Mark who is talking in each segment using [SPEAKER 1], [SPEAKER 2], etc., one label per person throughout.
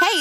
[SPEAKER 1] Hey,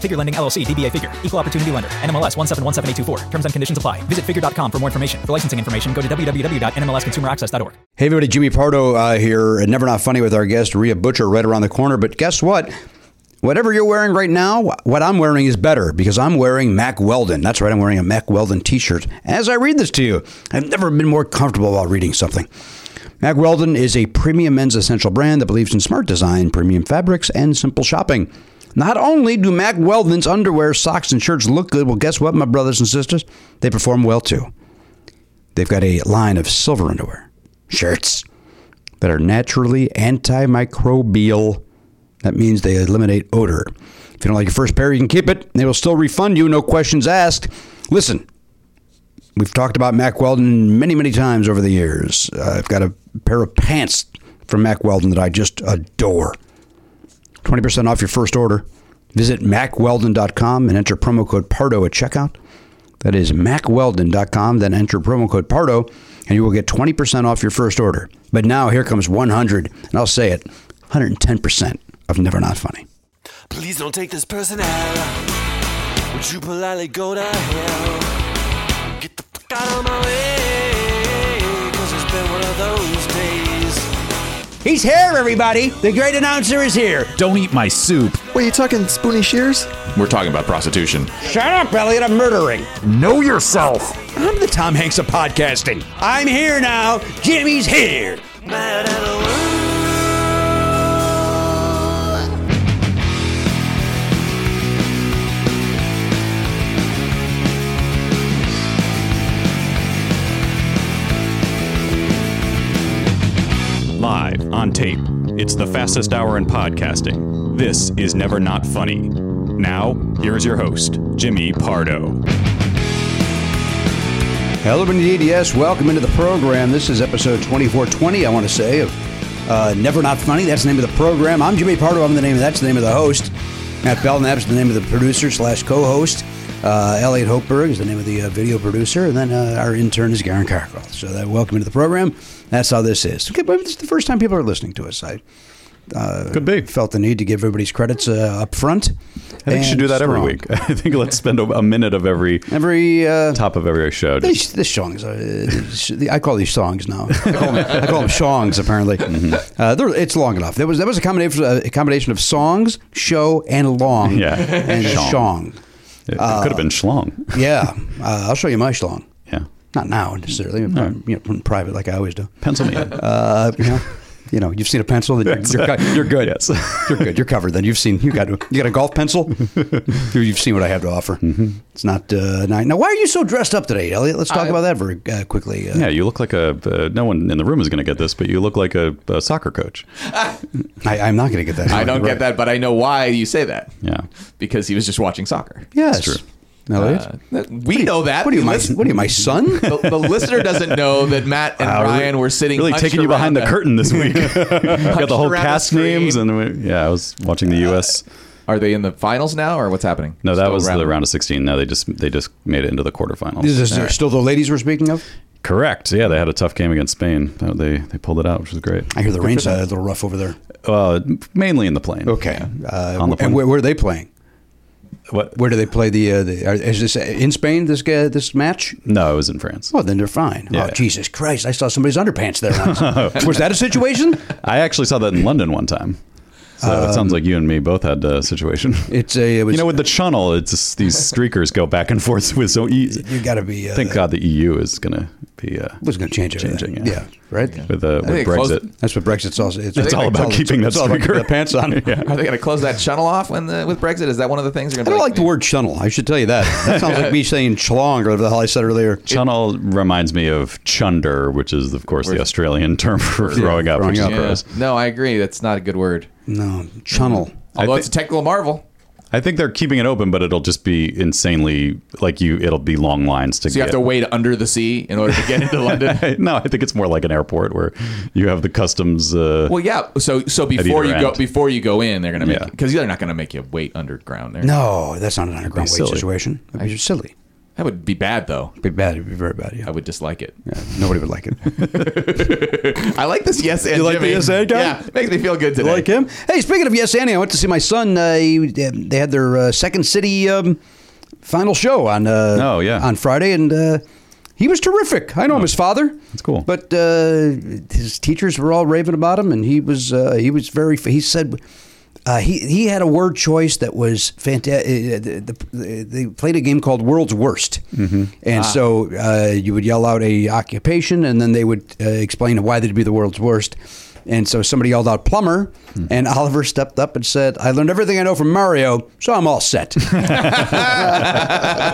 [SPEAKER 2] Figure Lending LLC, DBA Figure, Equal Opportunity Lender, NMLS 1717824. Terms and conditions apply. Visit figure.com for more information. For licensing information, go to www.nmlsconsumeraccess.org.
[SPEAKER 3] Hey, everybody, Jimmy Pardo uh, here at Never Not Funny with our guest, Rhea Butcher, right around the corner. But guess what? Whatever you're wearing right now, what I'm wearing is better because I'm wearing Mac Weldon. That's right, I'm wearing a Mac Weldon t shirt. As I read this to you, I've never been more comfortable while reading something. Mac Weldon is a premium men's essential brand that believes in smart design, premium fabrics, and simple shopping. Not only do Mac Weldon's underwear, socks, and shirts look good, well, guess what, my brothers and sisters? They perform well too. They've got a line of silver underwear, shirts that are naturally antimicrobial. That means they eliminate odor. If you don't like your first pair, you can keep it. They will still refund you, no questions asked. Listen, we've talked about Mac Weldon many, many times over the years. Uh, I've got a pair of pants from Mac Weldon that I just adore. 20% off your first order. Visit macweldon.com and enter promo code PARDO at checkout. That is macweldon.com, then enter promo code PARDO, and you will get 20% off your first order. But now here comes 100, and I'll say it 110% of Never Not Funny.
[SPEAKER 4] Please don't take this person out. Would you politely go to hell? Get the fuck out of my way. Cause it's been one of those days.
[SPEAKER 3] He's here, everybody. The great announcer is here.
[SPEAKER 5] Don't eat my soup.
[SPEAKER 6] Wait, you talking spoony shears?
[SPEAKER 5] We're talking about prostitution.
[SPEAKER 3] Shut up, Elliot. I'm murdering.
[SPEAKER 5] Know yourself.
[SPEAKER 3] I'm the Tom Hanks of podcasting. I'm here now. Jimmy's here.
[SPEAKER 4] Mad at the world.
[SPEAKER 5] Live on tape. It's the fastest hour in podcasting. This is Never Not Funny. Now, here's your host, Jimmy Pardo.
[SPEAKER 3] Hello, indeed. Yes, E welcome into the program. This is episode 2420, I want to say, of uh, Never Not Funny. That's the name of the program. I'm Jimmy Pardo. I'm the name of that's the name of the host. Matt Belknap's the name of the producer slash co host. Uh, Elliot Hopeberg is the name of the uh, video producer. And then uh, our intern is Garen Cockrell. So, that, welcome into the program. That's how this is. Okay, but this is the first time people are listening to us. I
[SPEAKER 5] Could be.
[SPEAKER 3] felt the need to give everybody's credits uh, up front.
[SPEAKER 5] I think you should do that every
[SPEAKER 3] strong.
[SPEAKER 5] week. I think let's spend a, a minute of every
[SPEAKER 3] Every uh,
[SPEAKER 5] top of every show. Just-
[SPEAKER 3] These, these songs, are, uh, I call these songs now. I call them, I call them songs. Apparently,
[SPEAKER 5] Mm-hmm.
[SPEAKER 3] uh, they're- it's long enough. There was that was a combination, uh, a combination of songs, show, and long,
[SPEAKER 5] Yeah.
[SPEAKER 3] and
[SPEAKER 5] Shong.
[SPEAKER 3] song.
[SPEAKER 5] it could
[SPEAKER 3] uh,
[SPEAKER 5] have been schlong.
[SPEAKER 3] Yeah, uh, I'll show you my song.
[SPEAKER 5] Yeah.
[SPEAKER 3] Not now necessarily, you know, in private like I always do.
[SPEAKER 5] Pencil me in.
[SPEAKER 3] Uh, you know, you know, you've seen a pencil, then you're, you're, co- you're good.
[SPEAKER 5] Yes.
[SPEAKER 3] You're good. You're covered. Then you've seen you got you got a golf pencil. You- you've seen what I have to offer.
[SPEAKER 5] Mm-hmm.
[SPEAKER 3] It's not uh, nine. Now, why are you so dressed up today, Elliot? Let's talk about that very uh, quickly. Uh,
[SPEAKER 5] Yeah, you look like a. Uh, no one in the room is going to get this, but you look like a, a soccer coach.
[SPEAKER 3] I, I'm not going to get that.
[SPEAKER 7] I don't
[SPEAKER 3] Right.
[SPEAKER 7] get that, but I know why you say that.
[SPEAKER 5] Yeah.
[SPEAKER 7] Because he was just watching soccer.
[SPEAKER 3] Yes,
[SPEAKER 5] It's true. Uh,
[SPEAKER 3] Elliot.
[SPEAKER 7] We know that.
[SPEAKER 3] what are you,
[SPEAKER 7] The
[SPEAKER 3] my
[SPEAKER 7] lis-
[SPEAKER 3] what are you, my son?
[SPEAKER 7] the, the listener doesn't know that Matt and
[SPEAKER 5] Wow, really-
[SPEAKER 7] Ryan were sitting
[SPEAKER 5] really
[SPEAKER 7] hunched
[SPEAKER 5] taking you behind the
[SPEAKER 7] around
[SPEAKER 5] curtain this week. got the whole
[SPEAKER 7] around the
[SPEAKER 5] cast
[SPEAKER 7] screen.
[SPEAKER 5] names, and we, yeah, I was watching the U.S.
[SPEAKER 7] Are they in the finals now, or what's happening?
[SPEAKER 5] No, that
[SPEAKER 7] Still
[SPEAKER 5] was
[SPEAKER 7] around?
[SPEAKER 5] the round of 16. No, they just they just made it into the quarterfinals.
[SPEAKER 3] Is this still the ladies we're speaking of?
[SPEAKER 5] Correct. Yeah, they had a tough game against Spain. Uh, They they pulled it out, which was great.
[SPEAKER 3] I hear the rain's a little rough over there.
[SPEAKER 5] Uh, mainly in the plane.
[SPEAKER 3] Okay.
[SPEAKER 5] Yeah.
[SPEAKER 3] Uh,
[SPEAKER 5] On the plane.
[SPEAKER 3] and where, where are they playing?
[SPEAKER 5] What?
[SPEAKER 3] Where do they play the? Uh, the are, is this in Spain? This guy, this match?
[SPEAKER 5] No, it was in France.
[SPEAKER 3] Well, then they're fine.
[SPEAKER 5] Yeah.
[SPEAKER 3] Oh, Jesus Christ! I saw somebody's underpants there. Once. Was that a situation?
[SPEAKER 5] I actually saw that in London one time. So it sounds like you and me both had a situation.
[SPEAKER 3] It's a. It was,
[SPEAKER 5] you know, with the channel, it's just these streakers go back and forth with so easy.
[SPEAKER 3] You gotta be, uh,
[SPEAKER 5] Thank God the EU is gonna be. Uh,
[SPEAKER 3] was going to change it.
[SPEAKER 5] Changing, yeah.
[SPEAKER 3] Right.
[SPEAKER 5] with uh,
[SPEAKER 8] they
[SPEAKER 5] with
[SPEAKER 8] closed
[SPEAKER 5] Brexit.
[SPEAKER 8] it.
[SPEAKER 3] That's what Brexit's also. It's,
[SPEAKER 5] It's all about keeping that
[SPEAKER 3] it's all about
[SPEAKER 5] streaker.
[SPEAKER 3] keeping the pants on.
[SPEAKER 5] yeah.
[SPEAKER 8] Are they going to close that channel off when the, with Brexit? Is that one of the things you're
[SPEAKER 3] I
[SPEAKER 8] going
[SPEAKER 3] don't
[SPEAKER 8] to
[SPEAKER 3] like the word chunnel. I should tell you that. That sounds like me saying chlong or whatever the hell I said earlier.
[SPEAKER 5] Channel reminds me of chunder, which is, of course, the Australian term for growing up,
[SPEAKER 3] growing
[SPEAKER 5] which
[SPEAKER 3] up.
[SPEAKER 5] is gross.
[SPEAKER 8] No, I agree. That's not a good word.
[SPEAKER 3] No, chunnel.
[SPEAKER 7] Mm-hmm.
[SPEAKER 8] Although
[SPEAKER 5] thi-
[SPEAKER 8] it's a technical marvel.
[SPEAKER 5] I think they're keeping it open, but it'll just be insanely like you. It'll be long lines to
[SPEAKER 8] So you
[SPEAKER 5] get.
[SPEAKER 8] have to wait under the sea in order to get into London.
[SPEAKER 5] no, I think it's more like an airport where you have the customs. Uh,
[SPEAKER 8] Well, yeah. So so before
[SPEAKER 5] either
[SPEAKER 8] you go
[SPEAKER 5] end.
[SPEAKER 8] before you go in, they're going to make
[SPEAKER 5] Yeah.
[SPEAKER 8] because they're not going to make you wait underground there.
[SPEAKER 3] No, that's not an underground weight
[SPEAKER 5] silly.
[SPEAKER 3] situation. That'd be silly.
[SPEAKER 8] That would be bad though.
[SPEAKER 3] It'd be bad. It'd be very bad. Yeah.
[SPEAKER 8] I would dislike it.
[SPEAKER 3] yeah. Nobody would like it.
[SPEAKER 8] I like this yes and
[SPEAKER 3] You like
[SPEAKER 8] Jimmy.
[SPEAKER 3] the yes and guy?
[SPEAKER 8] Yeah, makes me feel good today.
[SPEAKER 3] You like him? Hey, speaking of Yes Annie, I went to see my son. Uh, he, they had their uh, second city um, final show on uh,
[SPEAKER 5] Oh, yeah.
[SPEAKER 3] on Friday, and uh, he was terrific. I know him as father.
[SPEAKER 5] Oh, That's cool.
[SPEAKER 3] But uh, his teachers were all raving about him, and he was uh, he was very. He said. Uh, he he had a word choice that was fantastic. The, the, they played a game called World's Worst, mm-hmm.
[SPEAKER 5] Ah.
[SPEAKER 3] and so uh, you would yell out a occupation, and then they would uh, explain why they'd be the world's worst. And so somebody yelled out plumber,
[SPEAKER 5] Hmm.
[SPEAKER 3] and Oliver stepped up and said, "I learned everything I know from Mario, so I'm all set."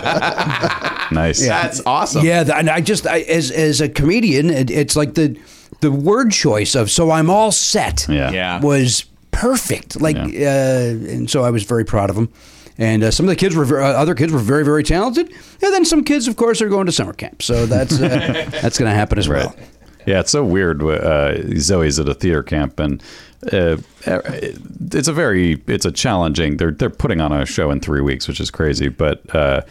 [SPEAKER 5] nice.
[SPEAKER 8] That's awesome.
[SPEAKER 3] Yeah, th- and I just I, as as a comedian, it, it's like the the word choice of "so I'm all set."
[SPEAKER 5] Yeah.
[SPEAKER 8] Yeah.
[SPEAKER 3] was perfect. Like, uh, and so I was very proud of him. And uh, some of the kids were ver- uh, other kids were very very talented. And then some kids, of course, are going to summer camp. So that's uh, that's going to happen as well.
[SPEAKER 5] Yeah, it's so weird. Uh, Zoe's at a theater camp, and uh, it's a very it's a challenging. They're they're putting on a show in three weeks, which is crazy. But uh,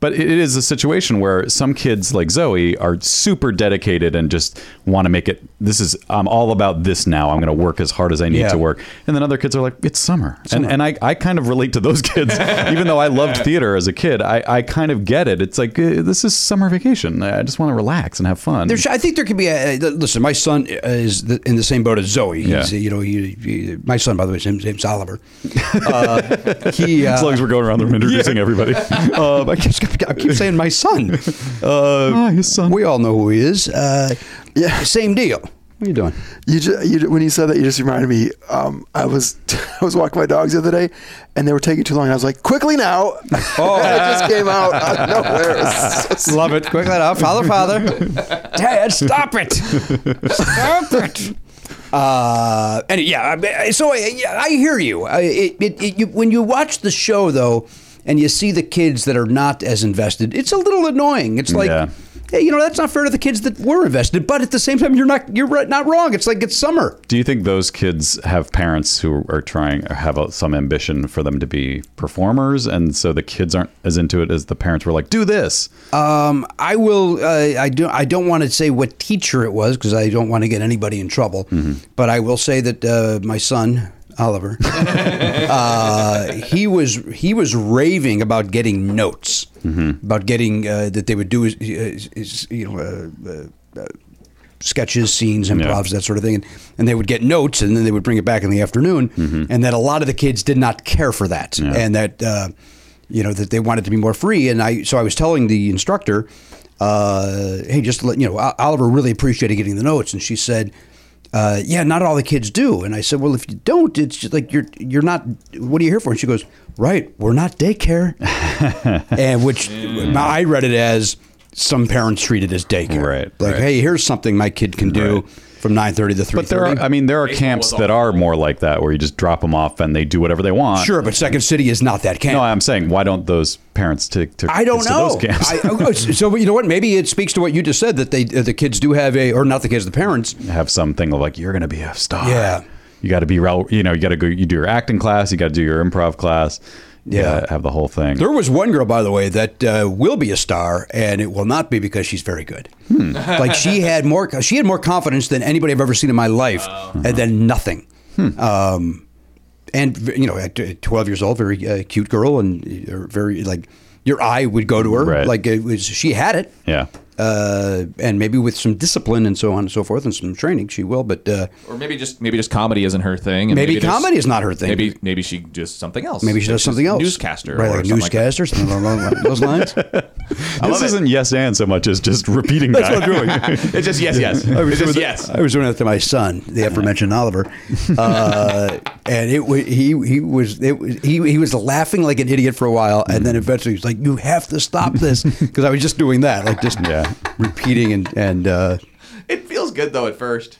[SPEAKER 5] but it is a situation where some kids like Zoe are super dedicated and just want to make it. This is I'm all about this now. I'm going to work as hard as I need
[SPEAKER 3] Yeah.
[SPEAKER 5] to work. And then other kids are like, it's summer, and and I, I kind of relate to those kids, even though I loved theater as a kid. I I kind of get it. It's like eh, this is summer vacation. I just want to relax and have fun.
[SPEAKER 3] There's, I think there could be a uh, listen. My son uh, is the, in the same boat as Zoe. He's,
[SPEAKER 5] Yeah.
[SPEAKER 3] you know, he, he- my son, by the way, his name's Oliver. Uh, he, uh,
[SPEAKER 5] as long as we're uh, going around the room introducing everybody.
[SPEAKER 3] um, I, keep, I keep saying my son. Uh,
[SPEAKER 5] Ah, his son.
[SPEAKER 3] We all know who he is. Uh, yeah, same deal. What are you doing?
[SPEAKER 4] You, ju- you ju- when you said that, you just reminded me. Um, I was I was walking my dogs the other day, and they were taking too long. And I was like, "Quickly now!" Oh, it just came out out of nowhere. It was so s-
[SPEAKER 3] Love it. Quick that up. Father, father. Dad, stop it. Stop it. Uh, and yeah, I- so I, yeah, I hear you. I, it, it, it, you. When you watch the show, though, and you see the kids that are not as invested, it's a little annoying. It's like,
[SPEAKER 5] Yeah.
[SPEAKER 3] hey, you know, that's not fair to the kids that were invested. But at the same time, you're not you're right- not wrong. It's like it's summer.
[SPEAKER 5] Do you think those kids have parents who are trying or have uh, some ambition for them to be performers, and so the kids aren't as into it as the parents were like, "Do this."
[SPEAKER 3] I will. Uh, I do. I don't want to say what teacher it was because I don't want to get anybody in trouble. But I will say that uh, my son Oliver, uh, he was he was raving about getting notes, about getting uh, that they would do his, his, his you know. Uh, uh, sketches, scenes, improvs, that sort of thing. And, and they would get notes and then they would bring it back in the afternoon.
[SPEAKER 5] Mm-hmm.
[SPEAKER 3] And that a lot of the kids did not care for that. And that, uh, you know, that they wanted to be more free. And I, so I was telling the instructor, uh, hey, just to let you know, O- Oliver really appreciated getting the notes. And she said, uh, yeah, not all the kids do. And I said, well, if you don't, it's just like you're you're not. What are you here for? And she goes, right, we're not daycare. and which I read it as some parents treat it as daycare.
[SPEAKER 5] Right,
[SPEAKER 3] Like,
[SPEAKER 5] right.
[SPEAKER 3] hey, here's something my kid can do from nine thirty to three
[SPEAKER 5] But there are,
[SPEAKER 3] thirty.
[SPEAKER 5] I mean, there are camps that are more like that, where you just drop them off and they do whatever they want.
[SPEAKER 3] Sure, but Second City is not that camp.
[SPEAKER 5] No, I'm saying, why don't those parents take? To,
[SPEAKER 3] I don't
[SPEAKER 5] kids
[SPEAKER 3] know.
[SPEAKER 5] To those camps?
[SPEAKER 3] I, oh, so you know what? Maybe it speaks to what you just said that they uh, the kids do have a, or not the kids, the parents.
[SPEAKER 5] have something like you're going to be a star.
[SPEAKER 3] Yeah.
[SPEAKER 5] You got to be, rel- you know, you got to go. You do your acting class. You got to do your improv class.
[SPEAKER 3] Yeah.
[SPEAKER 5] uh, have the whole thing.
[SPEAKER 3] There was one girl, by the way, that uh, will be a star, and it will not be because she's very good.
[SPEAKER 2] Hmm.
[SPEAKER 3] like she had more, she had more confidence than anybody I've ever seen in my life,
[SPEAKER 2] Oh.
[SPEAKER 3] and then nothing.
[SPEAKER 2] Hmm.
[SPEAKER 3] Um, and you know, at uh, twelve years old, very uh, cute girl, and uh, very like your eye would go to her.
[SPEAKER 5] Right.
[SPEAKER 3] Like it was, she had it.
[SPEAKER 5] yeah.
[SPEAKER 3] Uh, and maybe with some discipline and so on and so forth and some training, she will. But uh,
[SPEAKER 2] Or maybe just maybe just comedy isn't her thing. and
[SPEAKER 3] Maybe
[SPEAKER 2] there's-
[SPEAKER 3] comedy is not her thing.
[SPEAKER 2] Maybe maybe she just something else.
[SPEAKER 3] maybe she does
[SPEAKER 2] She's
[SPEAKER 3] something
[SPEAKER 2] a
[SPEAKER 3] else.
[SPEAKER 2] Newscaster.
[SPEAKER 3] right?
[SPEAKER 2] or
[SPEAKER 3] Like a
[SPEAKER 2] something like that.
[SPEAKER 3] newscaster, something along those lines.
[SPEAKER 5] This isn't yes and so much as just repeating that.
[SPEAKER 8] It's just yes, yes.
[SPEAKER 3] I
[SPEAKER 8] It's
[SPEAKER 3] was, doing
[SPEAKER 8] just
[SPEAKER 3] that,
[SPEAKER 8] yes. Uh-huh.
[SPEAKER 3] I was doing that to my son, the aforementioned Oliver, uh, and it wa- he he was it was, he he was laughing like an idiot for a while, and
[SPEAKER 8] Mm.
[SPEAKER 3] then eventually he was like, "You have to stop this," because I was just doing that, like just
[SPEAKER 5] Yeah.
[SPEAKER 3] repeating and and uh,
[SPEAKER 8] It feels good though at first.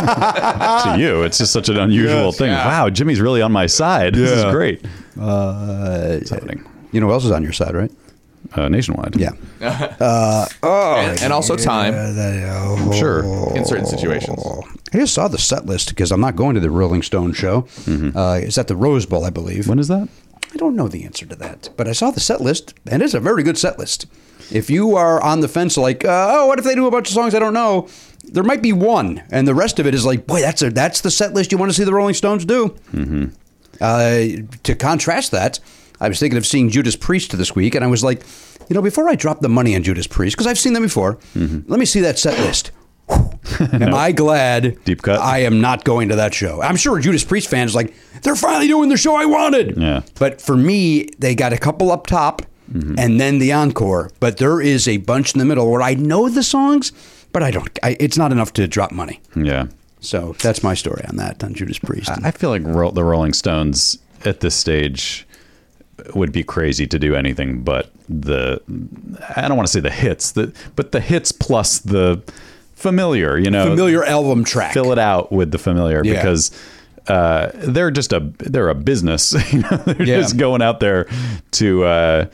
[SPEAKER 5] to you. It's just such an unusual
[SPEAKER 8] Ah. Yes,
[SPEAKER 5] thing.
[SPEAKER 8] yeah.
[SPEAKER 5] Wow, Jimmy's really on my side. This is
[SPEAKER 3] Yeah.
[SPEAKER 5] great.
[SPEAKER 3] uh,
[SPEAKER 5] It's happening
[SPEAKER 3] you know what else is on your side, right?
[SPEAKER 5] uh, nationwide.
[SPEAKER 3] Yeah. Oh,
[SPEAKER 2] and, and also time.
[SPEAKER 3] I'm
[SPEAKER 8] Sure, in certain situations.
[SPEAKER 3] uh, I just saw the set list because I'm not going to the Rolling Stone show.
[SPEAKER 8] Mm-hmm.
[SPEAKER 3] Uh, it's at the Rose Bowl, I believe.
[SPEAKER 5] When is that?
[SPEAKER 3] I don't know the answer to that, but I saw the set list, and it's a very good set list. If you are on the fence, like, uh, oh, what if they do a bunch of songs I don't know? There might be one, and the rest of it is like, boy, that's a that's the set list you want to see the Rolling Stones do.
[SPEAKER 5] Mm-hmm.
[SPEAKER 3] Uh, to contrast that, I was thinking of seeing Judas Priest this week, and I was like, you know, before I drop the money on Judas Priest, because I've seen them before,
[SPEAKER 5] Mm-hmm.
[SPEAKER 3] let me see that set list. Am I glad
[SPEAKER 5] Deep cut.
[SPEAKER 3] I am not going to that show. I'm sure Judas Priest fans like they're finally doing the show I wanted.
[SPEAKER 5] Yeah. Mm-hmm.
[SPEAKER 3] But for me, they got a couple up top and then the encore. But there is a bunch in the middle where I know the songs, but I don't. I, it's not enough to drop money.
[SPEAKER 5] Yeah.
[SPEAKER 3] So that's my story on that on Judas Priest.
[SPEAKER 5] I feel like Ro- the Rolling Stones at this stage would be crazy to do anything but the I don't want to say the hits, the, but the hits plus the familiar, you know.
[SPEAKER 3] Familiar album track.
[SPEAKER 5] fill it out with the familiar
[SPEAKER 3] Yeah.
[SPEAKER 5] because uh, they're just a they're a business. you know? they're
[SPEAKER 3] Yeah.
[SPEAKER 5] just going out there to uh,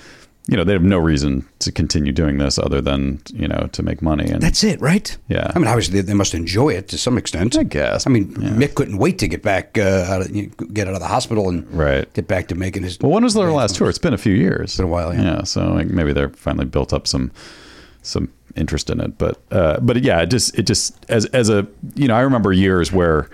[SPEAKER 5] you know they have no reason to continue doing this other than you know to make money. And
[SPEAKER 3] That's it, right?
[SPEAKER 5] Yeah.
[SPEAKER 3] I mean, obviously they, they must enjoy it to some extent.
[SPEAKER 5] I guess.
[SPEAKER 3] I mean, Mick couldn't wait to get back, uh, out of, you know, get out of the hospital and
[SPEAKER 5] Right.
[SPEAKER 3] get back to making his.
[SPEAKER 5] well, when was their last tour? It's been a few years. It's
[SPEAKER 3] been a while, yeah.
[SPEAKER 5] so like maybe they're finally built up some some interest in it. But uh, but yeah, it just it just as as a you know I remember years where.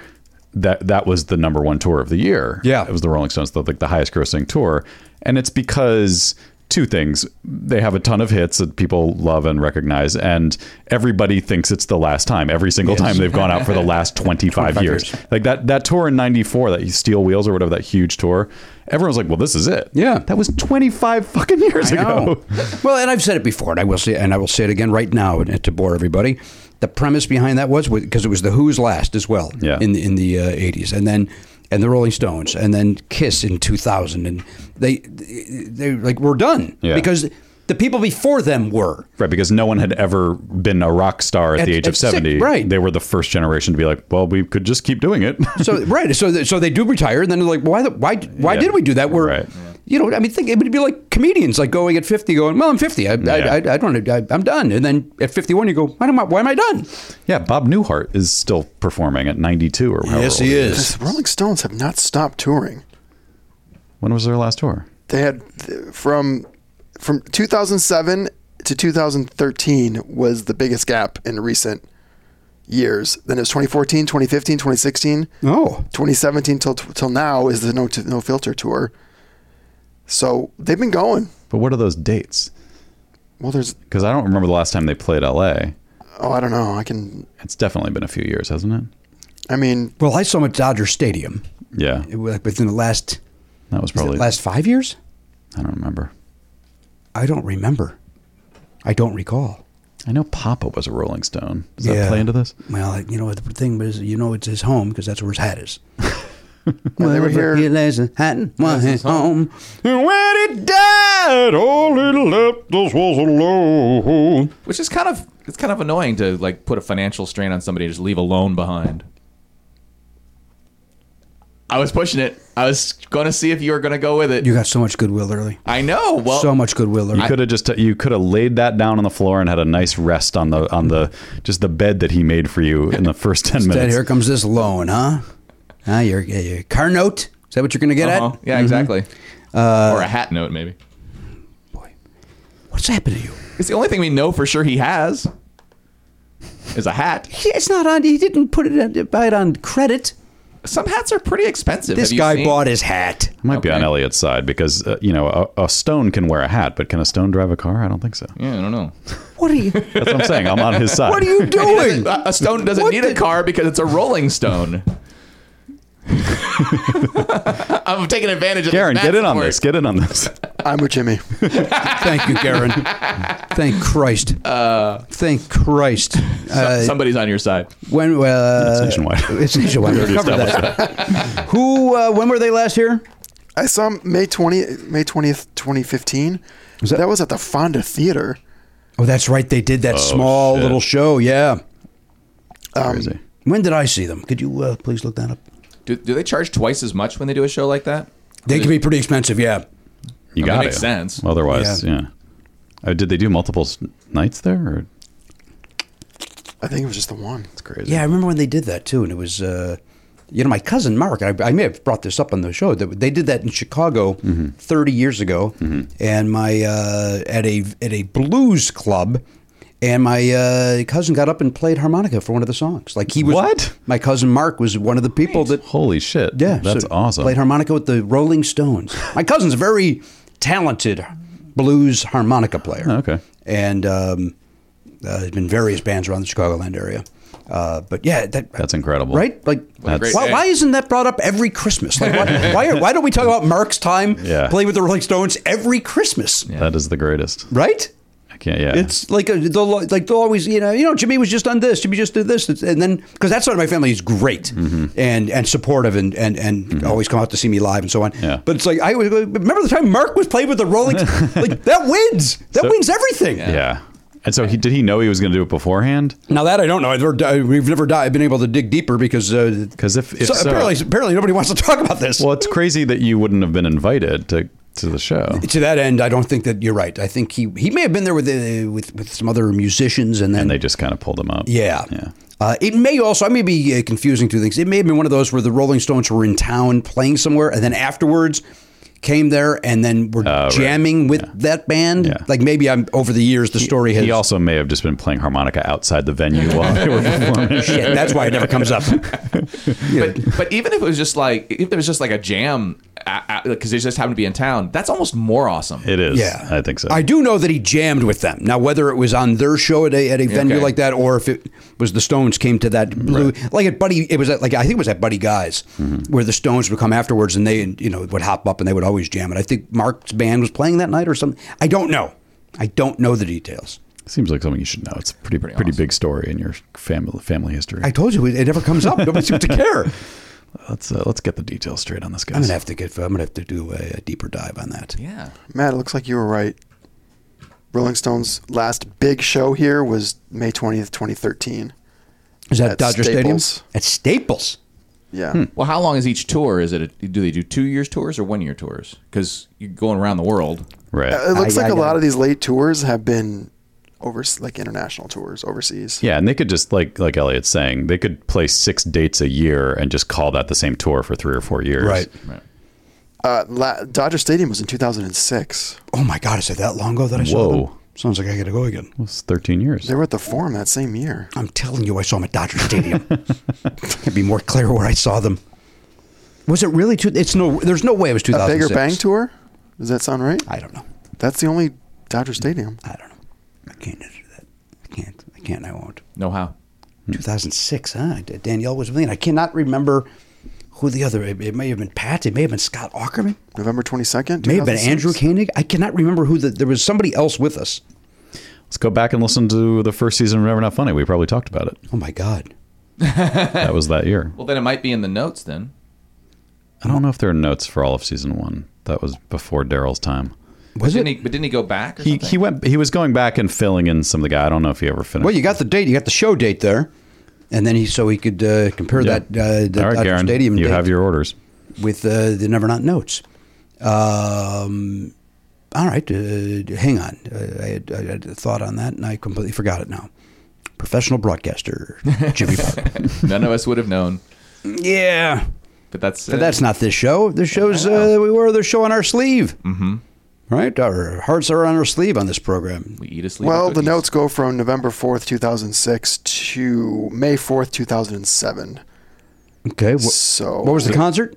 [SPEAKER 5] That that was the number one tour of the year.
[SPEAKER 3] Yeah.
[SPEAKER 5] it was the Rolling Stones, the, like the highest grossing tour, and it's because two things: they have a ton of hits that people love and recognize, and everybody thinks it's the last time. Every single time they've gone out for the last twenty five years. like that that tour in '94, that Steel Wheels or whatever, that huge tour. Everyone's like, "Well, this is it."
[SPEAKER 3] Yeah.
[SPEAKER 5] that was twenty five fucking years
[SPEAKER 3] I know.
[SPEAKER 5] ago.
[SPEAKER 3] well, and I've said it before, and I will say, and I will say it again right now, and to bore everybody. The premise behind that was because it was the Who's last as well,
[SPEAKER 5] Yeah.
[SPEAKER 3] in the in the uh, '80s, and then and the Rolling Stones, and then Kiss in 2000, and they they like we're done
[SPEAKER 5] Yeah.
[SPEAKER 3] because the people before them were.
[SPEAKER 5] Right, because no one had ever been a rock star at,
[SPEAKER 3] At-
[SPEAKER 5] the age
[SPEAKER 3] at
[SPEAKER 5] of 70.
[SPEAKER 3] six, right.
[SPEAKER 5] They were the first generation to be like, well, we could just keep doing it.
[SPEAKER 3] So right, so th- so they do retire, and then they're like, why the, why why
[SPEAKER 5] Yeah.
[SPEAKER 3] did we do that? We're
[SPEAKER 5] Right.
[SPEAKER 3] you know, I mean, think it would be like comedians like going at fifty, going, well, I'm fifty, I, I,
[SPEAKER 5] Yeah.
[SPEAKER 3] I, I don't, I, I'm done, and then at fifty one, you go, why am I, why am I done?
[SPEAKER 5] yeah, Bob Newhart is still performing at 92 or however old
[SPEAKER 4] The Rolling Stones have not stopped touring.
[SPEAKER 5] When was their last tour?
[SPEAKER 4] They had from from 2007 to 2013 was the biggest gap in recent years. Then it was 2014, 2015, 2016.
[SPEAKER 3] Oh,
[SPEAKER 4] 2017 till till now is the no no filter tour. So they've been going.
[SPEAKER 5] But what are those dates?
[SPEAKER 4] Well, there's
[SPEAKER 5] Because I don't remember the last time they played LA.
[SPEAKER 4] oh I don't know I can
[SPEAKER 5] It's definitely been a few years, hasn't it?
[SPEAKER 4] I mean
[SPEAKER 3] well, I saw him at Dodger Stadium
[SPEAKER 5] Yeah.
[SPEAKER 3] it was like within the last
[SPEAKER 5] That was
[SPEAKER 3] was it
[SPEAKER 5] probably,
[SPEAKER 3] last five years.
[SPEAKER 5] I don't remember.
[SPEAKER 3] I don't remember. I don't recall.
[SPEAKER 5] I know Papa was a Rolling Stone. Does
[SPEAKER 3] Yeah.
[SPEAKER 5] that play into this?
[SPEAKER 3] Well, you know the thing is, you know it's his home because that's where his hat is.
[SPEAKER 4] they were
[SPEAKER 3] Wherever
[SPEAKER 4] here-
[SPEAKER 3] He lays his hat and where his home.
[SPEAKER 5] And when it died, all it left us was alone.
[SPEAKER 2] Which is kind of it's kind of annoying to like put a financial strain on somebody to just leave a loan behind.
[SPEAKER 8] I was pushing it. I was going to see if you were going to go with it.
[SPEAKER 3] You got so much goodwill early.
[SPEAKER 8] I know. Well,
[SPEAKER 3] so much goodwill early.
[SPEAKER 5] You could have just you could have laid that down on the floor and had a nice rest on the on the just the bed that he made for you in the first ten
[SPEAKER 3] Instead,
[SPEAKER 5] minutes.
[SPEAKER 3] here comes this loan, huh? Now your, your car note. Is that what you're going to get
[SPEAKER 2] Uh-huh.
[SPEAKER 3] at? Mm-hmm.
[SPEAKER 2] Yeah, exactly. Uh, or a hat note, maybe.
[SPEAKER 3] What's happened to you?
[SPEAKER 2] It's the only thing we know for sure he has is a hat.
[SPEAKER 3] He, it's not on. He didn't put it on, buy it on credit.
[SPEAKER 2] Some hats are pretty expensive.
[SPEAKER 3] This
[SPEAKER 2] Have you
[SPEAKER 3] guy
[SPEAKER 2] seen-
[SPEAKER 3] bought his hat.
[SPEAKER 5] might be on Elliot's side because uh, you know a, a stone can wear a hat, but can a stone drive a car? I don't think so.
[SPEAKER 2] Yeah, I don't know.
[SPEAKER 3] What are you?
[SPEAKER 5] That's what I'm saying. I'm on his side.
[SPEAKER 3] What are you doing?
[SPEAKER 2] A a stone doesn't need a car because it's a rolling stone. I'm taking advantage of
[SPEAKER 5] Garen,
[SPEAKER 2] this
[SPEAKER 5] get in on
[SPEAKER 2] metaphor.
[SPEAKER 5] this. Get in on this.
[SPEAKER 4] I'm with Jimmy.
[SPEAKER 3] Thank you, Garen. Thank Christ.
[SPEAKER 5] Uh,
[SPEAKER 3] Thank Christ. Uh,
[SPEAKER 2] Somebody's on your side.
[SPEAKER 3] when uh,
[SPEAKER 5] it's nationwide.
[SPEAKER 3] It's nationwide. We covered that. Who? Uh, when were they last here?
[SPEAKER 4] I saw him May 20, May 20th, 2015.
[SPEAKER 3] that-
[SPEAKER 4] that-, was at the Fonda Theater.
[SPEAKER 3] Oh, that's right. They did that small
[SPEAKER 5] shit.
[SPEAKER 3] little show. Yeah.
[SPEAKER 5] Crazy.
[SPEAKER 3] When did I see them? Could you uh, please look that up?
[SPEAKER 2] Do, do they charge twice as much when they do a show like that?
[SPEAKER 3] They can be pretty expensive. Yeah.
[SPEAKER 5] You
[SPEAKER 2] That
[SPEAKER 5] got
[SPEAKER 2] makes
[SPEAKER 5] it.
[SPEAKER 2] sense.
[SPEAKER 5] Otherwise,
[SPEAKER 3] Yeah.
[SPEAKER 5] yeah. Oh, did they do multiple s- nights there? Or?
[SPEAKER 4] I think it was just the one.
[SPEAKER 5] It's crazy.
[SPEAKER 3] Yeah, I remember when they did that too, and it was, uh, you know, my cousin Mark. I, I may have brought this up on the show. That they did that in Chicago
[SPEAKER 5] Mm-hmm.
[SPEAKER 3] thirty years ago, and my uh, at a at a blues club. And my uh, cousin got up and played harmonica for one of the songs. Like he was.
[SPEAKER 5] What?
[SPEAKER 3] My cousin Mark was one of the people that.
[SPEAKER 5] Holy shit.
[SPEAKER 3] Yeah,
[SPEAKER 5] That's
[SPEAKER 3] so
[SPEAKER 5] awesome.
[SPEAKER 3] Played harmonica with the Rolling Stones. My cousin's a very talented blues harmonica player.
[SPEAKER 5] Oh, okay.
[SPEAKER 3] and um, uh, there's been various bands around the Chicagoland area. Uh, but yeah, that,
[SPEAKER 5] That's incredible.
[SPEAKER 3] right? Like,
[SPEAKER 5] What a great
[SPEAKER 3] why,
[SPEAKER 2] band.
[SPEAKER 3] why isn't that brought up every Christmas? Like, why, why, are, why don't we talk about Mark's time
[SPEAKER 5] Yeah.
[SPEAKER 3] playing with the Rolling Stones every Christmas?
[SPEAKER 5] That is the greatest.
[SPEAKER 3] Right?
[SPEAKER 5] I can't. Yeah.
[SPEAKER 3] It's like a, they'll like they'll always you know you know Jimmy was just on this Jimmy just did this It's- and then because that side of my family is great
[SPEAKER 5] Mm-hmm.
[SPEAKER 3] and and supportive and and and always come out to see me live and so on.
[SPEAKER 5] Yeah.
[SPEAKER 3] But it's like I always go, remember the time Mark was playing with the Rolling Stones? like that wins that
[SPEAKER 5] So-
[SPEAKER 3] wins everything.
[SPEAKER 5] yeah. And so he did. He know he was going to do it beforehand.
[SPEAKER 3] Now that I don't know, I've never, di- we've never di- been able to dig deeper because because
[SPEAKER 5] 'Cause if- if so-
[SPEAKER 3] apparently apparently nobody wants to talk about this.
[SPEAKER 5] Well, it's crazy that you wouldn't have been invited to to the show.
[SPEAKER 3] to that end, I don't think that you're right. I think he he may have been there with uh, with with some other musicians, and then
[SPEAKER 5] And they just kind of pulled him up.
[SPEAKER 3] yeah
[SPEAKER 5] Yeah.
[SPEAKER 3] Uh, it may also I may be uh, confusing two things. It may have been one of those where the Rolling Stones were in town playing somewhere, and then afterwards came there and then were
[SPEAKER 5] Oh, right.
[SPEAKER 3] jamming with that band.
[SPEAKER 5] Yeah.
[SPEAKER 3] Like maybe I'm over the years the story has
[SPEAKER 5] He also may have just been playing harmonica outside the venue while they were performing.
[SPEAKER 3] Shit, that's why it never comes up.
[SPEAKER 2] But but even if it was just like if there was just like a jam because they just happened to be in town, that's almost more awesome.
[SPEAKER 5] It is.
[SPEAKER 3] Yeah,
[SPEAKER 5] I think so.
[SPEAKER 3] I do know that he jammed with them. Now, whether it was on their show at a, at a venue
[SPEAKER 2] Okay.
[SPEAKER 3] like that, or if it was the Stones came to that blue, like at Buddy, it was at, like I think it was at Buddy Guy's,
[SPEAKER 5] Mm-hmm.
[SPEAKER 3] where the Stones would come afterwards and they you know would hop up and they would always jam. And I think Mark's band was playing that night or something. I don't know. I don't know the details.
[SPEAKER 5] Seems like something you should know. It's a pretty pretty, big story in your family family history.
[SPEAKER 3] I told you it, it never comes up. Nobody seems to care.
[SPEAKER 5] let's uh, let's get the details straight on this, guy.
[SPEAKER 3] I'm gonna have to get. I'm gonna have to do a, a deeper dive on that.
[SPEAKER 2] Yeah.
[SPEAKER 4] Matt, it looks like you were right. Rolling Stone's last big show here was May 20th, 2013.
[SPEAKER 3] Is that
[SPEAKER 4] At
[SPEAKER 3] Dodger
[SPEAKER 4] Staples.
[SPEAKER 3] Stadium? At Staples.
[SPEAKER 4] Yeah.
[SPEAKER 2] Well, how long is each tour? Is it a, do they do two years tours or one year tours? Because you're going around the world.
[SPEAKER 5] Right.
[SPEAKER 4] Uh, It looks
[SPEAKER 3] I-
[SPEAKER 4] like
[SPEAKER 3] I
[SPEAKER 4] a
[SPEAKER 3] got it.
[SPEAKER 4] lot of these late tours have been over like international tours overseas.
[SPEAKER 5] yeah, and they could just like like Elliot's saying, they could play six dates a year and just call that the same tour for three or four years.
[SPEAKER 3] Right.
[SPEAKER 4] Uh, La- Dodger Stadium was in 2006.
[SPEAKER 3] Oh my God! Is it that long ago that I saw
[SPEAKER 5] Whoa.
[SPEAKER 3] them? Sounds like I gotta go again.
[SPEAKER 5] Well, it's thirteen years.
[SPEAKER 4] They were at the Forum that same year.
[SPEAKER 3] I'm telling you, I saw them at Dodger Stadium. Can't be more clear where I saw them. Was it really? Two, it's no. There's no way it was
[SPEAKER 4] A
[SPEAKER 3] 2006.
[SPEAKER 4] Bigger Bang tour? Does that sound right?
[SPEAKER 3] I don't know.
[SPEAKER 4] That's the only Dodger Stadium.
[SPEAKER 3] I don't know. I can't do that. I can't. I can't. I won't.
[SPEAKER 2] No how.
[SPEAKER 3] 2006, huh? D- Danielle was with me, and I cannot remember who the other. It, it may have been Pat. It may have been Scott Ackerman.
[SPEAKER 4] November 22nd.
[SPEAKER 3] It may have been
[SPEAKER 4] 2006.
[SPEAKER 3] Andrew Koenig. I cannot remember who the. There was somebody else with us.
[SPEAKER 5] Let's go back and listen to the first season of Never Not Funny. We probably talked about it.
[SPEAKER 3] Oh my God.
[SPEAKER 5] That was that year.
[SPEAKER 2] Well, then it might be in the notes then.
[SPEAKER 5] I don't know if there are notes for all of season one. That was before Daryl's time.
[SPEAKER 3] Was
[SPEAKER 2] Didn't
[SPEAKER 3] it?
[SPEAKER 2] he, but didn't he go back? Or
[SPEAKER 5] He
[SPEAKER 2] something?
[SPEAKER 5] he went. He was going back and filling in some of the guy. I don't know if he ever finished.
[SPEAKER 3] Well, you got the date. You got the show date there, and then he so he could uh, compare
[SPEAKER 5] Yeah.
[SPEAKER 3] that. Uh, the
[SPEAKER 5] all right,
[SPEAKER 3] Dodger
[SPEAKER 5] Garen.
[SPEAKER 3] Stadium.
[SPEAKER 5] you
[SPEAKER 3] date.
[SPEAKER 5] have your orders.
[SPEAKER 3] with uh, the Never Not Notes. Um, all right, uh, hang on. Uh, I, had, I had a thought on that, and I completely forgot it now. Professional broadcaster Jimmy Park.
[SPEAKER 2] None of us would have known.
[SPEAKER 3] yeah,
[SPEAKER 2] But that's uh,
[SPEAKER 3] But that's not this show. This show's uh, we wear the show on our sleeve. Mm-hmm. Right, our hearts are on our sleeve on this program.
[SPEAKER 2] We eat a sleep.
[SPEAKER 4] Well, the notes go from November 4th, 2006 to May 4th, 2007.
[SPEAKER 3] Okay, wh-
[SPEAKER 4] So
[SPEAKER 3] what was the concert?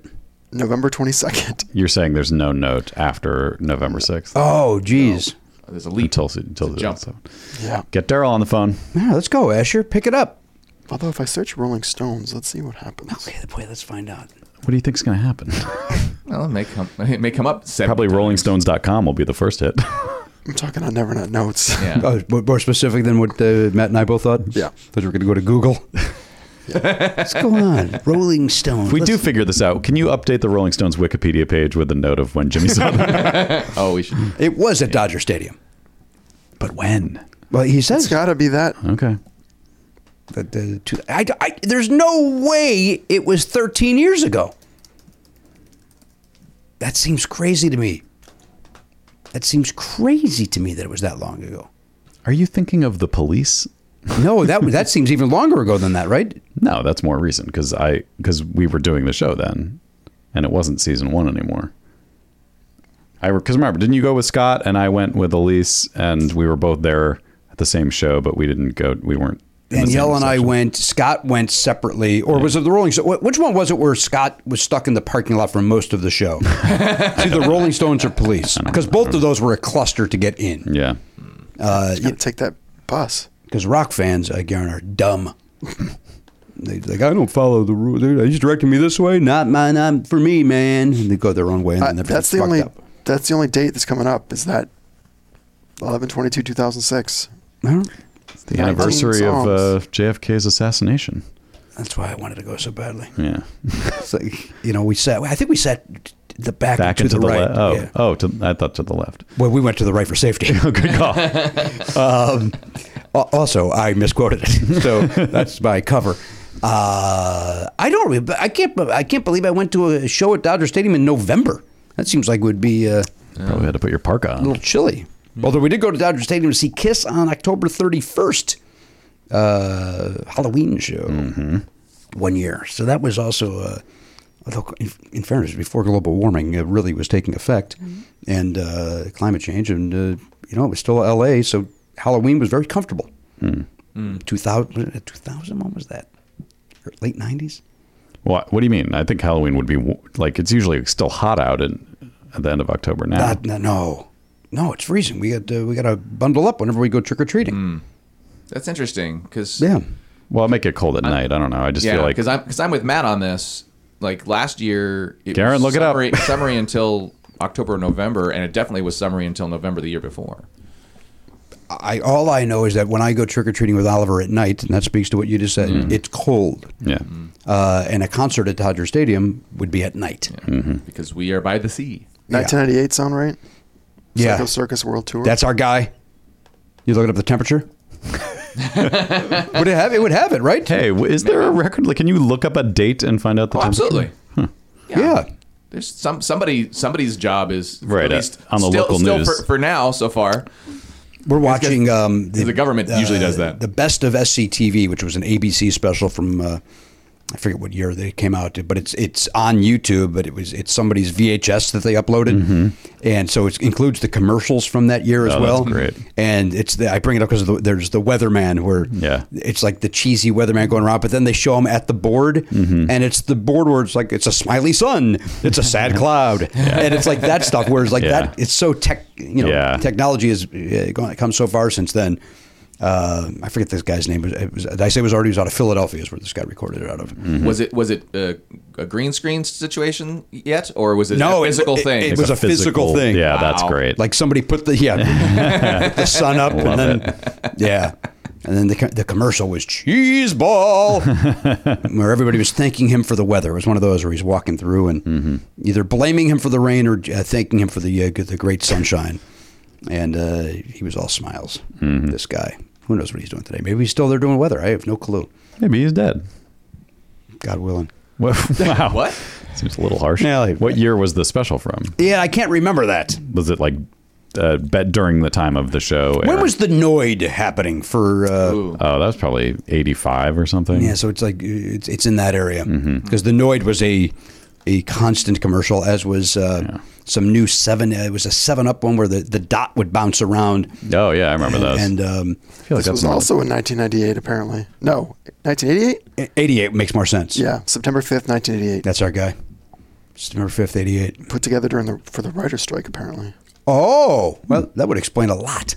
[SPEAKER 4] November 22nd.
[SPEAKER 5] You're saying there's no note after November 6th.
[SPEAKER 3] Oh, geez.
[SPEAKER 2] There's a leap.
[SPEAKER 5] Until, until the
[SPEAKER 2] jump.
[SPEAKER 5] so.
[SPEAKER 4] Yeah.
[SPEAKER 5] Get Daryl on the phone.
[SPEAKER 3] Yeah, let's go, Asher. Pick it up.
[SPEAKER 4] Although if I search Rolling Stones, let's see what happens.
[SPEAKER 3] Okay, boy, let's find out.
[SPEAKER 5] What do you think's going to happen?
[SPEAKER 2] Well, it may come. It may come up. Seven
[SPEAKER 5] Probably
[SPEAKER 2] times.
[SPEAKER 5] RollingStones.com will be the first hit.
[SPEAKER 4] I'm talking on Never Not Notes.
[SPEAKER 2] Yeah.
[SPEAKER 3] Oh, more- more specific than what uh, Matt and I both thought.
[SPEAKER 4] Yeah.
[SPEAKER 3] thought you were going to go to Google. What's going on? Rolling Stone.
[SPEAKER 5] If we do figure this out, can you update the Rolling Stones Wikipedia page with a note of when Jimmy saw them?
[SPEAKER 2] Oh, we should.
[SPEAKER 3] It was at Dodger Stadium.
[SPEAKER 5] but when?
[SPEAKER 3] Well, he says
[SPEAKER 4] It's got to be that.
[SPEAKER 5] Okay.
[SPEAKER 3] that the two, I, I- there's no way it was 13 years ago. That seems crazy to me. That seems crazy to me that it was that long ago.
[SPEAKER 5] Are you thinking of the police?
[SPEAKER 3] No, that was- that seems even longer ago than that, right?
[SPEAKER 5] No, that's more recent because I because we were doing the show then, and it wasn't season one anymore. I because remember, didn't you go with Scott and I went with Elise, and we were both there at the same show, but we didn't go. We weren't. in the
[SPEAKER 3] And
[SPEAKER 5] same
[SPEAKER 3] Yell and I
[SPEAKER 5] section.
[SPEAKER 3] went. Scott went separately, or was it the Rolling Stones? Which one was it where Scott was stuck in the parking lot for most of the show? See, the Rolling Stones or Police, because both of those were
[SPEAKER 5] Mm-hmm.
[SPEAKER 3] a cluster to get in.
[SPEAKER 5] Yeah,
[SPEAKER 4] You got to take that bus.
[SPEAKER 3] because rock fans again are dumb. they like I don't follow the rule. They- He's directing me this way, not mine. Not for me, man. And they go their own way, and
[SPEAKER 4] I-
[SPEAKER 3] then
[SPEAKER 4] Uh,
[SPEAKER 3] everything's
[SPEAKER 4] that's the
[SPEAKER 3] fucked
[SPEAKER 4] only.
[SPEAKER 3] up.
[SPEAKER 4] That's the only date that's coming up. Is that 11 2006?
[SPEAKER 3] Huh?
[SPEAKER 5] it's the anniversary of
[SPEAKER 4] songs.
[SPEAKER 5] uh, JFK's assassination.
[SPEAKER 3] That's why I wanted to go so badly.
[SPEAKER 5] Yeah,
[SPEAKER 3] It's like you know, we sat. I think we sat t- the back,
[SPEAKER 5] back
[SPEAKER 3] to
[SPEAKER 5] into
[SPEAKER 3] the,
[SPEAKER 5] the,
[SPEAKER 3] right.
[SPEAKER 5] left. Oh,
[SPEAKER 3] yeah.
[SPEAKER 5] oh, to, I thought to the left.
[SPEAKER 3] Well, we went to the right for safety.
[SPEAKER 5] Good call.
[SPEAKER 3] um, al- also, I misquoted it, so that's my cover. Uh, I don't. re- I can't. I can't believe I went to a show at Dodger Stadium in November. That seems like would be. Uh,
[SPEAKER 5] Probably had to put your parka
[SPEAKER 3] a
[SPEAKER 5] on.
[SPEAKER 3] little chilly. Although we did go to Dodger Stadium to see Kiss on October 31st, uh, Halloween show one year. So that was also, uh, although in, in fairness, before global warming uh, really was taking effect and uh, climate change, and uh, you know it was still L.A., so Halloween was very comfortable. Mm. 2000, 2000, uh, when was that? Late 90s?
[SPEAKER 5] What, what do you mean? I think Halloween would be wa- like it's usually still hot out in, at the end of October now.
[SPEAKER 3] Not, no, Uh, no, no, it's freezing. We got uh, we got to bundle up whenever we go trick or treating.
[SPEAKER 2] That's interesting because
[SPEAKER 3] Yeah.
[SPEAKER 5] Well, I make it cold at night. I don't know. I just
[SPEAKER 2] yeah,
[SPEAKER 5] feel like
[SPEAKER 2] because I'm because I'm with Matt on this. Like last year, it
[SPEAKER 5] Garen,
[SPEAKER 2] was
[SPEAKER 5] look it up.
[SPEAKER 2] summery, summery until October or November, and it definitely was summery until November the year before.
[SPEAKER 3] I all I know is that when I go trick or treating with Oliver at night, and that speaks to what you just said, it's cold.
[SPEAKER 5] Mm. yeah.
[SPEAKER 2] Mm.
[SPEAKER 3] Uh, and a concert at Dodger Stadium would be at night.
[SPEAKER 5] Mm-hmm.
[SPEAKER 2] Because we are by the sea.
[SPEAKER 4] 1998 sound right?
[SPEAKER 3] Yeah.
[SPEAKER 4] Psycho Circus World Tour.
[SPEAKER 3] That's our guy. You looking up the temperature? would it have it would have it, right?
[SPEAKER 5] Hey, w- is there a record? Like, can you look up a date and find out the
[SPEAKER 2] Oh,
[SPEAKER 5] temperature?
[SPEAKER 2] absolutely.
[SPEAKER 3] Yeah.
[SPEAKER 2] There's some somebody somebody's job is
[SPEAKER 5] Right,
[SPEAKER 2] at
[SPEAKER 5] uh,
[SPEAKER 2] least
[SPEAKER 5] on the
[SPEAKER 2] still,
[SPEAKER 5] local
[SPEAKER 2] still
[SPEAKER 5] news.
[SPEAKER 2] for, for now so far.
[SPEAKER 3] We're watching um, uh,
[SPEAKER 2] the government usually does that.
[SPEAKER 3] The best of SCTV, which was an ABC special from uh, I forget what year they came out, but it's it's on YouTube. But it was it's somebody's VHS that they uploaded, and so it includes the commercials from that year as
[SPEAKER 5] Oh, that's
[SPEAKER 3] well.
[SPEAKER 5] great.
[SPEAKER 3] And it's the, I bring it up because the, there's the weatherman where
[SPEAKER 5] Yeah.
[SPEAKER 3] it's like the cheesy weatherman going around, but then they show him at the board, and it's the board where it's like it's a smiley sun, it's a sad cloud, and it's like that stuff. Whereas like
[SPEAKER 5] Yeah.
[SPEAKER 3] that, it's so tech, you know,
[SPEAKER 5] Yeah.
[SPEAKER 3] technology has uh, gone come so far since then. Uh, I forget this guy's name. It was, did I say it was already it was out of Philadelphia? Is where this guy recorded it out of.
[SPEAKER 7] Mm.
[SPEAKER 5] Mm-hmm.
[SPEAKER 2] Was it was it a, a green screen situation yet, or was it
[SPEAKER 3] No,
[SPEAKER 2] a
[SPEAKER 3] it-
[SPEAKER 2] physical
[SPEAKER 3] it-
[SPEAKER 2] thing?
[SPEAKER 3] it was a physical thing.
[SPEAKER 5] Yeah, that's
[SPEAKER 2] Wow.
[SPEAKER 5] great.
[SPEAKER 3] Like somebody put the yeah the sun up and then yeah, and then the co- the commercial was cheese ball, where everybody was thanking him for the weather. It was one of those where he's walking through and either blaming him for the rain or uh, thanking him for the uh, the great sunshine, and uh, he was all smiles. This guy, who knows what he's doing today? Maybe he's still there doing weather. I have no clue.
[SPEAKER 5] maybe he's dead.
[SPEAKER 3] God willing.
[SPEAKER 5] Wha- wow.
[SPEAKER 2] What?
[SPEAKER 5] Seems a little harsh.
[SPEAKER 3] Yeah, like-
[SPEAKER 5] what year was the special from?
[SPEAKER 3] Yeah, I can't remember that.
[SPEAKER 5] Was it like uh, bet during the time of the show?
[SPEAKER 3] When
[SPEAKER 5] air?
[SPEAKER 3] was the Noid happening for? Uh,
[SPEAKER 5] Oh, that was probably eighty-five or something.
[SPEAKER 3] Yeah, so it's like it's, it's in that area because the Noid was a a constant commercial, as was uh, some new seven. It was a seven up one where the, the dot would bounce around.
[SPEAKER 5] Oh yeah, I remember those.
[SPEAKER 3] And um,
[SPEAKER 5] feel like
[SPEAKER 4] This
[SPEAKER 5] that's
[SPEAKER 4] was
[SPEAKER 5] another-
[SPEAKER 4] also in 1998, apparently. No, 1988.
[SPEAKER 3] 88 makes more sense.
[SPEAKER 4] Yeah, September 5th, 1988.
[SPEAKER 3] That's our guy. September 5th, 88.
[SPEAKER 4] put together during the for the writer's strike, apparently.
[SPEAKER 3] Oh, well, that would explain a lot.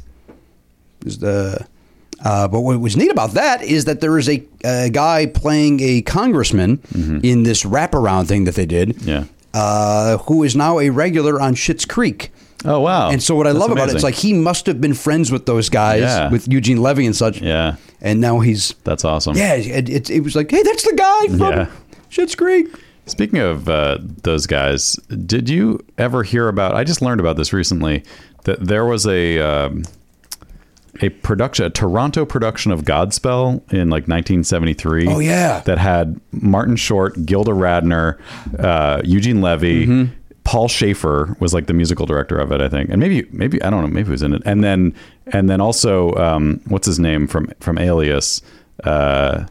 [SPEAKER 3] Is the uh, but what was neat about that is that there is a, a guy playing a congressman in this wraparound thing that they did.
[SPEAKER 5] Mm-hmm. Yeah.
[SPEAKER 3] Uh, who is now a regular on Schitt's Creek.
[SPEAKER 5] Oh wow!
[SPEAKER 3] and so what I
[SPEAKER 5] That's
[SPEAKER 3] love about it, it's
[SPEAKER 5] amazing.
[SPEAKER 3] like he must have been friends with those guys,
[SPEAKER 5] Yeah.
[SPEAKER 3] with Eugene Levy and such.
[SPEAKER 5] yeah,
[SPEAKER 3] And now he's
[SPEAKER 5] that's awesome.
[SPEAKER 3] yeah. It, it, it was like, hey, that's the guy from
[SPEAKER 5] Yeah.
[SPEAKER 3] Schitt's Creek.
[SPEAKER 5] Speaking of uh, those guys, did you ever hear about? I just learned about this recently that there was a um, a production, a Toronto production of Godspell in like 1973.
[SPEAKER 3] Oh, yeah.
[SPEAKER 5] that had Martin Short, Gilda Radner, uh, Eugene Levy.
[SPEAKER 3] Mm-hmm.
[SPEAKER 5] Paul Schaefer was like the musical director of it, I think, and maybe, maybe I don't know, maybe he was in it, and then, and then also, um, what's his name from from Alias, uh,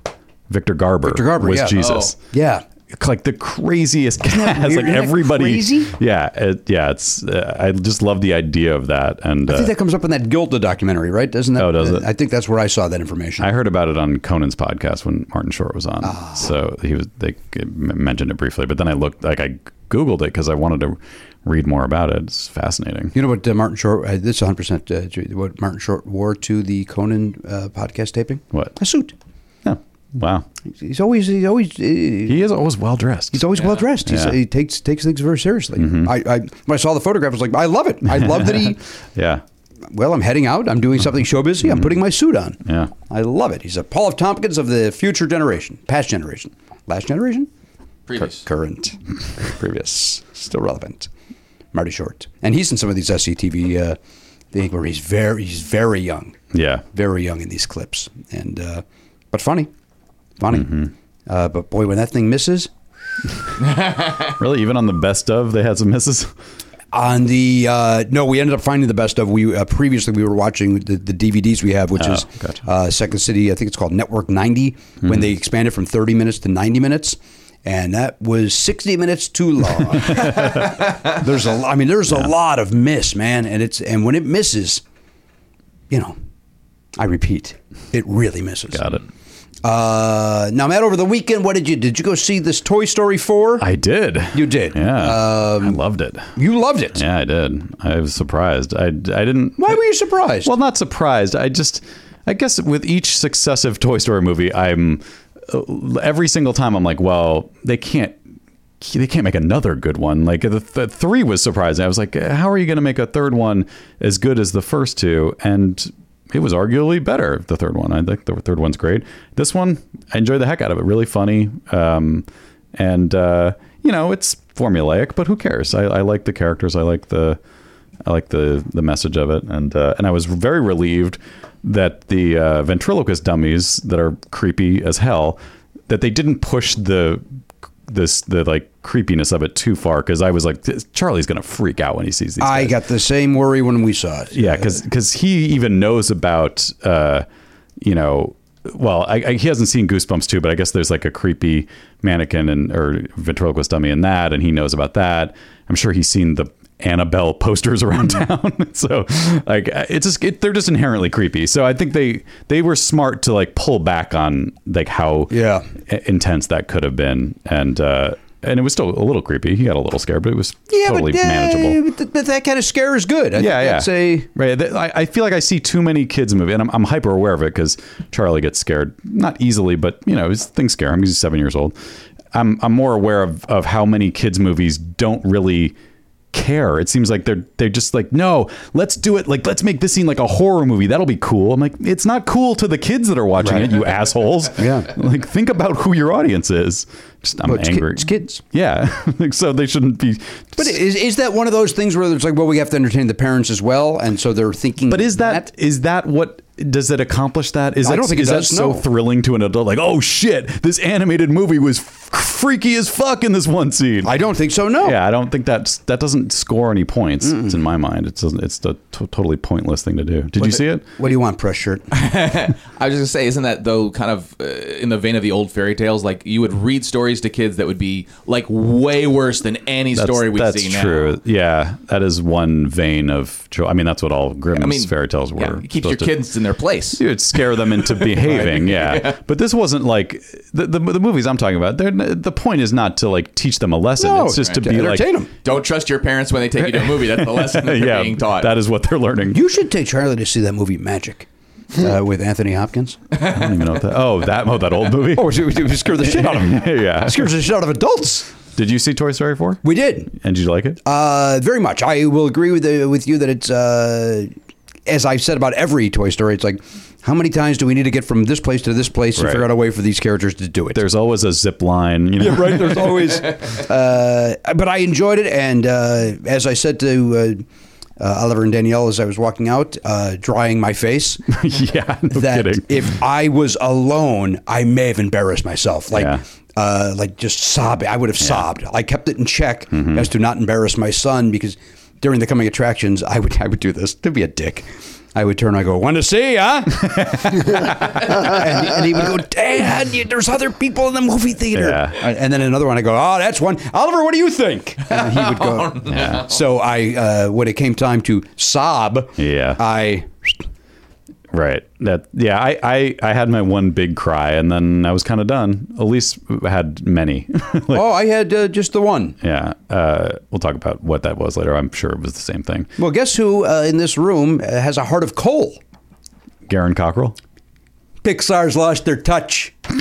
[SPEAKER 5] Victor Garber, Victor
[SPEAKER 3] Garber,
[SPEAKER 5] was
[SPEAKER 3] yeah. Oh.
[SPEAKER 5] Jesus,
[SPEAKER 3] Yeah.
[SPEAKER 5] like the craziest cast.
[SPEAKER 3] weird?
[SPEAKER 5] like
[SPEAKER 3] Isn't that
[SPEAKER 5] everybody,
[SPEAKER 3] crazy?
[SPEAKER 5] yeah, it, yeah. It's uh, I just love the idea of that, and
[SPEAKER 3] I
[SPEAKER 5] uh,
[SPEAKER 3] think that comes up in that Gilda documentary, right? Doesn't that?
[SPEAKER 5] Oh, does it?
[SPEAKER 3] I think that's where I saw that information.
[SPEAKER 5] I heard about it on Conan's podcast when Martin Short was on.
[SPEAKER 3] Ah.
[SPEAKER 5] So he was they m- mentioned it briefly, but then I looked like I googled it because I wanted to read more about it. It's fascinating.
[SPEAKER 3] You know what uh, Martin Short? Uh, this is 100 percent uh, true, what Martin Short wore to the Conan uh, podcast taping.
[SPEAKER 5] What?
[SPEAKER 3] A suit.
[SPEAKER 5] Yeah. Wow,
[SPEAKER 3] He's always he's always uh,
[SPEAKER 5] he is always well dressed.
[SPEAKER 3] he's always well dressed. He's
[SPEAKER 5] Yeah. Mm-hmm.
[SPEAKER 3] He takes takes things very seriously. I, I when I saw the photograph, I was like, I love it. I love that he.
[SPEAKER 5] yeah,
[SPEAKER 3] Well, I'm heading out. I'm doing something show busy. I'm putting my suit on.
[SPEAKER 5] Yeah.
[SPEAKER 3] I love it. He's a Paul F. Tompkins of the future generation, past generation, last generation,
[SPEAKER 2] Previous.
[SPEAKER 3] current, previous, still relevant. Marty Short, and he's in some of these SCTV uh, things where he's very he's very young,
[SPEAKER 5] yeah.
[SPEAKER 3] very young in these clips, and uh, but funny, funny. Uh, but boy, when that thing misses
[SPEAKER 5] Really, even on the best of, they had some misses.
[SPEAKER 3] on the uh, no, we ended up finding the best of. We uh, previously we were watching the, the DVDs we have, which
[SPEAKER 5] Oh,
[SPEAKER 3] is
[SPEAKER 5] gotcha. Hmm.
[SPEAKER 3] uh, Second City. I think it's called Network 90 when they expanded from 30 minutes to 90 minutes. And that was 60 minutes too long. there's a, lo- I mean, there's a lot of miss, man, and it's and when it misses, you know, I repeat, it really misses.
[SPEAKER 5] Got it.
[SPEAKER 3] Uh, now, Matt, over the weekend, what did you did you go see this Toy Story 4?
[SPEAKER 5] I did.
[SPEAKER 3] You did.
[SPEAKER 5] Yeah.
[SPEAKER 3] Um,
[SPEAKER 5] I loved it.
[SPEAKER 3] you loved it.
[SPEAKER 5] Yeah, I did. I was surprised. I, I didn't.
[SPEAKER 3] Why were you surprised?
[SPEAKER 5] Well, not surprised. I just, I guess with each successive Toy Story movie, I'm uh, every single time I'm like, well, they can't. They can't make another good one. Like the, the three was surprising. I was like, uh, "How are you going to make a third one as good as the first two? And it was arguably better. The third one, I think the third one's great. This one, I enjoyed the heck out of it. Really funny. Um, and uh, you know, it's formulaic, but who cares? I, I like the characters. I like the I like the the message of it, and uh, and I was very relieved that the uh, ventriloquist dummies that are creepy as hell that they didn't push the this the like creepiness of it too far because I was like Charlie's gonna freak out when he sees these.
[SPEAKER 3] I
[SPEAKER 5] guys.
[SPEAKER 3] got the same worry when we saw it.
[SPEAKER 5] Yeah, because he even knows about, uh, you know, well, I, I, he hasn't seen Goosebumps too, but I guess there's like a creepy mannequin and or ventriloquist dummy in that, and he knows about that. I'm sure he's seen the Annabelle posters around town, so like it's just it, they're just inherently creepy. So I think they they were smart to like pull back on like how
[SPEAKER 3] Yeah.
[SPEAKER 5] i- intense that could have been, and uh, and it was still a little creepy. He got a little scared, but it was totally
[SPEAKER 3] uh,
[SPEAKER 5] manageable.
[SPEAKER 3] th- th- that kind of scare is good. I
[SPEAKER 5] Yeah,
[SPEAKER 3] think
[SPEAKER 5] yeah.
[SPEAKER 3] That's a
[SPEAKER 5] right. th- I, I feel like I see too many kids movie, and I'm, I'm hyper aware of it because Charlie gets scared not easily, but you know, his things scare him. He's seven years old. I'm I'm more aware of of how many kids movies don't really care. It seems like they're they're just like, no, let's do it. Like, let's make this scene like a horror movie. That'll be cool. I'm like, it's not cool to the kids that are watching it. You assholes.
[SPEAKER 3] Yeah.
[SPEAKER 5] Like, think about who your audience is. Just, I'm
[SPEAKER 3] Well, it's ki-
[SPEAKER 5] angry.
[SPEAKER 3] it's kids.
[SPEAKER 5] Yeah. Like, so they shouldn't be.
[SPEAKER 3] but is, is that one of those things where it's like, well, we have to entertain the parents as well, and so they're thinking.
[SPEAKER 5] But is that is that what does it accomplish that? Is
[SPEAKER 3] I
[SPEAKER 5] that,
[SPEAKER 3] don't think it
[SPEAKER 5] is
[SPEAKER 3] does,
[SPEAKER 5] that so
[SPEAKER 3] no.
[SPEAKER 5] thrilling to an adult? Like, oh shit, this animated movie was f- freaky as fuck in this one scene.
[SPEAKER 3] I don't think so. No.
[SPEAKER 5] Yeah, I don't think that's that doesn't score any points. It's in my mind. It's doesn't. It's a t- totally pointless thing to do. Did you see it?
[SPEAKER 3] What do you want, press shirt?
[SPEAKER 2] I was just gonna say, isn't that though kind of uh, in the vein of the old fairy tales? Like you would read stories to kids that would be like way worse than any
[SPEAKER 5] That's,
[SPEAKER 2] story we
[SPEAKER 5] that's
[SPEAKER 2] see
[SPEAKER 5] true.
[SPEAKER 2] now.
[SPEAKER 5] Yeah, that is one vein of. jo- I mean, that's what all Grimm's
[SPEAKER 2] I mean,
[SPEAKER 5] fairy tales were.
[SPEAKER 2] yeah, it keeps your
[SPEAKER 5] supposed to-
[SPEAKER 2] kids in their place.
[SPEAKER 5] It would scare them into behaving, yeah. But this wasn't like the, the the movies I'm talking about. They're, the point is not to like teach them a lesson.
[SPEAKER 3] No,
[SPEAKER 5] it's just to
[SPEAKER 3] to
[SPEAKER 5] be like,
[SPEAKER 3] entertain 'em.
[SPEAKER 2] Don't trust your parents when they take you to a movie. That's the lesson that they're
[SPEAKER 5] yeah,
[SPEAKER 2] being taught.
[SPEAKER 5] that is what they're learning.
[SPEAKER 3] You should take Charlie to see that movie Magic uh, with Anthony Hopkins.
[SPEAKER 5] I don't even know what that. Oh, that oh that old movie.
[SPEAKER 3] Oh, we, we scared the shit out of him.
[SPEAKER 5] Yeah.
[SPEAKER 3] scares the shit out of adults.
[SPEAKER 5] Did you see Toy Story four?
[SPEAKER 3] We did
[SPEAKER 5] And did you like it?
[SPEAKER 3] uh, very much. I will agree with the, with you that it's uh, as I've said about every Toy Story. It's like how many times do we need to get from this place to this place and
[SPEAKER 5] Right.
[SPEAKER 3] figure out a way for these characters to do it?
[SPEAKER 5] There's always a zip line. You know?
[SPEAKER 3] Yeah, right. There's always, uh, but I enjoyed it, and uh, as I said to uh, uh, Oliver and Danielle as I was walking out, uh, drying my face,
[SPEAKER 5] yeah, no
[SPEAKER 3] that
[SPEAKER 5] kidding.
[SPEAKER 3] if I was alone, I may have embarrassed myself, like.
[SPEAKER 5] Yeah.
[SPEAKER 3] Uh, like just sobbing, I would have sobbed. I kept it in check
[SPEAKER 5] Mm-hmm.
[SPEAKER 3] as to not embarrass my son because during the coming attractions, I would I would do this to be a dick. I would turn, I go, want to see, huh? and, and he would go, Dad, you, there's other people in the movie theater.
[SPEAKER 5] Yeah.
[SPEAKER 3] And then another one, I go, oh, that's one. Oliver, what do you think? And he would go.
[SPEAKER 5] Oh,
[SPEAKER 3] So I, uh, when it came time to sob,
[SPEAKER 5] Yeah.
[SPEAKER 3] I,
[SPEAKER 5] Right. That yeah, I, I I had my one big cry and then I was kind of done. Elise had many. Like,
[SPEAKER 3] oh, I had uh, just the one.
[SPEAKER 5] Yeah. Uh, we'll talk about what that was later. I'm sure it was the same thing.
[SPEAKER 3] Well, guess who uh, in this room uh, has a heart of coal?
[SPEAKER 5] Garen Cockrell.
[SPEAKER 3] Pixar's lost their touch.
[SPEAKER 5] Wow.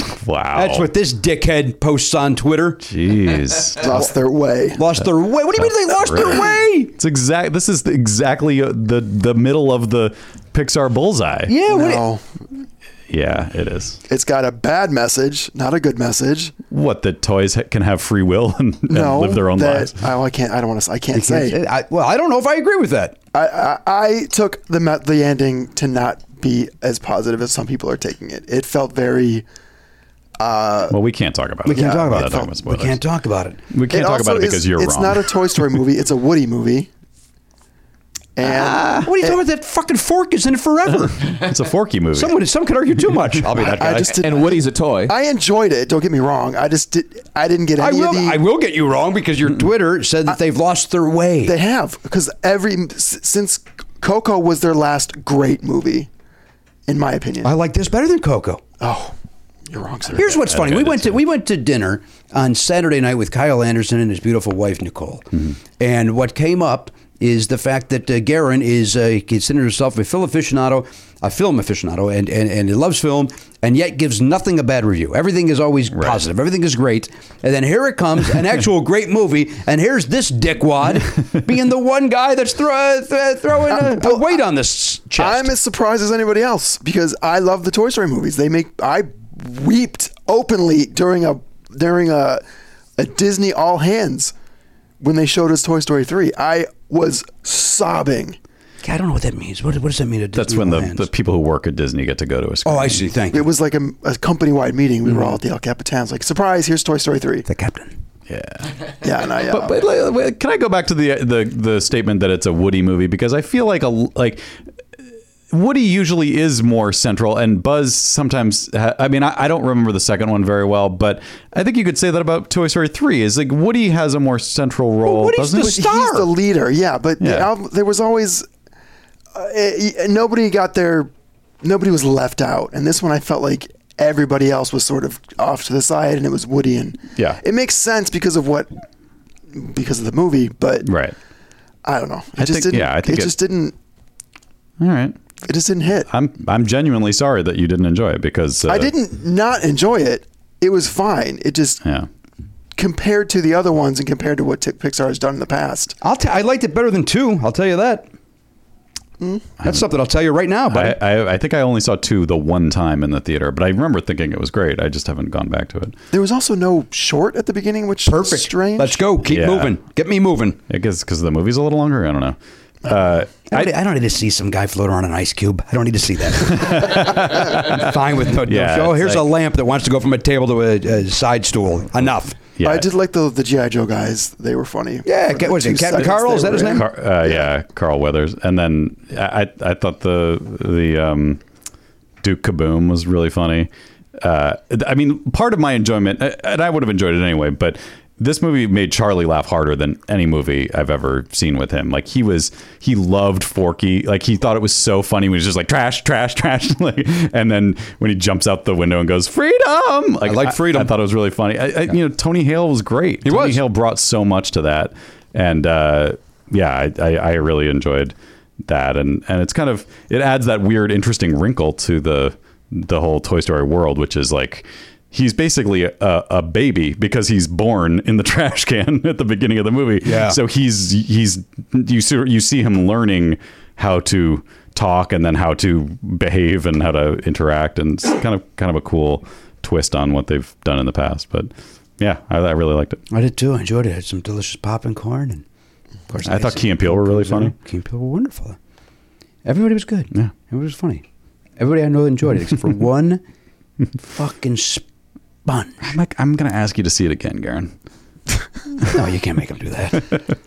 [SPEAKER 4] Oh.
[SPEAKER 3] That's what this dickhead posts on Twitter.
[SPEAKER 5] Jeez.
[SPEAKER 4] Lost their way.
[SPEAKER 3] Lost their way. What do you mean they lost their way?
[SPEAKER 5] It's exact. This is exactly uh, the the middle of the Pixar bullseye.
[SPEAKER 3] Yeah, what
[SPEAKER 4] No,
[SPEAKER 5] Yeah, it is.
[SPEAKER 4] it's got a bad message, not a good message.
[SPEAKER 5] What that toys ha- can have free will and, and
[SPEAKER 4] no,
[SPEAKER 5] live their own
[SPEAKER 4] that,
[SPEAKER 5] lives.
[SPEAKER 4] Oh, I can't. I don't want to. I can't say.
[SPEAKER 3] I, well, I don't know if I agree with that.
[SPEAKER 4] I, I I took the me- the ending to not be as positive as some people are taking it. It felt very.
[SPEAKER 5] well, we can't talk about it.
[SPEAKER 3] uh, We can't
[SPEAKER 5] Yeah,
[SPEAKER 3] talk about
[SPEAKER 5] without
[SPEAKER 3] it.
[SPEAKER 5] talking about
[SPEAKER 3] we
[SPEAKER 5] spoilers.
[SPEAKER 3] can't talk about it.
[SPEAKER 5] We can't talk
[SPEAKER 4] also
[SPEAKER 5] about it
[SPEAKER 4] is-
[SPEAKER 5] because you're
[SPEAKER 4] it's
[SPEAKER 5] wrong.
[SPEAKER 4] not a Toy Story movie. It's a Woody movie. And
[SPEAKER 3] What are you talking about? That fucking fork is in it forever.
[SPEAKER 5] it's a Forky movie.
[SPEAKER 3] Someone, some could argue too much. I'll be that
[SPEAKER 4] I just did,
[SPEAKER 2] and Woody's a toy.
[SPEAKER 4] I enjoyed it. Don't get me wrong. I just did. I didn't get
[SPEAKER 3] I
[SPEAKER 4] any
[SPEAKER 3] will.
[SPEAKER 4] of the.
[SPEAKER 3] I will get you wrong because your Twitter said that they've lost their way.
[SPEAKER 4] They have because every s- since Coco was their last great movie, in my opinion.
[SPEAKER 3] I like this better than Coco.
[SPEAKER 4] oh, you're wrong, sir.
[SPEAKER 3] Here's what's funny.
[SPEAKER 5] okay,
[SPEAKER 3] We
[SPEAKER 5] that's
[SPEAKER 3] went to we went to dinner on Saturday night with Kyle Anderson and his beautiful wife Nicole.
[SPEAKER 5] Mm-hmm.
[SPEAKER 3] And what came up is the fact that uh, Garen is uh, considers herself a film aficionado, a film aficionado, and and and he loves film, and yet gives nothing a bad review. Everything is always positive. Everything is great. And then here it comes, an actual great movie, and here's this dickwad being the one guy that's throw, th- throwing a, a weight on this chest.
[SPEAKER 4] I'm as surprised as anybody else because I love the Toy Story movies. They make I weeped openly during a during a a Disney all hands when they showed us Toy Story three. I was sobbing.
[SPEAKER 3] God, I don't know what that means. What, what does that mean? at
[SPEAKER 5] That's when the,
[SPEAKER 3] Disneyland?
[SPEAKER 5] the people who work at Disney get to go to a screen.
[SPEAKER 3] oh, I see. Thank
[SPEAKER 4] It
[SPEAKER 3] you.
[SPEAKER 4] was like a, a company wide meeting. We were
[SPEAKER 2] Mm-hmm.
[SPEAKER 4] all at the El Capitan's. Like surprise, here's Toy Story three.
[SPEAKER 3] The captain.
[SPEAKER 5] yeah.
[SPEAKER 4] Yeah, and I, uh,
[SPEAKER 5] But, but like, wait, can I go back to the the the statement that it's a Woody movie because I feel like a like Woody usually is more central and Buzz sometimes ha- I mean I, I don't remember the second one very well but I think you could say that about Toy Story 3 is like Woody has a more central role
[SPEAKER 3] Woody's
[SPEAKER 5] doesn't
[SPEAKER 3] the
[SPEAKER 5] he?
[SPEAKER 3] star.
[SPEAKER 4] He's the leader, yeah. But The
[SPEAKER 5] Yeah.
[SPEAKER 4] album, there was always uh, eh, eh, nobody got their nobody was left out, and this one I felt like everybody else was sort of off to the side, and it was Woody and
[SPEAKER 5] Yeah.
[SPEAKER 4] It makes sense because of what because of the movie, but
[SPEAKER 5] Right.
[SPEAKER 4] I don't know. It
[SPEAKER 5] I
[SPEAKER 4] just
[SPEAKER 5] think-
[SPEAKER 4] didn't.
[SPEAKER 5] yeah, I think
[SPEAKER 4] it,
[SPEAKER 5] it-
[SPEAKER 4] just didn't.
[SPEAKER 5] All right.
[SPEAKER 4] It just didn't hit. i
[SPEAKER 5] I'm I'm genuinely sorry that you didn't enjoy it because uh,
[SPEAKER 4] didn't not enjoy it. It was fine. It just
[SPEAKER 5] Yeah.
[SPEAKER 4] compared to the other ones and compared to what Tick Pixar has done in the past.
[SPEAKER 3] I'll t- I liked it better than two. I'll tell you that. That's something I'll tell you right now.
[SPEAKER 5] I,
[SPEAKER 3] But
[SPEAKER 5] I, I think I only saw two the one time in the theater, but I remember thinking it was great. I just haven't gone back to it.
[SPEAKER 4] There was also no short at the beginning, which
[SPEAKER 3] perfect.
[SPEAKER 4] strange.
[SPEAKER 3] Let's go. Keep
[SPEAKER 5] Yeah.
[SPEAKER 3] moving. Get me moving.
[SPEAKER 5] I guess because the movie's a little longer. I don't know. Uh,
[SPEAKER 3] I don't, I don't need to see some guy float around an ice cube. I don't need to see that. I'm fine with no. no
[SPEAKER 5] Yeah,
[SPEAKER 3] show.
[SPEAKER 5] it's
[SPEAKER 3] Here's
[SPEAKER 5] like-
[SPEAKER 3] a lamp that wants to go from a table to a, a side stool. Enough.
[SPEAKER 5] Yeah.
[SPEAKER 4] I did like the the GI Joe guys. They were funny.
[SPEAKER 3] Yeah,
[SPEAKER 4] For
[SPEAKER 3] Ca-
[SPEAKER 4] the
[SPEAKER 3] what is it,
[SPEAKER 4] two
[SPEAKER 3] Captain
[SPEAKER 4] seconds
[SPEAKER 3] Carl?
[SPEAKER 4] they
[SPEAKER 3] Is that
[SPEAKER 4] were
[SPEAKER 3] his name?
[SPEAKER 4] in.
[SPEAKER 5] Car- uh, yeah, Carl Weathers, and then I I- I thought the the um, Duke Kaboom was really funny. Uh, I mean, part of my enjoyment, and I would have enjoyed it anyway, but this movie made Charlie laugh harder than any movie I've ever seen with him. Like he was, he loved Forky. Like he thought it was so funny when he was just like trash, trash, trash. like, and then when he jumps out the window and goes freedom, like
[SPEAKER 3] I like freedom.
[SPEAKER 5] I, thought it was really funny. I, I, You know, Tony Hale was great. He Tony
[SPEAKER 3] was.
[SPEAKER 5] Hale brought so much to that, and uh, yeah, I, I, I really enjoyed that, and and it's kind of it adds that weird, interesting wrinkle to the the whole Toy Story world, which is like he's basically a, a baby because he's born in the trash can at the beginning of the movie.
[SPEAKER 3] Yeah.
[SPEAKER 5] So he's he's you see you see him learning how to talk and then how to behave and how to interact and it's kind of kind of a cool twist on what they've done in the past. But yeah, I, I really liked it.
[SPEAKER 3] I did too. I enjoyed it. I had some delicious pop and corn, and of course,
[SPEAKER 5] I thought Key and Peele were really funny.
[SPEAKER 3] Key and Peele were wonderful. Everybody was good.
[SPEAKER 5] Yeah.
[SPEAKER 3] everybody was funny. Everybody I know enjoyed it except for one fucking sponge.
[SPEAKER 5] I'm like, I'm gonna ask you to see it again, Garen.
[SPEAKER 3] No, you can't make him do that.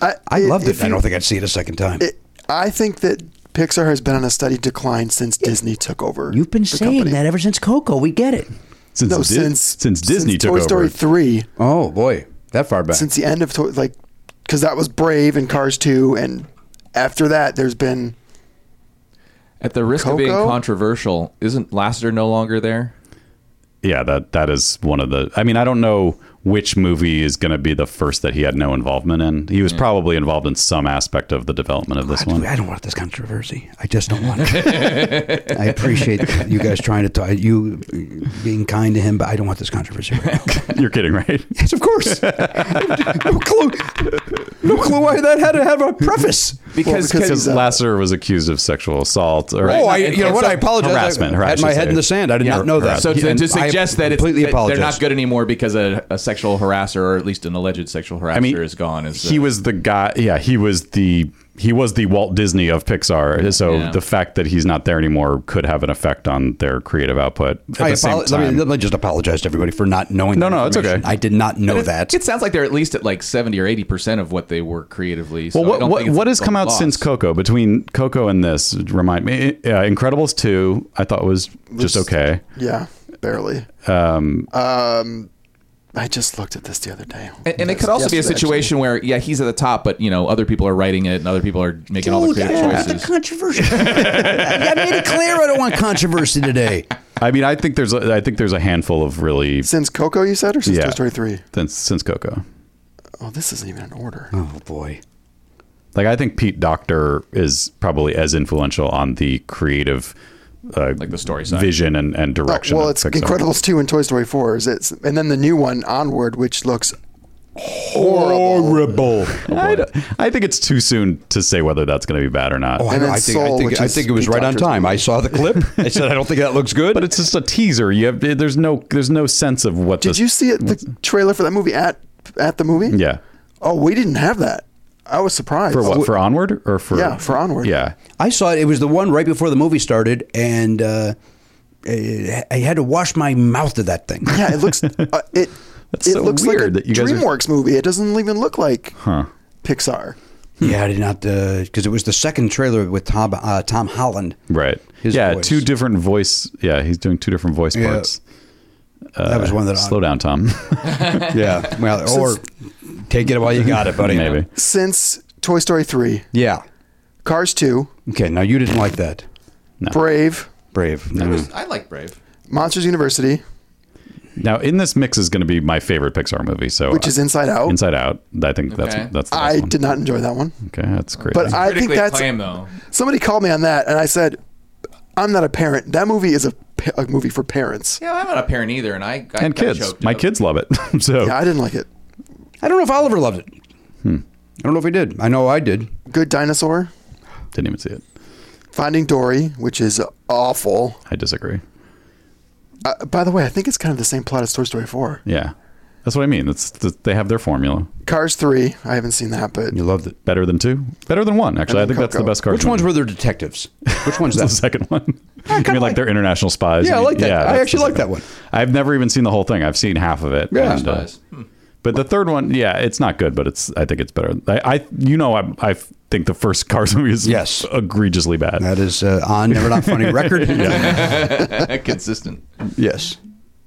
[SPEAKER 4] I,
[SPEAKER 3] I loved it.
[SPEAKER 4] if
[SPEAKER 3] I don't
[SPEAKER 4] you-
[SPEAKER 3] think I'd see it a second time.
[SPEAKER 4] it- I think that Pixar has been on a steady decline since Disney took over.
[SPEAKER 3] You've been
[SPEAKER 4] the
[SPEAKER 3] saying
[SPEAKER 4] company.
[SPEAKER 3] that ever since Coco. We get it.
[SPEAKER 5] Since
[SPEAKER 4] No,
[SPEAKER 5] Di-
[SPEAKER 4] since
[SPEAKER 5] since Disney
[SPEAKER 4] since
[SPEAKER 5] took
[SPEAKER 4] Toy
[SPEAKER 5] over.
[SPEAKER 4] Story three.
[SPEAKER 3] Oh boy, that far back.
[SPEAKER 4] Since the end of Toy, like, because that was Brave and Cars two, and after that, there's been
[SPEAKER 2] At the risk of being
[SPEAKER 4] Coco?
[SPEAKER 2] controversial, isn't Lasseter no longer there?
[SPEAKER 5] yeah, that that is one of the. I mean, I don't know which movie is going to be the first that he had no involvement in. He was
[SPEAKER 2] Mm.
[SPEAKER 5] probably involved in some aspect of the development of this
[SPEAKER 3] I,
[SPEAKER 5] one.
[SPEAKER 3] I don't want this controversy. I just don't want it. I appreciate you guys trying to talk, you being kind to him, but I don't want this controversy. Right now.
[SPEAKER 5] You're kidding, right?
[SPEAKER 3] yes, of course. no clue. No clue why that had to have a preface.
[SPEAKER 4] because
[SPEAKER 5] Because Lasseter was accused of sexual assault. Or,
[SPEAKER 3] uh, Oh, I,
[SPEAKER 2] And-
[SPEAKER 3] you know
[SPEAKER 2] and
[SPEAKER 3] what?
[SPEAKER 2] so-
[SPEAKER 3] I apologize.
[SPEAKER 5] Harassment,
[SPEAKER 3] I
[SPEAKER 5] harass-
[SPEAKER 3] had my
[SPEAKER 5] should
[SPEAKER 3] head
[SPEAKER 5] say.
[SPEAKER 3] in the sand. I did
[SPEAKER 5] Yeah,
[SPEAKER 3] not know that.
[SPEAKER 5] harass-
[SPEAKER 2] So to,
[SPEAKER 5] and
[SPEAKER 2] to suggest that it's,
[SPEAKER 3] completely
[SPEAKER 2] that
[SPEAKER 3] apologize.
[SPEAKER 2] they're not good anymore because a, a sexual harasser or at least an alleged sexual harasser
[SPEAKER 5] I mean,
[SPEAKER 2] is gone. Is, uh,
[SPEAKER 5] he was the guy. Yeah, he was the he was the Walt Disney of Pixar. So
[SPEAKER 2] Yeah.
[SPEAKER 5] the fact that he's not there anymore could have an effect on their creative output. At
[SPEAKER 3] I
[SPEAKER 5] the same
[SPEAKER 3] apolo- let,
[SPEAKER 5] time-
[SPEAKER 3] me, let me just apologize to everybody for not knowing.
[SPEAKER 5] No,
[SPEAKER 3] that
[SPEAKER 5] no, it's
[SPEAKER 3] information.
[SPEAKER 5] okay.
[SPEAKER 3] I did not know that.
[SPEAKER 2] It sounds like they're at least at like seventy or eighty percent of what they were creatively. So
[SPEAKER 5] Well,
[SPEAKER 2] I
[SPEAKER 5] what
[SPEAKER 2] don't
[SPEAKER 5] what,
[SPEAKER 2] think it's
[SPEAKER 5] what has
[SPEAKER 2] a
[SPEAKER 5] come out
[SPEAKER 2] loss.
[SPEAKER 5] since Coco? Between Coco and this, remind me. Uh, Incredibles two, I thought was just okay.
[SPEAKER 4] yeah, barely. um, I just looked at this the other day.
[SPEAKER 2] And, and it could also be a
[SPEAKER 4] Yesterday,
[SPEAKER 2] situation where yeah, he's at the top, but you know other people are writing it and other people are making all the
[SPEAKER 3] Dude, I
[SPEAKER 2] creative
[SPEAKER 3] don't want the
[SPEAKER 2] choices.
[SPEAKER 3] controversy. I I made it clear I don't want controversy today.
[SPEAKER 5] I mean, I think there's a, I think there's a handful of really
[SPEAKER 4] Since Coco, you said, or since
[SPEAKER 5] yeah
[SPEAKER 4] Toy Story three?
[SPEAKER 5] since since Coco.
[SPEAKER 4] Oh, this isn't even in order.
[SPEAKER 3] Oh boy.
[SPEAKER 5] Like I think Pete Doctor is probably as influential on the creative, uh,
[SPEAKER 2] Like the story side.
[SPEAKER 5] vision and, and direction.
[SPEAKER 4] Oh, well,
[SPEAKER 5] of
[SPEAKER 4] it's
[SPEAKER 5] Pixar.
[SPEAKER 4] Incredibles two and Toy Story four. Is it's and then the new one Onward, which looks
[SPEAKER 5] Oh, Horrible. I, don't- I think it's too soon to say whether that's going to be bad or not.
[SPEAKER 3] Oh, I,
[SPEAKER 4] And
[SPEAKER 3] know.
[SPEAKER 4] then
[SPEAKER 3] I think,
[SPEAKER 4] Soul,
[SPEAKER 3] I think,
[SPEAKER 4] which
[SPEAKER 3] I
[SPEAKER 4] is
[SPEAKER 3] think it was
[SPEAKER 4] Pete
[SPEAKER 3] right on
[SPEAKER 4] Docter's
[SPEAKER 3] time. I saw the clip. I said, I don't think that looks good.
[SPEAKER 5] but it's just a teaser. You have there's no there's no sense of what.
[SPEAKER 4] Did
[SPEAKER 5] this-
[SPEAKER 4] you see it? The trailer for that movie at at the movie?
[SPEAKER 5] Yeah.
[SPEAKER 4] Oh, we didn't have that. I was surprised.
[SPEAKER 5] For what? For onward or for
[SPEAKER 4] Oh, Yeah, for Onward.
[SPEAKER 5] Yeah,
[SPEAKER 3] I saw it. It was the one right before the movie started, and uh, I I had to wash my mouth to that thing.
[SPEAKER 4] Yeah, it looks uh, it.
[SPEAKER 5] That's
[SPEAKER 4] it
[SPEAKER 5] so
[SPEAKER 4] looks like a
[SPEAKER 5] weird that you guys are-
[SPEAKER 4] DreamWorks movie. It doesn't even look like
[SPEAKER 5] huh?
[SPEAKER 4] Pixar.
[SPEAKER 3] yeah, I did not because it was the second trailer with Tom uh, Tom Holland.
[SPEAKER 5] Right.
[SPEAKER 3] His
[SPEAKER 5] yeah,
[SPEAKER 3] voice.
[SPEAKER 5] two different voice. Yeah, he's doing two different voice
[SPEAKER 3] Yeah.
[SPEAKER 5] parts.
[SPEAKER 3] that was one that
[SPEAKER 5] Slow down, Tom.
[SPEAKER 3] Yeah, well, or take it while you got it, buddy.
[SPEAKER 5] Maybe.
[SPEAKER 4] Since Toy Story three,
[SPEAKER 3] Yeah.
[SPEAKER 4] Cars two,
[SPEAKER 3] Okay. Now you didn't like that.
[SPEAKER 4] Brave,
[SPEAKER 3] Brave. No.
[SPEAKER 2] I like Brave.
[SPEAKER 4] Monsters University,
[SPEAKER 5] Now, in this mix is going to be my favorite Pixar movie. So, uh,
[SPEAKER 4] which is Inside Out.
[SPEAKER 5] Inside Out. I think that's that's. The best
[SPEAKER 4] I
[SPEAKER 5] one.
[SPEAKER 4] did not enjoy that one,
[SPEAKER 5] Okay, that's crazy.
[SPEAKER 4] but I think
[SPEAKER 2] Critically
[SPEAKER 4] that's
[SPEAKER 2] acclaimed though.
[SPEAKER 4] somebody called me on that, and I said, "I'm not a parent. That movie is a, pa- a movie for parents."
[SPEAKER 2] Yeah, I'm not a parent either, and I, I kinda
[SPEAKER 5] and kids,
[SPEAKER 2] choked
[SPEAKER 5] my
[SPEAKER 2] up.
[SPEAKER 5] kids love it. so,
[SPEAKER 4] Yeah, I didn't like it.
[SPEAKER 3] I don't know if Oliver loved it. I don't know if he did. I know I did.
[SPEAKER 4] Good Dinosaur,
[SPEAKER 5] didn't even see it.
[SPEAKER 4] Finding Dory, which is awful.
[SPEAKER 5] I disagree.
[SPEAKER 4] Uh, by the way, I think it's kind of the same plot as Toy Story 4.
[SPEAKER 5] Yeah. That's what I mean. That's, that's they have their formula.
[SPEAKER 4] Cars three. I haven't seen that, but
[SPEAKER 5] You loved it. Better than two? Better than one, actually. I
[SPEAKER 4] And
[SPEAKER 5] think
[SPEAKER 4] then
[SPEAKER 5] that's the
[SPEAKER 4] Coco.
[SPEAKER 5] best card.
[SPEAKER 3] Which ones were their detectives? Which one's
[SPEAKER 5] the
[SPEAKER 3] that?
[SPEAKER 5] second one? I mean, like they're international spies.
[SPEAKER 3] Yeah, I
[SPEAKER 5] mean,
[SPEAKER 3] like that. I
[SPEAKER 5] that's the
[SPEAKER 3] actually like
[SPEAKER 5] second
[SPEAKER 3] that one.
[SPEAKER 5] I've never even seen the whole thing. I've seen half of it.
[SPEAKER 3] Yeah.
[SPEAKER 5] uh, but the third one, yeah, it's not good, but it's. I think it's better. I, I you know, I, I think the first Cars movie is
[SPEAKER 3] Yes.
[SPEAKER 5] egregiously bad.
[SPEAKER 3] That is uh, on Never Not Funny record.
[SPEAKER 2] Consistent.
[SPEAKER 3] Yes.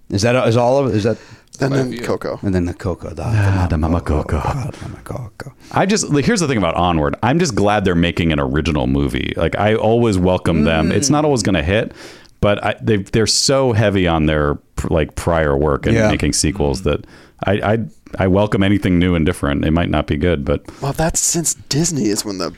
[SPEAKER 3] Is that is all of is that
[SPEAKER 4] and then Coco.
[SPEAKER 3] and then the cocoa the,
[SPEAKER 5] the Mama Coco.
[SPEAKER 3] God, Mama Coco.
[SPEAKER 5] I just like, here's the thing about Onward. I'm just glad they're making an original movie. Like I always welcome them.
[SPEAKER 4] Mm.
[SPEAKER 5] It's not always going to hit, but I, they they're so heavy on their pr- like prior work and
[SPEAKER 3] Yeah.
[SPEAKER 5] making sequels that I, I I welcome anything new and different. It might not be good, but
[SPEAKER 4] Well, that's since Disney is when the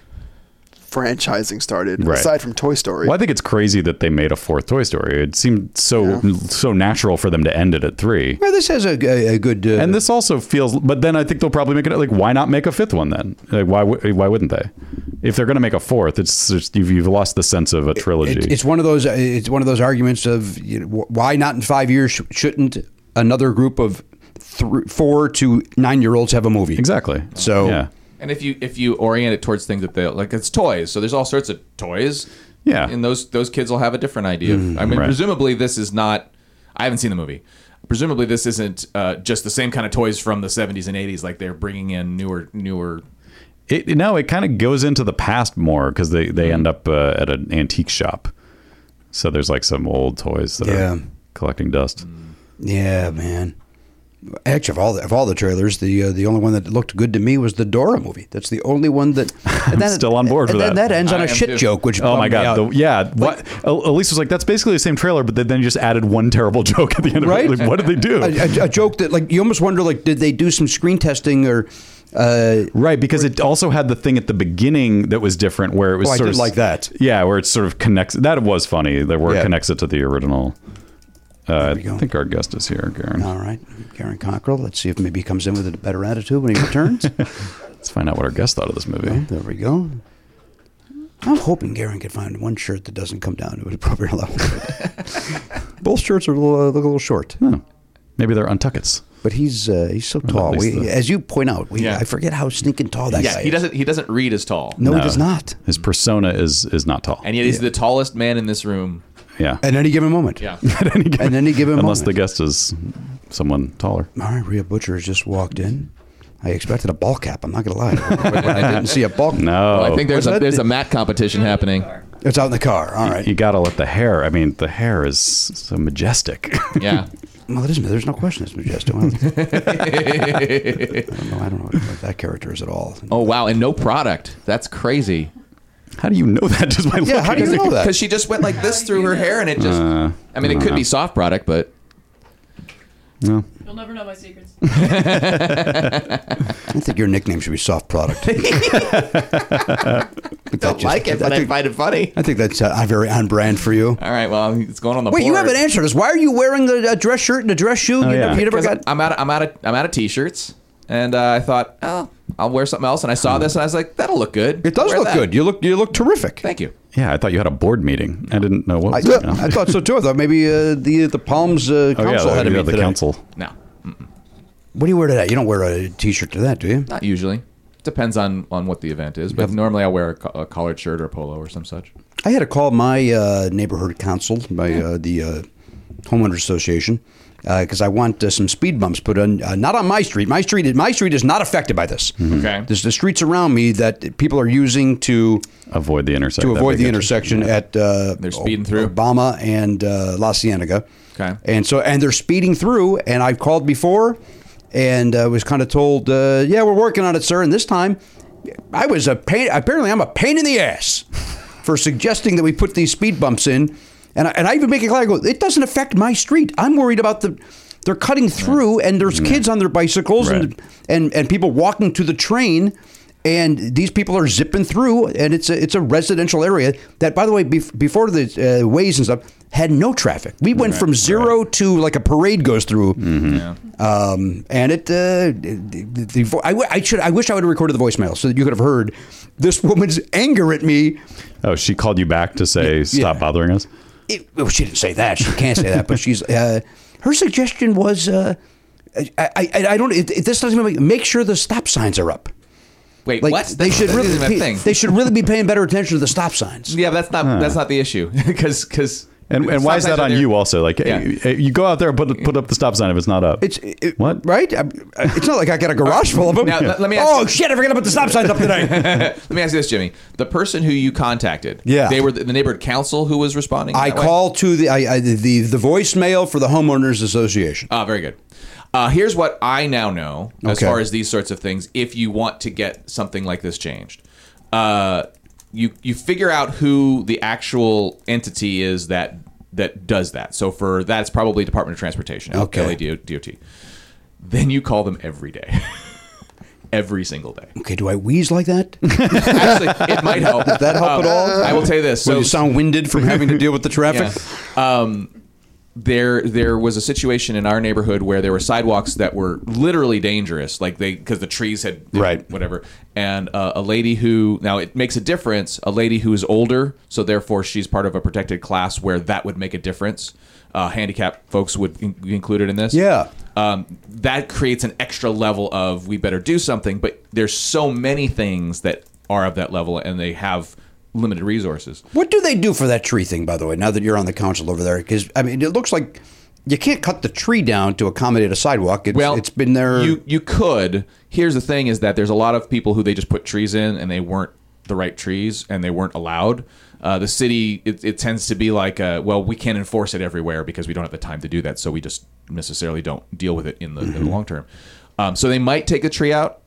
[SPEAKER 4] franchising started.
[SPEAKER 5] Right.
[SPEAKER 4] Aside from Toy Story,
[SPEAKER 5] well, I think it's crazy that they made a fourth Toy Story. It seemed so so natural for them to end it at three.
[SPEAKER 3] Yeah, this has a, a, a good uh,
[SPEAKER 5] And this also feels, but then I think they'll probably make it. Like, why not make a fifth one then? Like, why wou- why wouldn't they? If they're going to make a fourth, it's just, you've, you've lost the sense of a trilogy.
[SPEAKER 3] It, it's one of those. It's one of those arguments of you know, wh- why not in five years sh- shouldn't another group of thr four to nine year olds have a movie?
[SPEAKER 5] Exactly.
[SPEAKER 3] So-
[SPEAKER 5] yeah,
[SPEAKER 2] And if you if you orient it towards things that they like, it's toys. So there's all sorts of toys.
[SPEAKER 5] Yeah. Mm,
[SPEAKER 2] And those those kids will have a different idea. of- I mean,
[SPEAKER 5] right.
[SPEAKER 2] presumably this is not. I haven't seen the movie. Presumably this isn't uh, just the same kind of toys from the 70s and 80s. Like they're bringing in newer newer.
[SPEAKER 5] it no, it kind of goes into the past more because they they end up uh, at an antique shop. So there's like some old toys that
[SPEAKER 3] Yeah.
[SPEAKER 5] are collecting dust.
[SPEAKER 3] Yeah, man. Actually, of all the, of all the trailers, the uh, the only one that looked good to me was the Dora movie. That's the only one that. I'm
[SPEAKER 5] still on board
[SPEAKER 3] and
[SPEAKER 5] with
[SPEAKER 3] then
[SPEAKER 5] that.
[SPEAKER 3] that ends on
[SPEAKER 2] I
[SPEAKER 3] a
[SPEAKER 2] am
[SPEAKER 3] shit
[SPEAKER 2] too.
[SPEAKER 3] joke, which
[SPEAKER 5] Oh my
[SPEAKER 3] bummed me
[SPEAKER 5] god!
[SPEAKER 3] out.
[SPEAKER 5] The, yeah, what? El- Elise was like, "That's basically the same trailer," but then you just added one terrible joke at the end of
[SPEAKER 3] Right?
[SPEAKER 5] it. Like, what did they do?
[SPEAKER 3] a, a, a joke that like you almost wonder like did they do some screen testing or uh,
[SPEAKER 5] Right, because it also had the thing at the beginning that was different, where it was
[SPEAKER 3] Oh, I
[SPEAKER 5] sort
[SPEAKER 3] did
[SPEAKER 5] of
[SPEAKER 3] like that.
[SPEAKER 5] Yeah, where it sort of connects. That was funny. That where
[SPEAKER 3] Yeah.
[SPEAKER 5] it connects it to the original. Uh,
[SPEAKER 3] we go.
[SPEAKER 5] I think our guest is here, Garen.
[SPEAKER 3] all right Karen Cockrell let's see if maybe he comes in with a better attitude when he returns
[SPEAKER 5] Let's find out what our guest thought of this movie.
[SPEAKER 3] there we go I'm hoping Garen can find one shirt that doesn't come down to an appropriate level both shirts are a little, uh, look a little short
[SPEAKER 5] Oh, maybe they're untuckets.
[SPEAKER 3] but he's uh, he's so tall
[SPEAKER 5] least
[SPEAKER 3] we,
[SPEAKER 5] the-
[SPEAKER 3] as you point out we,
[SPEAKER 2] Yeah.
[SPEAKER 3] I forget how stinking tall that
[SPEAKER 2] Yeah,
[SPEAKER 3] guy
[SPEAKER 2] he
[SPEAKER 3] is.
[SPEAKER 2] doesn't he doesn't read as tall.
[SPEAKER 3] no, he does not
[SPEAKER 5] His persona is is not tall.
[SPEAKER 2] And yet he's the tallest man in this room.
[SPEAKER 5] yeah.
[SPEAKER 3] at any given moment
[SPEAKER 2] Yeah.
[SPEAKER 5] At any given-
[SPEAKER 3] at any given
[SPEAKER 5] unless
[SPEAKER 3] moment.
[SPEAKER 5] the guest is someone taller.
[SPEAKER 3] All right, Rhea Butcher has just walked in. I expected a ball cap. I'm not gonna lie. When I didn't
[SPEAKER 5] Oh.
[SPEAKER 3] see a ball. cap.
[SPEAKER 5] No,
[SPEAKER 2] I think there's
[SPEAKER 3] What's
[SPEAKER 2] a
[SPEAKER 3] that?
[SPEAKER 2] there's a mat competition happening.
[SPEAKER 3] it's out in the car. All right.
[SPEAKER 5] you gotta let the hair. I mean, the hair is so majestic.
[SPEAKER 2] Yeah.
[SPEAKER 3] Well, it isn't. There's no question. It's Majesto. I don't know. I don't know what that character is at all.
[SPEAKER 2] Oh wow, and no product. That's crazy.
[SPEAKER 5] how do you know that just by looking?
[SPEAKER 3] yeah. How do you know
[SPEAKER 2] Because
[SPEAKER 3] that?
[SPEAKER 2] she just went like this through her hair, and it just.
[SPEAKER 5] Uh,
[SPEAKER 2] I mean, it
[SPEAKER 5] I
[SPEAKER 2] could
[SPEAKER 5] dunno.
[SPEAKER 2] be soft product, but
[SPEAKER 5] No.
[SPEAKER 7] You'll never know my secrets.
[SPEAKER 3] I think your nickname should be Soft Product. I think that just- I think,
[SPEAKER 2] it funny.
[SPEAKER 3] I think that's uh, very on brand for you.
[SPEAKER 2] All right, well, it's going on the
[SPEAKER 3] Wait,
[SPEAKER 2] board.
[SPEAKER 3] you haven't answered us. Why are you wearing a, a dress shirt and a dress shoe? you,
[SPEAKER 5] yeah.
[SPEAKER 3] never, you never
[SPEAKER 2] 'Cause
[SPEAKER 3] got.
[SPEAKER 2] I'm out. Of, I'm out of. I'm out of t-shirts, and uh, I thought, oh, I'll wear something else. And I saw this, and I was like, that'll look good.
[SPEAKER 3] it does
[SPEAKER 2] Wear
[SPEAKER 3] look
[SPEAKER 2] that.
[SPEAKER 3] good. You look. You look terrific.
[SPEAKER 2] Thank you.
[SPEAKER 5] Yeah, I thought you had a board meeting. I didn't know what.
[SPEAKER 3] I,
[SPEAKER 5] Was going on.
[SPEAKER 3] I thought so too. I thought maybe uh, the the Palms uh,
[SPEAKER 5] Oh yeah,
[SPEAKER 3] Council had a
[SPEAKER 5] yeah,
[SPEAKER 3] meeting
[SPEAKER 5] the
[SPEAKER 3] today.
[SPEAKER 5] council.
[SPEAKER 2] No,
[SPEAKER 3] What do you wear to that? You don't wear a t-shirt to that, do you?
[SPEAKER 2] not usually. Depends on on what the event is, but normally I wear a, co- a collared shirt or a polo or some such.
[SPEAKER 3] I had to call my uh, neighborhood council, by uh, the uh, homeowners association, because I want uh, some speed bumps put on. Uh, not on my street. My street. Is, my street is not affected by Hmm. this.
[SPEAKER 2] Okay.
[SPEAKER 3] There's the streets around me that people are using to
[SPEAKER 5] Avoid the intersection.
[SPEAKER 3] to avoid the intersection at uh,
[SPEAKER 2] They're speeding through.
[SPEAKER 3] Obama and uh, La Cienega.
[SPEAKER 2] Okay.
[SPEAKER 3] And so and they're speeding through. And I've called before, and uh, was kind of told, uh, "Yeah, we're working on it, sir." And this time, I was a pain. Apparently, I'm a pain in the ass for suggesting that we put these speed bumps in. And I, and I even make it clear, I go, "It doesn't affect my street. I'm worried about the." They're cutting through, and there's
[SPEAKER 2] Mm-hmm.
[SPEAKER 3] kids on their bicycles
[SPEAKER 5] Right.
[SPEAKER 3] and, and and people walking to the train and these people are zipping through and it's a, it's a residential area that by the way bef- before the uh, ways and stuff had no traffic we went from zero to like a parade goes through
[SPEAKER 7] Mm-hmm.
[SPEAKER 3] um, and it uh, the, the, the, vo- I, w- I should I wish I would have recorded the voicemail so that you could have heard this woman's anger at me
[SPEAKER 5] Oh, she called you back to say stop bothering us.
[SPEAKER 3] it, well, she didn't say that. She can't say that. But she's uh, her suggestion was uh, I, I, I don't. It, it- this doesn't even make, make sure the stop signs are up.
[SPEAKER 7] Wait,
[SPEAKER 3] Like
[SPEAKER 7] what?
[SPEAKER 3] they
[SPEAKER 7] That-
[SPEAKER 3] should
[SPEAKER 7] that
[SPEAKER 3] really
[SPEAKER 7] isn't a
[SPEAKER 3] be,
[SPEAKER 7] thing.
[SPEAKER 3] they should really be paying better attention to the stop signs.
[SPEAKER 7] Yeah, but that's not that's not the issue because because
[SPEAKER 5] And, and why is that on you also? Like,
[SPEAKER 7] Yeah.
[SPEAKER 5] eh, eh, you go out there and put put up the stop sign if it's not up.
[SPEAKER 3] It's it,
[SPEAKER 5] what?
[SPEAKER 3] right? I- I- It's not like I got a garage full of them.
[SPEAKER 7] Now, let- let me ask
[SPEAKER 3] oh
[SPEAKER 7] you-
[SPEAKER 3] shit! I forgot to put the stop signs up today.
[SPEAKER 7] Let me ask you this, Jimmy: the person who you contacted,
[SPEAKER 3] Yeah.
[SPEAKER 7] they were the, the neighborhood council who was responding.
[SPEAKER 3] I
[SPEAKER 7] that way?
[SPEAKER 3] call to the I, I, the the voicemail for the homeowners association.
[SPEAKER 7] Ah, very good. Uh, here's what I now know as
[SPEAKER 3] Okay.
[SPEAKER 7] far as these sorts of things. If you want to get something like this changed, uh, you you figure out who the actual entity is that that does that. So for that's probably Department of Transportation,
[SPEAKER 3] Okay.
[SPEAKER 7] LA DOT. Then you call them every day, every single day.
[SPEAKER 3] Okay, do I wheeze like that?
[SPEAKER 7] Actually, it might help. Um,
[SPEAKER 3] Does that help at all?
[SPEAKER 7] I will tell you this.
[SPEAKER 3] Will
[SPEAKER 7] So
[SPEAKER 3] you sound winded from having to deal with the traffic?
[SPEAKER 7] Yeah. Um, there, there was a situation in our neighborhood where there were sidewalks that were literally dangerous, like they because the trees had
[SPEAKER 5] Right.
[SPEAKER 7] whatever. And uh, a lady who now it makes a difference. A lady who is older, so therefore she's part of a protected class where that would make a difference. Uh, handicapped folks would in- be included in this.
[SPEAKER 3] Yeah.
[SPEAKER 7] Um, that creates an extra level of we better do something, but there's so many things that are of that level and they have limited resources.
[SPEAKER 3] What do they do for that tree thing, by the way? Now that you're on the council over there, because I mean, it looks like you can't cut the tree down to accommodate a sidewalk. It's,
[SPEAKER 7] Well,
[SPEAKER 3] it's been there.
[SPEAKER 7] You you could. Here's the thing: is that there's a lot of people who they just put trees in, and they weren't the right trees, and they weren't allowed. Uh, the city it, it tends to be like, uh, well, we can't enforce it everywhere because we don't have the time to do that, so we just necessarily don't deal with it in the,
[SPEAKER 3] Mm-hmm.
[SPEAKER 7] in the long term. Um, so they might take a tree out,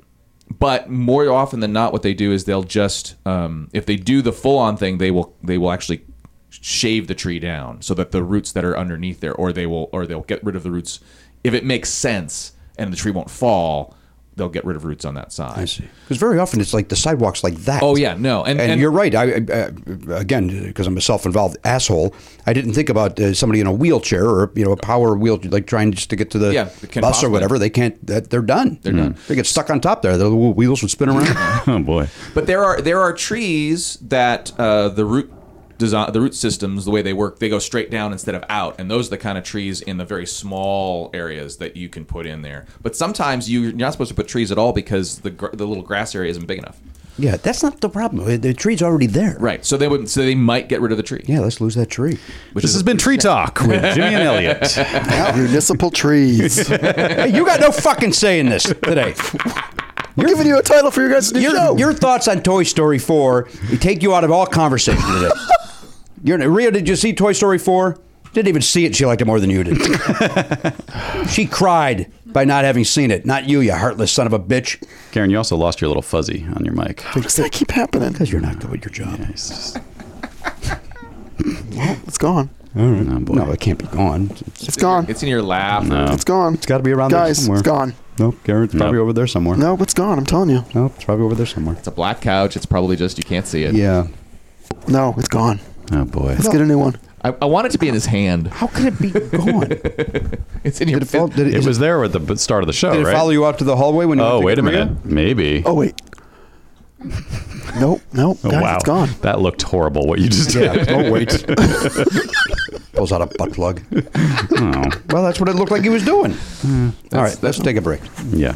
[SPEAKER 7] but more often than not, what they do is they'll just um, if they do the full on thing, they will they will actually shave the tree down so that the roots that are underneath there or they will or they'll get rid of the roots if it makes sense and the tree won't fall they'll get rid of roots on that side
[SPEAKER 3] Because very often it's like the sidewalks like that.
[SPEAKER 7] Oh, yeah, no, and-
[SPEAKER 3] and,
[SPEAKER 7] and-
[SPEAKER 3] you're right. I, I again because I'm a self-involved asshole. I didn't think about uh, somebody in a wheelchair or you know a power wheelchair like trying just to get to the
[SPEAKER 7] Yeah, it
[SPEAKER 3] bus
[SPEAKER 7] can
[SPEAKER 3] or
[SPEAKER 7] possibly-
[SPEAKER 3] whatever. They can't. That, they're done. They're done. They get stuck on top there. The little wheels would spin around.
[SPEAKER 5] oh boy.
[SPEAKER 7] but there are there are trees that uh, the root design the root systems the way they work they go straight down instead of out and those are the kind of trees in the very small areas that you can put in there but sometimes you, you're not supposed to put trees at all because the gr- the little grass area isn't big enough
[SPEAKER 3] yeah, that's not the problem. Uh, The tree's already there.
[SPEAKER 7] right so they would so they might get rid of the tree
[SPEAKER 3] Yeah, let's lose that tree.
[SPEAKER 5] this has been Tree Talk with Jimmy and Elliot.
[SPEAKER 4] Municipal trees. I'm
[SPEAKER 3] hey, you got no fucking say in this today.
[SPEAKER 4] giving you a title for your guys' new show.
[SPEAKER 3] your, your thoughts on Toy Story 4 take you out of all conversation today. You're, Rhea, did you see Toy Story 4? Didn't even see it. She liked it more than you did. she cried by not having seen it. Not you, you heartless son of a bitch.
[SPEAKER 5] Karen, you also lost your little fuzzy on your mic.
[SPEAKER 4] How does that keep happening?
[SPEAKER 3] Because you're not good at your job.
[SPEAKER 5] It's just-
[SPEAKER 4] It's gone.
[SPEAKER 5] oh, boy.
[SPEAKER 3] No, it can't be gone. It's
[SPEAKER 4] It's gone.
[SPEAKER 7] it's in your lap
[SPEAKER 4] It's gone. It's
[SPEAKER 3] got to be around there
[SPEAKER 4] Guys,
[SPEAKER 3] somewhere.
[SPEAKER 4] it's gone.
[SPEAKER 3] No, Karen, it's probably
[SPEAKER 5] Nope.
[SPEAKER 3] over there somewhere.
[SPEAKER 4] No, it's gone. I'm telling you.
[SPEAKER 3] no, it's probably over there somewhere.
[SPEAKER 7] it's a black couch it's probably just you can't see it
[SPEAKER 3] Yeah.
[SPEAKER 4] No, it's gone.
[SPEAKER 5] Oh boy.
[SPEAKER 4] Let's get a new one.
[SPEAKER 7] I, I want it to be in his hand.
[SPEAKER 3] How could it be gone? Did
[SPEAKER 7] It's in your
[SPEAKER 3] it, fall, did it,
[SPEAKER 5] It
[SPEAKER 3] is
[SPEAKER 5] was there at the b- start of the show,
[SPEAKER 3] it- did it
[SPEAKER 5] right?
[SPEAKER 3] follow you out to the hallway when you went
[SPEAKER 5] oh,
[SPEAKER 3] to
[SPEAKER 5] wait a
[SPEAKER 3] get Rhea?
[SPEAKER 5] minute. Maybe.
[SPEAKER 4] Oh wait. Nope. Nope.
[SPEAKER 5] Oh,
[SPEAKER 4] guys,
[SPEAKER 5] wow.
[SPEAKER 4] It's gone.
[SPEAKER 5] That looked horrible. What you just did.
[SPEAKER 3] Yeah. Oh wait. Pulls out a butt plug. Well, that's what it looked like he was doing. All right, let's take a break.
[SPEAKER 5] yeah.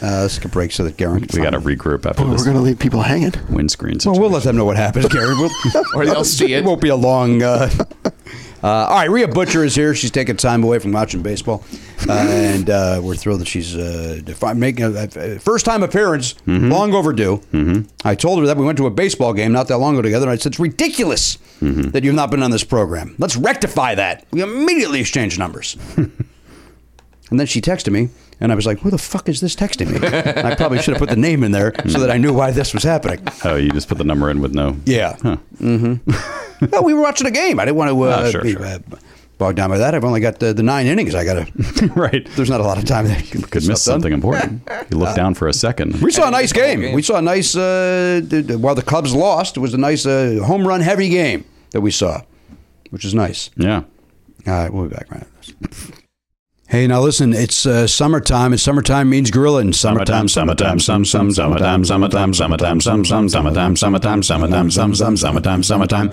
[SPEAKER 3] Uh, let's take a break so that Garen. Can
[SPEAKER 5] We got to
[SPEAKER 3] find-
[SPEAKER 5] regroup after
[SPEAKER 4] Boy,
[SPEAKER 5] this
[SPEAKER 4] we're gonna leave people hanging.
[SPEAKER 5] windscreen.
[SPEAKER 3] Well,
[SPEAKER 5] Situation.
[SPEAKER 3] we'll let them know what happens, Garen. We'll,
[SPEAKER 7] Or they'll see
[SPEAKER 3] it
[SPEAKER 7] it.
[SPEAKER 3] won't be a long. Uh, uh, all right, Rhea Butcher is here. She's taking time away from watching baseball, uh, and uh, we're thrilled that she's uh, defi- making a, a first-time appearance, long overdue. Mm-hmm. I told her that we went to a baseball game not that long ago together, and I said it's ridiculous that you've not been on this program. Let's rectify that. We immediately exchanged numbers. And then she texted me, and I was like, "Who the fuck is this texting me?" And I probably should have put the name in there so that I knew why this was happening.
[SPEAKER 5] Oh, you just put the number in with no.
[SPEAKER 3] Yeah. Mm-hmm.
[SPEAKER 5] Huh.
[SPEAKER 3] No, we were watching a game. I didn't want to uh,
[SPEAKER 5] Oh, sure,
[SPEAKER 3] be
[SPEAKER 5] sure.
[SPEAKER 3] uh, bogged down by that. I've only got the, the nine innings. I got to.
[SPEAKER 5] right.
[SPEAKER 3] There's not a lot of time that you
[SPEAKER 5] Could miss something important. You look down for a second.
[SPEAKER 3] We saw a nice game.
[SPEAKER 7] game.
[SPEAKER 3] We saw a nice. Uh, d- d- while the Cubs lost, it was a nice uh, home run heavy game that we saw, which is nice.
[SPEAKER 5] Yeah.
[SPEAKER 3] All right, we'll be back right after this. Hey, now listen, it's uh, summertime, and summertime means gorilla and summertime, summertime, some, some, summertime, summertime, summertime, some, some, summertime, summertime, summertime, some, some, summertime, summertime.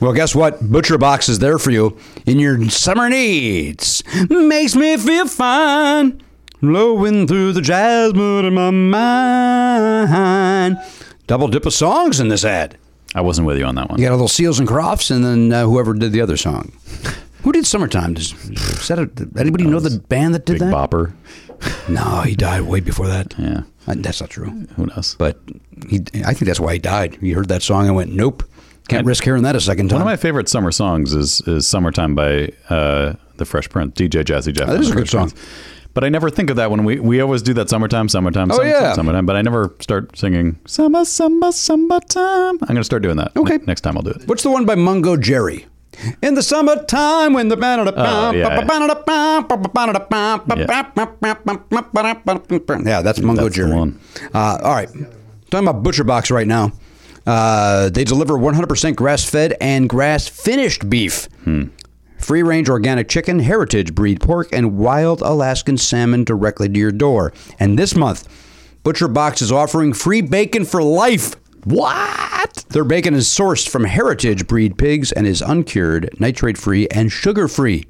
[SPEAKER 3] Well, guess what? Butcher Box is there for you in your summer needs. Makes me feel fine. blowing through the jasmine in my mind. Double dip of songs in this ad.
[SPEAKER 5] I wasn't with you on that one.
[SPEAKER 3] You got a little Seals and Crofts, and then uh, whoever did the other song. Who did "Summertime"? Does, is that a, did anybody know the band that did
[SPEAKER 5] Big
[SPEAKER 3] that?
[SPEAKER 5] Bopper.
[SPEAKER 3] No, he died way before that.
[SPEAKER 5] Yeah.
[SPEAKER 3] Uh, That's not true.
[SPEAKER 5] Who knows?
[SPEAKER 3] But he, I think that's why he died. He heard that song and went, "Nope, can't risk hearing that a second time."
[SPEAKER 5] One of my favorite summer songs is is "Summertime" by uh, the Fresh Prince, DJ Jazzy Jeff.
[SPEAKER 3] that
[SPEAKER 5] and
[SPEAKER 3] Uh, is a
[SPEAKER 5] the
[SPEAKER 3] Oh, good
[SPEAKER 5] Fresh
[SPEAKER 3] song.
[SPEAKER 5] Prince. But I never think of that when we we always do that summertime, summertime,
[SPEAKER 3] Oh,
[SPEAKER 5] summertime,
[SPEAKER 3] yeah.
[SPEAKER 5] summertime. But I never start singing summer, summer, summertime. I'm gonna start doing that.
[SPEAKER 3] Okay.
[SPEAKER 5] Ne- next time I'll do it.
[SPEAKER 3] What's the one by Mungo Jerry? In the summertime, when the
[SPEAKER 5] Oh, yeah.
[SPEAKER 3] yeah, that's Mungo
[SPEAKER 5] That's the
[SPEAKER 3] Jerry.
[SPEAKER 5] one.
[SPEAKER 3] Uh, all right, talking about Butcher Box right now. Uh, they deliver 100% grass-fed and grass-finished beef, free-range organic chicken, heritage breed pork, and wild Alaskan salmon directly to your door. And this month, Butcher Box is offering free bacon for life. What? Their bacon is sourced from heritage breed pigs and is uncured, nitrate free, and sugar free.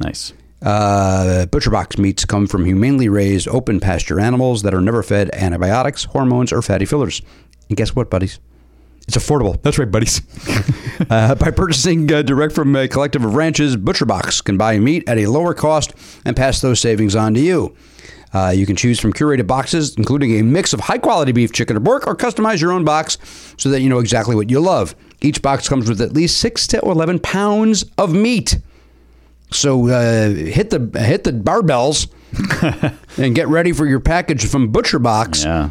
[SPEAKER 5] Nice.
[SPEAKER 3] Uh, butcher box meats come from humanely raised open pasture animals that are never fed antibiotics, hormones, or fatty fillers. And guess what, buddies? It's affordable. That's right, buddies. uh, by purchasing uh, direct from a collective of ranches, ButcherBox can buy meat at a lower cost and pass those savings on to you. Uh, you can choose from curated boxes, including a mix of high quality beef, chicken, or pork, or customize your own box so that you know exactly what you love. Each box comes with at least 6 to 11 pounds of meat. So uh, hit the hit the barbells and get ready for your package from Butcher Box.
[SPEAKER 5] Yeah.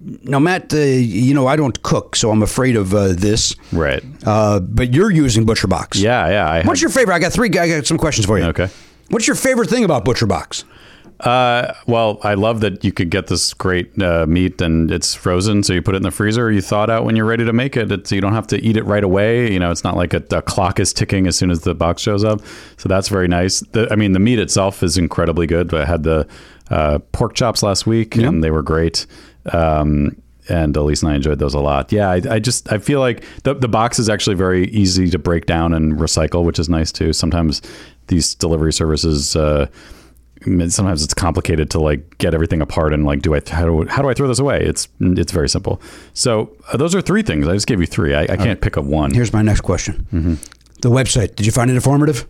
[SPEAKER 3] Now, Matt, uh, you know I don't cook, so I'm afraid of uh, this.
[SPEAKER 5] Right.
[SPEAKER 3] Uh, but you're using Butcher Box.
[SPEAKER 5] Yeah. Yeah. I
[SPEAKER 3] What's
[SPEAKER 5] had-
[SPEAKER 3] your favorite? I got three. I got some questions for you.
[SPEAKER 5] Okay.
[SPEAKER 3] What's your favorite thing about Butcher Box?
[SPEAKER 5] Uh, well, I love that you could get this great uh, meat and it's frozen, so you put it in the freezer. You thaw it out when you're ready to make it. It's, you don't have to eat it right away. You know, it's not like a, a clock is ticking as soon as the box shows up. So that's very nice. The, I mean, the meat itself is incredibly good. I had the uh, pork chops last week, and they were great. Um, and Elise and I enjoyed those a lot. Yeah, I, I just I feel like the the box is actually very easy to break down and recycle, which is nice too. Sometimes these delivery services. Uh, I mean, sometimes it's complicated to like get everything apart and like do I how do, how do I throw this away? It's it's very simple. So uh, those are three things. I just gave you three. I, I can't pick up one.
[SPEAKER 3] Here's my next question.
[SPEAKER 5] Mm-hmm.
[SPEAKER 3] The website. Did you find it informative?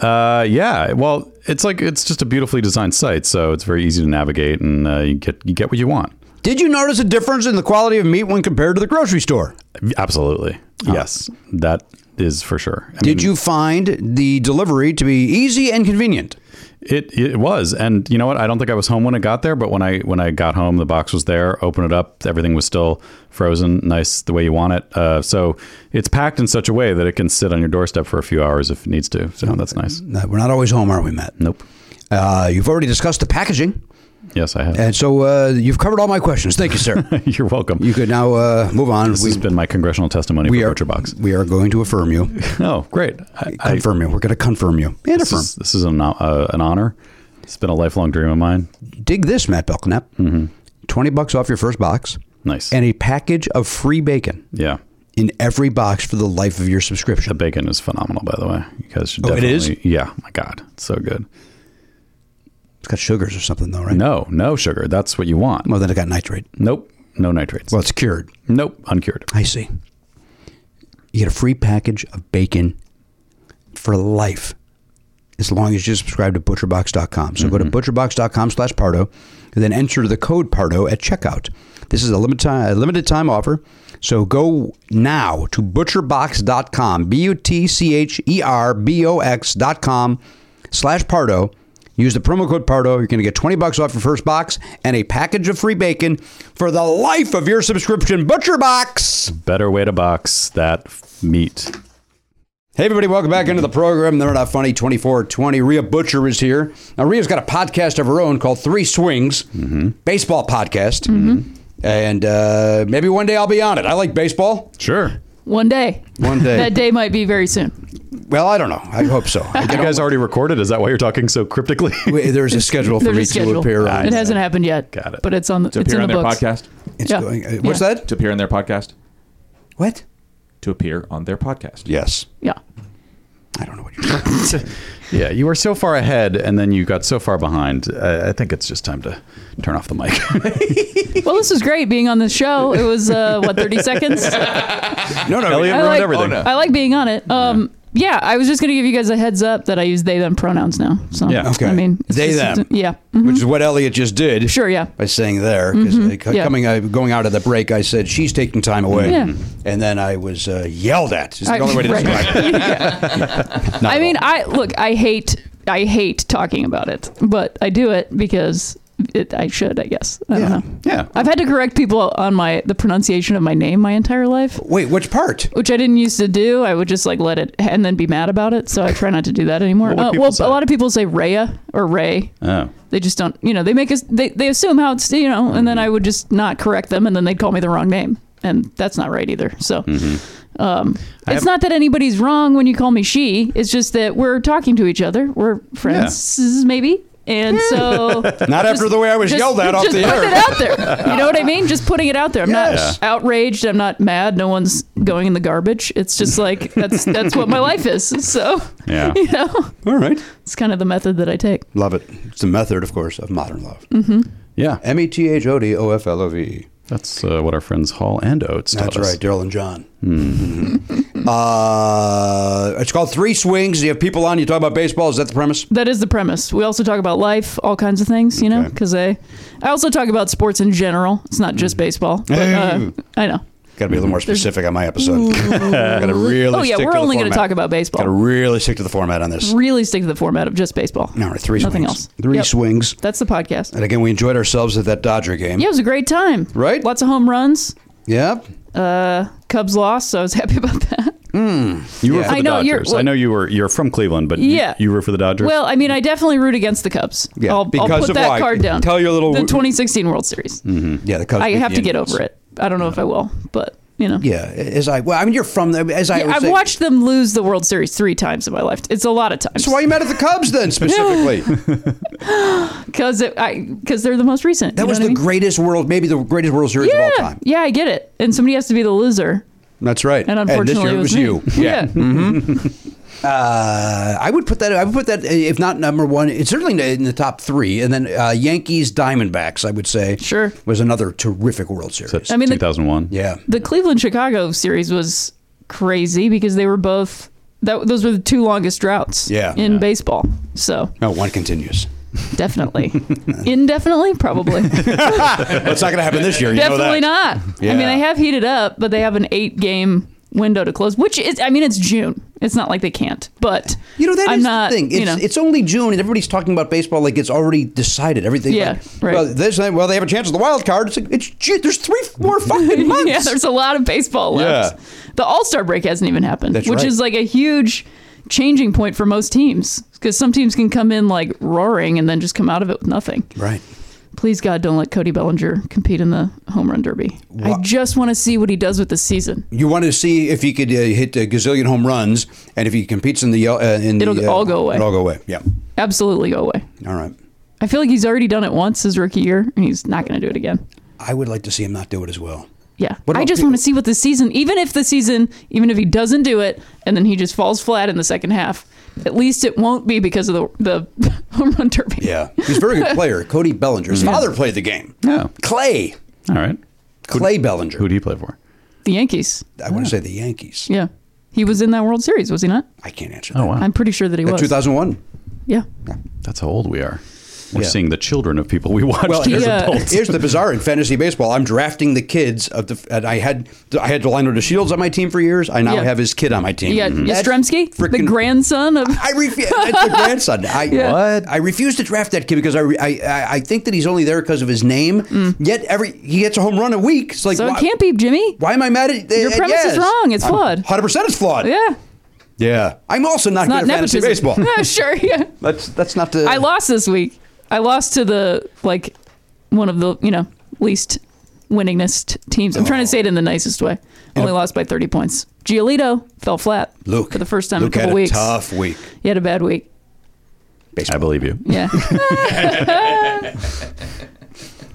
[SPEAKER 5] Uh, yeah. Well, it's like it's just a beautifully designed site, so it's very easy to navigate and uh, you get you get what you want.
[SPEAKER 3] Did you notice a difference in the quality of meat when compared to the grocery store?
[SPEAKER 5] Absolutely. Yes, that is for sure. I
[SPEAKER 3] Did
[SPEAKER 5] mean,
[SPEAKER 3] you find the delivery to be easy and convenient?
[SPEAKER 5] It it was, and you know what? I don't think I was home when it got there, but when I when I got home, the box was there. Open it up, everything was still frozen, nice the way you want it. Uh, so it's packed in such a way that it can sit on your doorstep for a few hours if it needs to. So that's nice.
[SPEAKER 3] No, we're not always home, are we, Matt?
[SPEAKER 5] Nope.
[SPEAKER 3] Uh, you've already discussed the packaging,
[SPEAKER 5] Yes, I have.
[SPEAKER 3] and so uh, you've covered all my questions. Thank you, sir.
[SPEAKER 5] You're welcome.
[SPEAKER 3] you could now uh, move on.
[SPEAKER 5] this has been my congressional testimony
[SPEAKER 3] we
[SPEAKER 5] for
[SPEAKER 3] are
[SPEAKER 5] Butcher Box.
[SPEAKER 3] we are going to affirm you,
[SPEAKER 5] Oh, great! I, I-
[SPEAKER 3] confirm you. We're going to confirm you and
[SPEAKER 5] this
[SPEAKER 3] affirm.
[SPEAKER 5] is, this is an, uh, an honor. It's been a lifelong dream of mine.
[SPEAKER 3] Dig this, Matt Belknap. Mm-hmm. Twenty bucks off your first box,
[SPEAKER 5] Nice.
[SPEAKER 3] and a package of free bacon
[SPEAKER 5] yeah,
[SPEAKER 3] in every box for the life of your
[SPEAKER 5] the
[SPEAKER 3] subscription.
[SPEAKER 5] bacon is phenomenal. By the way, you guys should
[SPEAKER 3] Oh, it
[SPEAKER 5] definitely.
[SPEAKER 3] is?
[SPEAKER 5] Yeah, my God, it's so good.
[SPEAKER 3] It's got sugars or something, though, right?
[SPEAKER 5] No, no sugar. That's what you want.
[SPEAKER 3] Well, then it got nitrate.
[SPEAKER 5] Nope. No nitrates.
[SPEAKER 3] Well, it's cured.
[SPEAKER 5] nope. Uncured.
[SPEAKER 3] I see. You get a free package of bacon for life as long as you subscribe to butcherbox.com. So go to butcherbox.com slash Pardo and then enter the code Pardo at checkout. This is a limited time, a limited time offer. So go now to butcherbox.com, B U T C H E R B O X.com slash Pardo. Use the promo code Pardo. You're going to get 20 bucks off your first box and a package of free bacon for the life of your subscription, ButcherBox.
[SPEAKER 5] Better way to box that f- meat.
[SPEAKER 3] Hey, everybody, welcome back into the program. They're not funny 2420. Rhea Butcher is here. Now, Rhea's got a podcast of her own called Three Swings, baseball podcast. And uh, maybe one day I'll be on it. I like baseball.
[SPEAKER 5] Sure.
[SPEAKER 7] One day.
[SPEAKER 3] One day.
[SPEAKER 7] That day might be very soon.
[SPEAKER 3] Well, I don't know. I hope so. I
[SPEAKER 5] You
[SPEAKER 3] get-
[SPEAKER 5] guys already recorded. Is that why you're talking so cryptically?
[SPEAKER 3] There's a schedule for
[SPEAKER 7] There's
[SPEAKER 3] me
[SPEAKER 7] a
[SPEAKER 3] to
[SPEAKER 7] schedule.
[SPEAKER 3] appear on.
[SPEAKER 7] It hasn't happened yet.
[SPEAKER 5] Got it.
[SPEAKER 7] But it's on the
[SPEAKER 2] to
[SPEAKER 7] it's
[SPEAKER 2] appear
[SPEAKER 7] in
[SPEAKER 2] on
[SPEAKER 7] the
[SPEAKER 2] their
[SPEAKER 7] books.
[SPEAKER 2] podcast.
[SPEAKER 3] It's
[SPEAKER 7] Yeah.
[SPEAKER 3] going, uh, what's
[SPEAKER 7] Yeah.
[SPEAKER 3] that?
[SPEAKER 2] To appear on their podcast.
[SPEAKER 3] What?
[SPEAKER 2] To appear on their podcast.
[SPEAKER 3] Yes.
[SPEAKER 7] Yeah.
[SPEAKER 5] yeah, you were so far ahead, and then you got so far behind. I, I think it's just time to turn off the mic.
[SPEAKER 7] well, this was great being on this show. It was uh, what thirty seconds.
[SPEAKER 5] no, no, Elliot
[SPEAKER 7] I
[SPEAKER 5] ruined
[SPEAKER 7] like, Oh,
[SPEAKER 5] everything.
[SPEAKER 7] I like being on it. Um, yeah. I was just gonna give you guys a heads up that I use they them pronouns now. So
[SPEAKER 3] Yeah. Okay.
[SPEAKER 7] I mean, it's
[SPEAKER 3] They,
[SPEAKER 7] just-
[SPEAKER 3] them.
[SPEAKER 7] Yeah.
[SPEAKER 3] which is what Elliot just did.
[SPEAKER 7] Sure, yeah.
[SPEAKER 3] By saying there, 'cause, uh,
[SPEAKER 7] Mhm, yeah.
[SPEAKER 3] coming uh, going out of the break, I said she's taking time away,
[SPEAKER 7] Yeah.
[SPEAKER 3] and then I was uh, yelled at. Is the
[SPEAKER 7] I-
[SPEAKER 3] only way to
[SPEAKER 7] right.
[SPEAKER 3] describe it. Not
[SPEAKER 7] I mean, I look. I hate. I hate talking about it, but I do it because it, I should. I guess. I yeah. don't know.
[SPEAKER 5] Yeah.
[SPEAKER 7] I've had to correct people on my the pronunciation of my name my entire life.
[SPEAKER 3] Wait, which part?
[SPEAKER 7] Which I didn't used to do. I would just like let it and then be mad about it. So I try not to do that anymore.
[SPEAKER 5] What would
[SPEAKER 7] Uh,
[SPEAKER 5] people
[SPEAKER 7] well,
[SPEAKER 5] say?
[SPEAKER 7] a lot of people say Raya or Ray.
[SPEAKER 5] Oh.
[SPEAKER 7] They just don't. You know, they make us. They they assume how it's. You know,
[SPEAKER 3] Mm-hmm.
[SPEAKER 7] and then I would just not correct them, and then they'd call me the wrong name, and that's not right either. So.
[SPEAKER 3] Mm-hmm.
[SPEAKER 7] Um,
[SPEAKER 5] I
[SPEAKER 7] it's
[SPEAKER 5] have-
[SPEAKER 7] not that anybody's wrong when you call me she. It's just that we're talking to each other. We're friends, maybe. And so,
[SPEAKER 3] Not after the way I was
[SPEAKER 7] just-
[SPEAKER 3] yelled at off
[SPEAKER 7] just
[SPEAKER 3] the
[SPEAKER 7] put
[SPEAKER 3] air.
[SPEAKER 7] it out there. You know what I mean? Just putting it out there. I'm
[SPEAKER 3] Yes.
[SPEAKER 7] not outraged. I'm not mad. No one's going in the garbage. It's just like that's that's what my life is. So,
[SPEAKER 3] Yeah.
[SPEAKER 7] you know,
[SPEAKER 3] All right,
[SPEAKER 7] it's kind of the method that I take.
[SPEAKER 3] love it. It's the method, of course, of modern love.
[SPEAKER 7] hmm
[SPEAKER 5] Yeah,
[SPEAKER 3] M e t h o d o f l o v e.
[SPEAKER 5] That's uh, what our friends Hall and Oates taught
[SPEAKER 3] That's
[SPEAKER 5] us.
[SPEAKER 3] right, Daryl and John.
[SPEAKER 7] Mm-hmm.
[SPEAKER 3] Uh, it's called Three Swings. You have people on. You talk about baseball. Is that the premise?
[SPEAKER 7] That is the premise. We also talk about life, all kinds of things, you know, because I, I also talk about sports in general. It's not
[SPEAKER 5] Mm.
[SPEAKER 7] just baseball. But, uh, I know.
[SPEAKER 3] Got to be a little more
[SPEAKER 7] There's-
[SPEAKER 3] specific on my episode. Got to really.
[SPEAKER 7] Oh, yeah,
[SPEAKER 3] stick
[SPEAKER 7] we're
[SPEAKER 3] to
[SPEAKER 7] only
[SPEAKER 3] going
[SPEAKER 7] gonna
[SPEAKER 3] to
[SPEAKER 7] talk about baseball.
[SPEAKER 3] Got to really stick to the format on this.
[SPEAKER 7] Really stick to the format of just baseball.
[SPEAKER 5] Mm.
[SPEAKER 3] All right, three
[SPEAKER 7] Nothing
[SPEAKER 3] swings.
[SPEAKER 7] else.
[SPEAKER 3] Three
[SPEAKER 7] Yep.
[SPEAKER 3] swings.
[SPEAKER 7] That's the podcast.
[SPEAKER 3] And again, we enjoyed ourselves at that Dodger game.
[SPEAKER 7] Yeah, it was a great time.
[SPEAKER 3] Right?
[SPEAKER 7] Lots of home runs.
[SPEAKER 3] Yep.
[SPEAKER 7] Uh, Cubs lost, so I was happy about that.
[SPEAKER 5] You were
[SPEAKER 7] Yeah.
[SPEAKER 5] for the
[SPEAKER 7] I know, you're-
[SPEAKER 5] Dodgers. I know you were. You're from Cleveland, but
[SPEAKER 7] Yeah.
[SPEAKER 5] you, you were for the Dodgers.
[SPEAKER 7] Well, I mean, I definitely root against the Cubs.
[SPEAKER 5] Yeah,
[SPEAKER 7] I'll, I'll
[SPEAKER 5] because
[SPEAKER 7] put
[SPEAKER 5] of
[SPEAKER 7] that
[SPEAKER 5] why?
[SPEAKER 7] card down.
[SPEAKER 5] Tell your little- Mm.
[SPEAKER 7] the 2016 World Series.
[SPEAKER 3] Mm-hmm. Yeah, the Cubs.
[SPEAKER 7] I
[SPEAKER 3] beat
[SPEAKER 7] have
[SPEAKER 3] the
[SPEAKER 7] to get
[SPEAKER 3] Indians.
[SPEAKER 7] over it. I don't know if I will, but you know.
[SPEAKER 3] Yeah, as I well, I mean, you're from there. As I
[SPEAKER 7] Yeah,
[SPEAKER 3] was
[SPEAKER 7] I've
[SPEAKER 3] saying-
[SPEAKER 7] watched them lose the World Series three times in my life. It's a lot of times.
[SPEAKER 3] So why you mad at the Cubs then specifically?
[SPEAKER 7] Because because they're the most recent.
[SPEAKER 3] that was the greatest world, maybe the greatest World Series
[SPEAKER 7] yeah,
[SPEAKER 3] of all time.
[SPEAKER 7] yeah, I get it. And somebody has to be the loser.
[SPEAKER 3] That's right.
[SPEAKER 7] And
[SPEAKER 3] this
[SPEAKER 7] unfortunately,
[SPEAKER 3] year
[SPEAKER 7] it was
[SPEAKER 3] you.
[SPEAKER 7] me. Yeah. Mm-hmm.
[SPEAKER 3] Mhm. uh, I would put that. I would put that uh, if not number one, it's certainly in the top three. And then uh, Yankees Diamondbacks, I would say, sure, was another terrific World Series.
[SPEAKER 7] I mean, the-
[SPEAKER 5] 2001.
[SPEAKER 3] Yeah.
[SPEAKER 7] The Cleveland Chicago series was crazy because they were both that those were the two longest droughts
[SPEAKER 3] Yeah.
[SPEAKER 7] in baseball. So
[SPEAKER 3] No, one continues.
[SPEAKER 7] definitely, indefinitely, probably.
[SPEAKER 3] That's not going to happen this year. You know
[SPEAKER 7] Definitely
[SPEAKER 3] that.
[SPEAKER 7] not.
[SPEAKER 3] Yeah.
[SPEAKER 7] I mean, they have heated up, but they have an eight game window to close, which is, I mean, it's June. It's not like they can't, but
[SPEAKER 3] You know that is
[SPEAKER 7] I'm not,
[SPEAKER 3] the thing. It's,
[SPEAKER 7] you know,
[SPEAKER 3] it's only June, and everybody's talking about baseball like it's already decided. Everything.
[SPEAKER 7] Yeah,
[SPEAKER 3] like,
[SPEAKER 7] right.
[SPEAKER 3] Well, this, well, they have a chance at the wild card. It's, like, it's June. There's three more fucking months.
[SPEAKER 7] yeah, there's a lot of baseball left. The All Star break hasn't even happened,
[SPEAKER 3] That's
[SPEAKER 7] which
[SPEAKER 3] right.
[SPEAKER 7] is like a huge changing point for most teams because some teams can come in like roaring and then just come out of it with nothing.
[SPEAKER 3] Right.
[SPEAKER 7] Please God, don't let Cody Bellinger compete in the home run derby. I just want to see what he does with this season.
[SPEAKER 3] You want to see if he could uh, hit a gazillion home runs, and if he competes in the uh, in
[SPEAKER 7] It'll
[SPEAKER 3] the, uh,
[SPEAKER 7] all go away.
[SPEAKER 3] It'll all go away. Yeah.
[SPEAKER 7] Absolutely go away.
[SPEAKER 3] All right.
[SPEAKER 7] I feel like he's already done it once his rookie year, and he's not going to do it again.
[SPEAKER 3] I would like to see him not do it as well.
[SPEAKER 7] Yeah.
[SPEAKER 3] What
[SPEAKER 7] I
[SPEAKER 3] about
[SPEAKER 7] just
[SPEAKER 3] people-
[SPEAKER 7] want to see what the season, even if the season, even if he doesn't do it and then he just falls flat in the second half, at least it won't be because of the, the home run derby.
[SPEAKER 3] Yeah, Mm-hmm. he's a very good player. Cody Bellinger. His father played the game.
[SPEAKER 5] Yeah.
[SPEAKER 3] Clay.
[SPEAKER 5] All right.
[SPEAKER 3] Clay Bellinger.
[SPEAKER 5] Who'd he play for?
[SPEAKER 7] The Yankees.
[SPEAKER 3] I want to say the Yankees.
[SPEAKER 7] Yeah. He was in that World Series, was he not?
[SPEAKER 3] I can't answer.
[SPEAKER 5] Oh wow.
[SPEAKER 7] I'm pretty sure that he was.
[SPEAKER 3] 2001.
[SPEAKER 7] Yeah.
[SPEAKER 3] Mm-hmm.
[SPEAKER 5] That's how old we are. We're
[SPEAKER 3] Yeah.
[SPEAKER 5] seeing the children of people we watched
[SPEAKER 3] Well,
[SPEAKER 5] as
[SPEAKER 3] here's,
[SPEAKER 5] adults.
[SPEAKER 3] uh, here's the bizarre in fantasy baseball. I'm drafting the kids of the. And I had I had Delano De Shields on my team for years. I now
[SPEAKER 7] Yeah.
[SPEAKER 3] have his kid on my team. Mm-hmm.
[SPEAKER 7] Yeah.
[SPEAKER 3] That's
[SPEAKER 7] Yastrzemski, the
[SPEAKER 3] freaking-
[SPEAKER 7] grandson of.
[SPEAKER 3] I refuse. That's the grandson. I
[SPEAKER 7] Yeah.
[SPEAKER 3] what? I refuse to draft that kid because I re- I, I, I think that he's only there because of his name. Yet every he gets a home run a week. It's like
[SPEAKER 7] Mm. so
[SPEAKER 3] why,
[SPEAKER 7] it can't be Jimmy.
[SPEAKER 3] why am I mad at
[SPEAKER 7] Your premise is wrong. It's flawed.
[SPEAKER 3] Hundred percent, it's flawed.
[SPEAKER 7] Yeah.
[SPEAKER 3] Yeah. I'm also not,
[SPEAKER 7] It's not
[SPEAKER 3] good at fantasy
[SPEAKER 7] nepotism.
[SPEAKER 3] baseball.
[SPEAKER 7] yeah, sure. Yeah.
[SPEAKER 3] that's that's not uh, the.
[SPEAKER 7] I lost this week. I lost to the like one of the you know least winningest teams. I'm trying
[SPEAKER 3] Oh.
[SPEAKER 7] to say it in the nicest way. Only lost by 30 points. Giolito fell flat.
[SPEAKER 3] Luke
[SPEAKER 7] for the first time
[SPEAKER 3] Luke
[SPEAKER 7] in a
[SPEAKER 3] had
[SPEAKER 7] couple weeks.
[SPEAKER 3] Tough week.
[SPEAKER 7] He had a bad week.
[SPEAKER 5] I believe you.
[SPEAKER 7] Yeah.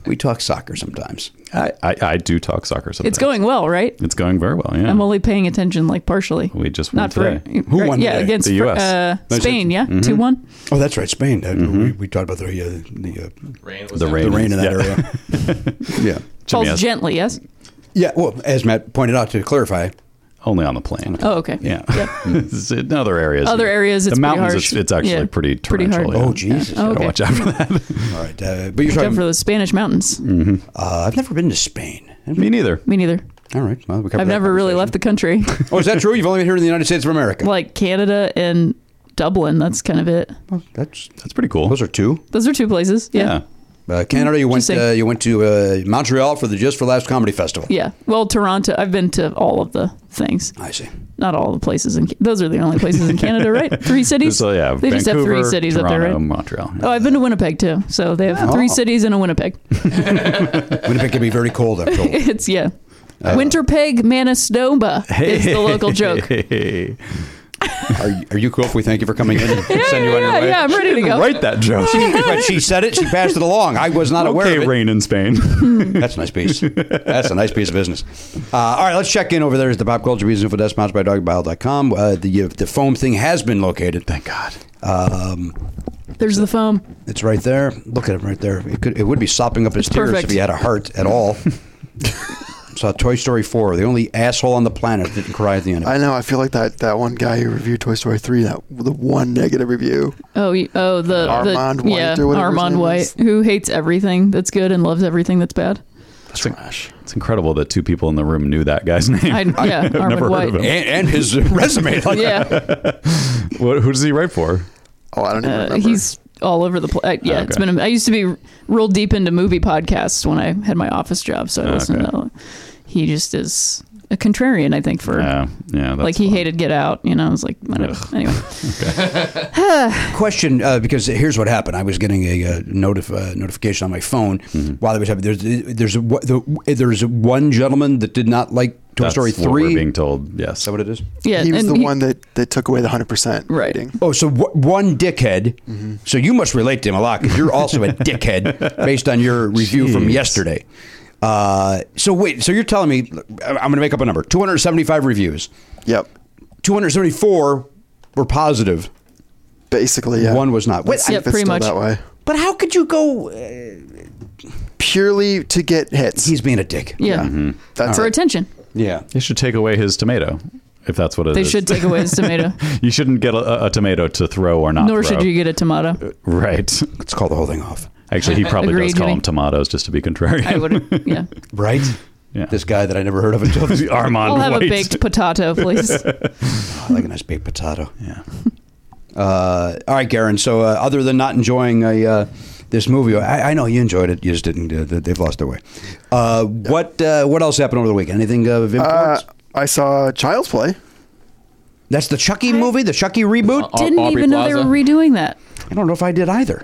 [SPEAKER 3] We talk soccer sometimes.
[SPEAKER 5] I, I, I do talk soccer sometimes.
[SPEAKER 7] It's going well, right?
[SPEAKER 5] It's going very well. Yeah.
[SPEAKER 7] I'm only paying attention like partially.
[SPEAKER 5] we just won
[SPEAKER 7] Not for
[SPEAKER 5] today.
[SPEAKER 7] right, Yeah, against
[SPEAKER 5] the
[SPEAKER 7] Fr-
[SPEAKER 5] U.S.
[SPEAKER 7] Uh, Spain. Yeah,
[SPEAKER 5] Mhm.
[SPEAKER 7] two one.
[SPEAKER 3] Oh, that's right, Spain. Uh, we, we talked about the uh, the, uh,
[SPEAKER 2] rain,
[SPEAKER 5] The that- Mm-hmm.
[SPEAKER 3] the
[SPEAKER 5] rain.
[SPEAKER 3] rain in that
[SPEAKER 5] Yeah.
[SPEAKER 3] area. yeah,
[SPEAKER 7] Falls gently. Yes.
[SPEAKER 3] yeah. Well, as Matt pointed out, to clarify,
[SPEAKER 5] Only on the plane.
[SPEAKER 7] Oh, okay.
[SPEAKER 5] Yeah. It's in other areas.
[SPEAKER 7] Other areas,
[SPEAKER 5] The
[SPEAKER 7] it's pretty
[SPEAKER 5] mountains,
[SPEAKER 7] harsh.
[SPEAKER 5] it's, it's actually
[SPEAKER 7] Yeah,
[SPEAKER 5] pretty
[SPEAKER 7] pretty hard.
[SPEAKER 5] torrential.
[SPEAKER 3] oh Jesus!
[SPEAKER 7] Oh, okay.
[SPEAKER 5] Gotta Watch out for that.
[SPEAKER 3] All right, uh, but you're
[SPEAKER 7] Except
[SPEAKER 3] talking.
[SPEAKER 7] for those Spanish mountains.
[SPEAKER 5] Mm.
[SPEAKER 3] uh, I've never been to Spain.
[SPEAKER 5] Me neither.
[SPEAKER 7] Me neither.
[SPEAKER 3] All right, well, we covered
[SPEAKER 7] I've
[SPEAKER 3] that
[SPEAKER 7] never really
[SPEAKER 3] conversation.
[SPEAKER 7] left the country.
[SPEAKER 3] Oh, is that true? You've only been here in the United States of America.
[SPEAKER 7] like Canada and Dublin. That's kind of it.
[SPEAKER 3] That's
[SPEAKER 5] That's pretty cool.
[SPEAKER 3] those are two.
[SPEAKER 7] Those are two places. Yeah.
[SPEAKER 5] yeah.
[SPEAKER 3] Uh, Canada, you went.
[SPEAKER 7] Mm, Interesting.
[SPEAKER 3] Uh, you went to uh, Montreal for the Just for Laughs comedy festival.
[SPEAKER 7] Yeah. Well, Toronto. I've been to all of the things.
[SPEAKER 3] I see.
[SPEAKER 7] Not all the places in. Those are the only places in Canada, right? Three cities.
[SPEAKER 5] So oh, yeah,
[SPEAKER 7] They just have three
[SPEAKER 5] Vancouver,
[SPEAKER 7] cities
[SPEAKER 5] Toronto,
[SPEAKER 7] up there, right?
[SPEAKER 5] Montreal.
[SPEAKER 7] Oh, I've been to Winnipeg too. So they have three
[SPEAKER 3] Oh.
[SPEAKER 7] cities and a Winnipeg.
[SPEAKER 3] Winnipeg can be very cold. I'm told.
[SPEAKER 7] It's yeah.
[SPEAKER 5] Uh,
[SPEAKER 7] Winterpeg, Manitoba is the local joke.
[SPEAKER 5] Hey.
[SPEAKER 3] Are, you- are you cool if we thank you for coming in? And send you on your
[SPEAKER 7] Yeah,
[SPEAKER 3] way?
[SPEAKER 7] yeah, I'm ready to go.
[SPEAKER 5] Write that joke.
[SPEAKER 3] but she said it. She passed it along. I was not aware
[SPEAKER 5] okay,
[SPEAKER 3] of it.
[SPEAKER 5] rain in Spain.
[SPEAKER 3] That's a nice piece. That's a nice piece of business. Uh, all right, let's check in over there. Is the Pop Culture Reason for Death sponsored by DogBile.com. Uh, the, the foam thing has been located. Thank God. Um,
[SPEAKER 7] There's the foam.
[SPEAKER 3] it's right there. Look at it right there. It, could, it would be sopping up his
[SPEAKER 7] It's
[SPEAKER 3] tears
[SPEAKER 7] perfect.
[SPEAKER 3] if he had a heart at all. Saw Toy Story 4, the only asshole on the planet that didn't cry at the end.
[SPEAKER 4] I know. I feel like that, that one guy who reviewed Toy Story three that the one negative review.
[SPEAKER 7] Oh, you- oh, the, the
[SPEAKER 4] Armand White
[SPEAKER 7] yeah,
[SPEAKER 4] or whatever his
[SPEAKER 7] Armand
[SPEAKER 4] name
[SPEAKER 7] White,
[SPEAKER 4] is.
[SPEAKER 7] who hates everything that's good and loves everything that's bad.
[SPEAKER 4] That's trash.
[SPEAKER 5] it's incredible that two people in the room knew that guy's name.
[SPEAKER 7] I, yeah,
[SPEAKER 5] I've
[SPEAKER 7] Armand
[SPEAKER 5] never
[SPEAKER 7] White.
[SPEAKER 5] heard of him.
[SPEAKER 3] and, and his resume. Like,
[SPEAKER 7] Yeah,
[SPEAKER 5] What, who does he write for?
[SPEAKER 4] Oh, I don't even
[SPEAKER 7] uh,
[SPEAKER 4] remember.
[SPEAKER 7] he's all over the place. Yeah, it's
[SPEAKER 5] Okay.
[SPEAKER 7] been. I used to be real deep into movie podcasts when I had my office job, so I listened
[SPEAKER 5] Okay.
[SPEAKER 7] to. He just is a contrarian, I think. For
[SPEAKER 5] Yeah, yeah. That's
[SPEAKER 7] like he
[SPEAKER 5] fun.
[SPEAKER 7] hated Get Out. You know, I was like, whatever.
[SPEAKER 5] Ugh.
[SPEAKER 7] Anyway,
[SPEAKER 3] question uh, because here's what happened. I was getting a, uh notif- uh, notification on my phone while it was happening. There's there's a, the, there's one gentleman that did not like Toy
[SPEAKER 5] That's
[SPEAKER 3] Story
[SPEAKER 5] what We're
[SPEAKER 3] three.
[SPEAKER 5] being
[SPEAKER 3] Is
[SPEAKER 5] told. Yes.
[SPEAKER 3] that what it is?
[SPEAKER 7] yeah,
[SPEAKER 4] he was
[SPEAKER 7] and
[SPEAKER 4] the
[SPEAKER 7] he-
[SPEAKER 4] one that, that took away the hundred percent
[SPEAKER 7] Right.
[SPEAKER 4] rating.
[SPEAKER 3] Oh, so w- one dickhead. So you must relate to him a lot because you're also a dickhead based on your review from
[SPEAKER 5] Jeez.
[SPEAKER 3] yesterday. Uh, so wait, so you're telling me I'm going to make up a number: 275 reviews,
[SPEAKER 4] Yep.
[SPEAKER 3] 274 were positive,
[SPEAKER 4] Basically, yeah.
[SPEAKER 3] one was not. Wait,
[SPEAKER 4] Let's see
[SPEAKER 7] Yeah,
[SPEAKER 4] if it's
[SPEAKER 7] pretty
[SPEAKER 4] still
[SPEAKER 7] much.
[SPEAKER 4] that way.
[SPEAKER 3] but how could you go? uh,
[SPEAKER 4] Purely to get hits.
[SPEAKER 3] He's being a dick.
[SPEAKER 7] yeah,
[SPEAKER 5] Mm-hmm.
[SPEAKER 4] That's
[SPEAKER 7] for
[SPEAKER 4] it.
[SPEAKER 7] attention.
[SPEAKER 3] Yeah.
[SPEAKER 5] They should take away his tomato, if that's what it is.
[SPEAKER 7] They should take away his tomato.
[SPEAKER 5] you shouldn't get a, a tomato to throw or not.
[SPEAKER 7] Nor
[SPEAKER 5] throw.
[SPEAKER 7] should you get a tomato.
[SPEAKER 5] Right.
[SPEAKER 3] Let's call the whole thing off.
[SPEAKER 5] Actually, he probably
[SPEAKER 7] Agreed,
[SPEAKER 5] does call
[SPEAKER 7] Jimmy.
[SPEAKER 5] them tomatoes, just to be contrary.
[SPEAKER 7] I would. Yeah,
[SPEAKER 3] Right?
[SPEAKER 5] Yeah.
[SPEAKER 3] This guy that I never heard of until this
[SPEAKER 5] Armand
[SPEAKER 7] I'll have
[SPEAKER 5] White.
[SPEAKER 7] a baked potato, please.
[SPEAKER 3] I like a nice baked potato.
[SPEAKER 5] Yeah.
[SPEAKER 3] Uh, all right, Garen. So, uh, other than not enjoying a, uh, this movie, I, I know you enjoyed it. You just didn't. Uh, they've lost their way. Uh, what uh, What else happened over the weekend? Anything of
[SPEAKER 4] Uh,
[SPEAKER 3] importance?
[SPEAKER 4] I saw Child's Play.
[SPEAKER 3] That's the Chucky movie, the Chucky reboot.
[SPEAKER 2] Au-
[SPEAKER 7] Didn't
[SPEAKER 2] Aubrey
[SPEAKER 7] even know they were
[SPEAKER 2] Plaza.
[SPEAKER 7] redoing that.
[SPEAKER 3] I don't know if I did either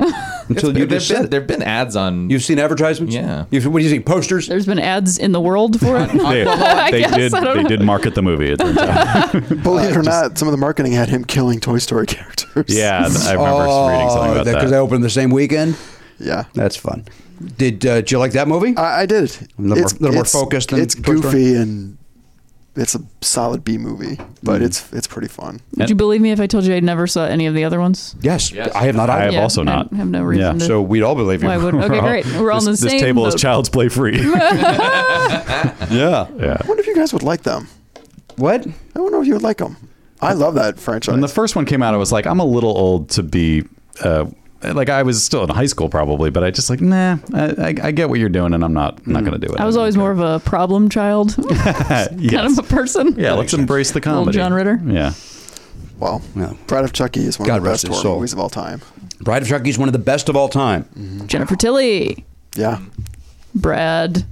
[SPEAKER 3] until you
[SPEAKER 2] there've
[SPEAKER 3] just
[SPEAKER 2] been,
[SPEAKER 3] said it.
[SPEAKER 2] there've been ads on
[SPEAKER 3] You've seen advertisements.
[SPEAKER 2] Yeah.
[SPEAKER 3] You've, what do you see? Posters.
[SPEAKER 7] There's been ads in the world for it.
[SPEAKER 5] They,
[SPEAKER 7] I
[SPEAKER 5] they
[SPEAKER 7] guess,
[SPEAKER 5] did.
[SPEAKER 7] I don't
[SPEAKER 5] They
[SPEAKER 7] know.
[SPEAKER 5] did market the movie. It turns out.
[SPEAKER 4] Believe
[SPEAKER 3] Uh,
[SPEAKER 4] it or not, some of the marketing had him killing Toy Story characters.
[SPEAKER 5] Yeah, th- I remember
[SPEAKER 3] Oh,
[SPEAKER 5] reading something about that.
[SPEAKER 3] because they opened the same weekend.
[SPEAKER 4] Yeah.
[SPEAKER 3] That's fun. Did uh, did you like that movie?
[SPEAKER 4] I, I did. A
[SPEAKER 3] little more- little more focused than
[SPEAKER 4] it's
[SPEAKER 3] Toy Story?
[SPEAKER 4] goofy and it's a solid B movie,
[SPEAKER 3] Mm.
[SPEAKER 4] but it's it's pretty fun.
[SPEAKER 7] Would you believe me if I told you I never saw any of the other ones?
[SPEAKER 3] yes,
[SPEAKER 2] Yes.
[SPEAKER 3] I have not.
[SPEAKER 5] I
[SPEAKER 3] either.
[SPEAKER 5] have
[SPEAKER 7] Yeah,
[SPEAKER 5] also
[SPEAKER 7] I
[SPEAKER 5] not.
[SPEAKER 7] have no reason to-
[SPEAKER 3] So we'd all believe you.
[SPEAKER 7] Why would? Okay, great. We're all
[SPEAKER 5] this,
[SPEAKER 7] on the
[SPEAKER 5] this
[SPEAKER 7] same
[SPEAKER 5] table
[SPEAKER 7] boat.
[SPEAKER 5] is child's play free.
[SPEAKER 3] Yeah.
[SPEAKER 5] yeah.
[SPEAKER 4] I wonder if you guys would like them.
[SPEAKER 3] What?
[SPEAKER 4] I wonder if you would like them. I love that franchise.
[SPEAKER 5] When the first one came out, I was like, I'm a little old to be. Uh, like I was still in high school probably, but I just like nah. I, I, I get what you're doing, and I'm not not going to do it.
[SPEAKER 7] Hmm. I was always more of a problem child kind of a person.
[SPEAKER 5] yeah. Let's embrace the comedy.
[SPEAKER 7] John Ritter.
[SPEAKER 5] Yeah.
[SPEAKER 4] well,
[SPEAKER 3] Yeah.
[SPEAKER 4] Bride of Chucky is one
[SPEAKER 3] God
[SPEAKER 4] of the
[SPEAKER 3] rest
[SPEAKER 4] best
[SPEAKER 3] his
[SPEAKER 4] horror
[SPEAKER 3] soul.
[SPEAKER 4] movies of all time.
[SPEAKER 3] Bride of Chucky is one of the best of all time.
[SPEAKER 7] Jennifer Tilly,
[SPEAKER 4] Yeah.
[SPEAKER 7] Brad,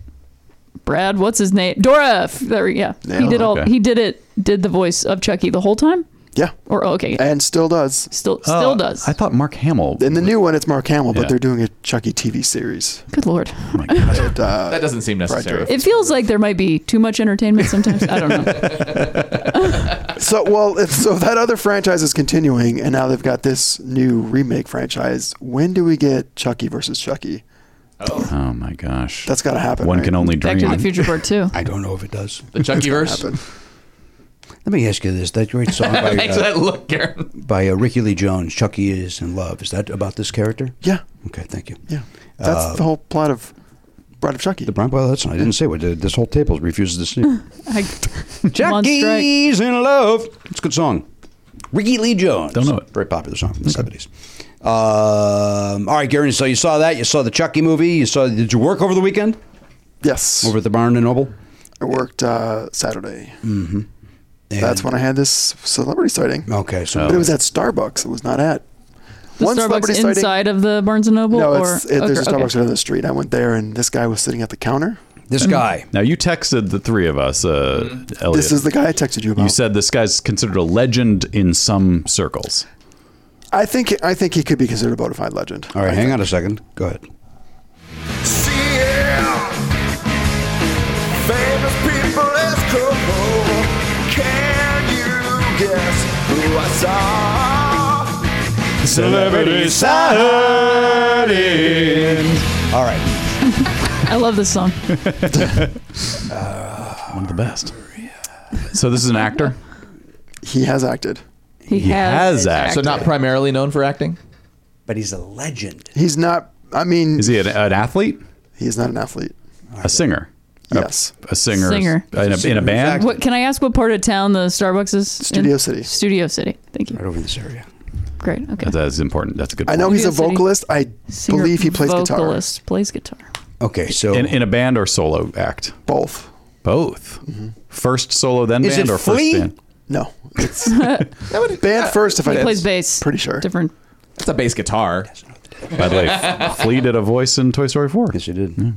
[SPEAKER 7] Brad, what's his name? Dora. F- There, yeah, he
[SPEAKER 4] Yeah,
[SPEAKER 7] did all.
[SPEAKER 5] okay.
[SPEAKER 7] He did it. Did the voice of Chucky the whole time?
[SPEAKER 4] Yeah.
[SPEAKER 7] Or oh, okay,
[SPEAKER 4] And still does.
[SPEAKER 7] still still
[SPEAKER 5] Uh,
[SPEAKER 7] does.
[SPEAKER 5] I thought Mark Hamill.
[SPEAKER 4] In the new one, it's Mark Hamill,
[SPEAKER 5] Yeah.
[SPEAKER 4] but they're doing a Chucky TV series.
[SPEAKER 7] Good lord,
[SPEAKER 5] Oh
[SPEAKER 4] It, uh,
[SPEAKER 2] that doesn't seem necessary.
[SPEAKER 7] it feels like there might be too much entertainment sometimes. I don't know.
[SPEAKER 4] So well, if, so if that other franchise is continuing, and now they've got this new remake franchise. When do we get Chucky versus Chucky?
[SPEAKER 5] Oh, my gosh.
[SPEAKER 7] That's gotta happen,
[SPEAKER 5] One
[SPEAKER 7] right?
[SPEAKER 5] can only dream.
[SPEAKER 9] Back to the Future Part Two.
[SPEAKER 3] I don't know if it does.
[SPEAKER 2] The Chuckyverse?
[SPEAKER 3] Let me ask you this: that great song by
[SPEAKER 2] Thanks for that
[SPEAKER 3] uh,
[SPEAKER 2] look, Aaron.
[SPEAKER 3] by uh, Ricky Lee Jones, "Chucky Is in Love," is that about this character?
[SPEAKER 7] Yeah.
[SPEAKER 3] Okay, thank you.
[SPEAKER 7] Yeah. That's
[SPEAKER 3] Uh,
[SPEAKER 7] the whole plot of Bride of Chucky.
[SPEAKER 3] The Brian. Well, that's I didn't say what. uh, This whole table refuses to sleep.
[SPEAKER 9] I,
[SPEAKER 3] Chucky's in love. It's a good song. Ricky Lee Jones.
[SPEAKER 5] Don't know it.
[SPEAKER 3] Very popular song from the seventies. Um, all right, Gary. So you saw that. You saw the Chucky movie. You saw. Did you work over the weekend
[SPEAKER 7] Yes.
[SPEAKER 3] over at the Barn and Noble?
[SPEAKER 7] I worked uh, Saturday.
[SPEAKER 3] Mm-hmm.
[SPEAKER 7] That's when I had this celebrity sighting.
[SPEAKER 3] Okay, so
[SPEAKER 7] But it was at Starbucks. It was not at
[SPEAKER 9] The
[SPEAKER 7] One
[SPEAKER 9] Starbucks
[SPEAKER 7] celebrity
[SPEAKER 9] inside
[SPEAKER 7] sighting-
[SPEAKER 9] of the Barnes and Noble.
[SPEAKER 7] No,
[SPEAKER 9] or,
[SPEAKER 7] it's, it, there's a
[SPEAKER 9] okay,
[SPEAKER 7] Starbucks
[SPEAKER 9] okay.
[SPEAKER 7] right on the street. I went there, and this guy was sitting at the counter.
[SPEAKER 3] This guy.
[SPEAKER 5] Now you texted the three of us, uh, Elliot.
[SPEAKER 7] Mm. This is the guy I texted you about.
[SPEAKER 5] You said this guy's considered a legend in some circles.
[SPEAKER 7] I think I think he could be considered a bona fide legend.
[SPEAKER 3] All right, hang on a second. Go ahead.
[SPEAKER 10] Famous people as cool. Can you guess who I saw?
[SPEAKER 5] Celebrity
[SPEAKER 3] All right.
[SPEAKER 9] I love this song.
[SPEAKER 5] Uh, One of the best. So this is an actor.
[SPEAKER 7] He has acted.
[SPEAKER 9] He,
[SPEAKER 5] He has
[SPEAKER 2] So
[SPEAKER 5] acted.
[SPEAKER 2] not primarily known for acting.
[SPEAKER 3] But he's a legend.
[SPEAKER 7] He's not. I mean,
[SPEAKER 5] Is he an, an athlete?
[SPEAKER 7] he's not an athlete.
[SPEAKER 5] A singer? A-
[SPEAKER 7] Yes.
[SPEAKER 5] A, singer.
[SPEAKER 9] Singer.
[SPEAKER 5] In a, in a band.
[SPEAKER 9] What can I ask? What part of town the Starbucks is?
[SPEAKER 7] Studio
[SPEAKER 9] in?
[SPEAKER 7] City.
[SPEAKER 9] Studio City. Thank you.
[SPEAKER 3] Right over this area.
[SPEAKER 9] Great. Okay.
[SPEAKER 5] That's important. That's a good.
[SPEAKER 7] I
[SPEAKER 5] Point.
[SPEAKER 7] know he's a
[SPEAKER 9] Studio City.
[SPEAKER 7] vocalist. I
[SPEAKER 9] Singer,
[SPEAKER 7] believe he plays guitar.
[SPEAKER 9] vocalist, Plays guitar.
[SPEAKER 3] Okay, so
[SPEAKER 5] In, in a band or solo act?
[SPEAKER 7] Both.
[SPEAKER 5] Both.
[SPEAKER 7] Mm-hmm.
[SPEAKER 5] First solo, then
[SPEAKER 3] Is
[SPEAKER 5] band,
[SPEAKER 3] it
[SPEAKER 5] or
[SPEAKER 3] Flea?
[SPEAKER 5] first band?
[SPEAKER 7] No, it's band first. If I
[SPEAKER 9] He plays bass.
[SPEAKER 7] pretty sure.
[SPEAKER 9] Different.
[SPEAKER 2] That's a bass guitar.
[SPEAKER 5] By the way, Flea did a voice in Toy Story 4.
[SPEAKER 3] yes, you did.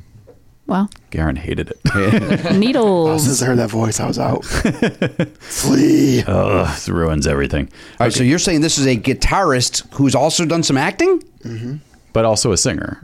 [SPEAKER 9] Wow.
[SPEAKER 5] Garen hated it.
[SPEAKER 9] Needles.
[SPEAKER 7] Since I heard that voice, I was out. Flee.
[SPEAKER 5] Ugh, it ruins everything.
[SPEAKER 3] All right, so you're saying this is a guitarist who's also done some acting?
[SPEAKER 5] But also a singer.